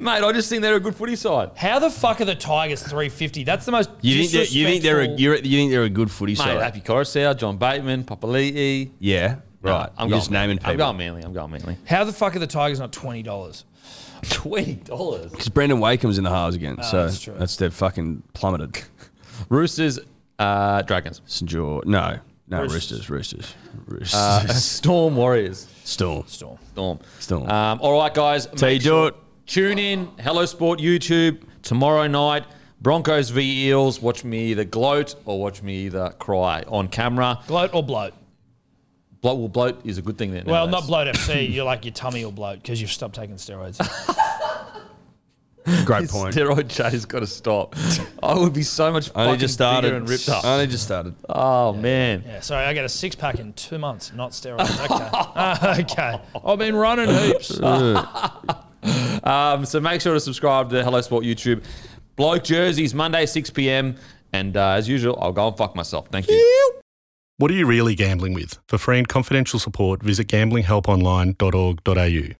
Speaker 1: Mate, I just think they're a good footy side.
Speaker 3: How the fuck are the Tigers 350? That's the most.
Speaker 4: You think they're, you think they're a,
Speaker 3: disrespectful-
Speaker 4: you're, you think they're a good footy
Speaker 1: Mate,
Speaker 4: side?
Speaker 1: Happy Coruscant, John Bateman, Papali'i.
Speaker 4: Yeah, right.
Speaker 1: I'm going
Speaker 4: You're just naming
Speaker 1: I'm going
Speaker 4: people.
Speaker 1: Manly. I'm going Manly.
Speaker 3: How the fuck are the Tigers not twenty dollars?
Speaker 1: Twenty dollars.
Speaker 4: Because Brendan Wakeham's in the halves again,
Speaker 1: Ah,
Speaker 4: so
Speaker 3: that's
Speaker 4: that's,
Speaker 3: true.
Speaker 4: their fucking plummeted.
Speaker 1: Roosters, uh, Dragons.
Speaker 4: St. George, no, no
Speaker 3: Roosters.
Speaker 4: Roosters, Roosters,
Speaker 1: [laughs]
Speaker 4: Roosters,
Speaker 1: Uh, Storm Warriors.
Speaker 4: [laughs] Storm.
Speaker 3: Storm.
Speaker 1: Storm.
Speaker 4: Storm.
Speaker 1: Um, all right, guys.
Speaker 4: So you
Speaker 1: make
Speaker 4: do it.
Speaker 1: Tune in. Hello Sport YouTube tomorrow night. Broncos v Eels. Watch me either gloat or watch me either cry on camera.
Speaker 3: Gloat or bloat?
Speaker 1: Bloat will bloat is a good thing then.
Speaker 3: Well, not bloat FC. You're like your tummy will bloat because you've stopped taking steroids.
Speaker 4: Great point.
Speaker 1: Steroid [laughs] chat has got to stop. I would be so much
Speaker 4: Only
Speaker 1: fucking
Speaker 4: just
Speaker 1: bigger
Speaker 4: started.
Speaker 1: and ripped up.
Speaker 4: Only just started.
Speaker 1: Oh man.
Speaker 3: yeah, sorry, I got a six pack in two months, not steroids. Okay, [laughs] Ah, okay. I've been running heaps.
Speaker 1: [laughs] Um, so make sure to subscribe to Hello Sport YouTube. Bloke jerseys Monday 6 p.m. And uh, as usual, I'll go and fuck myself. Thank you.
Speaker 6: What are you really gambling with? For free and confidential support, visit gamblinghelponline.org.au.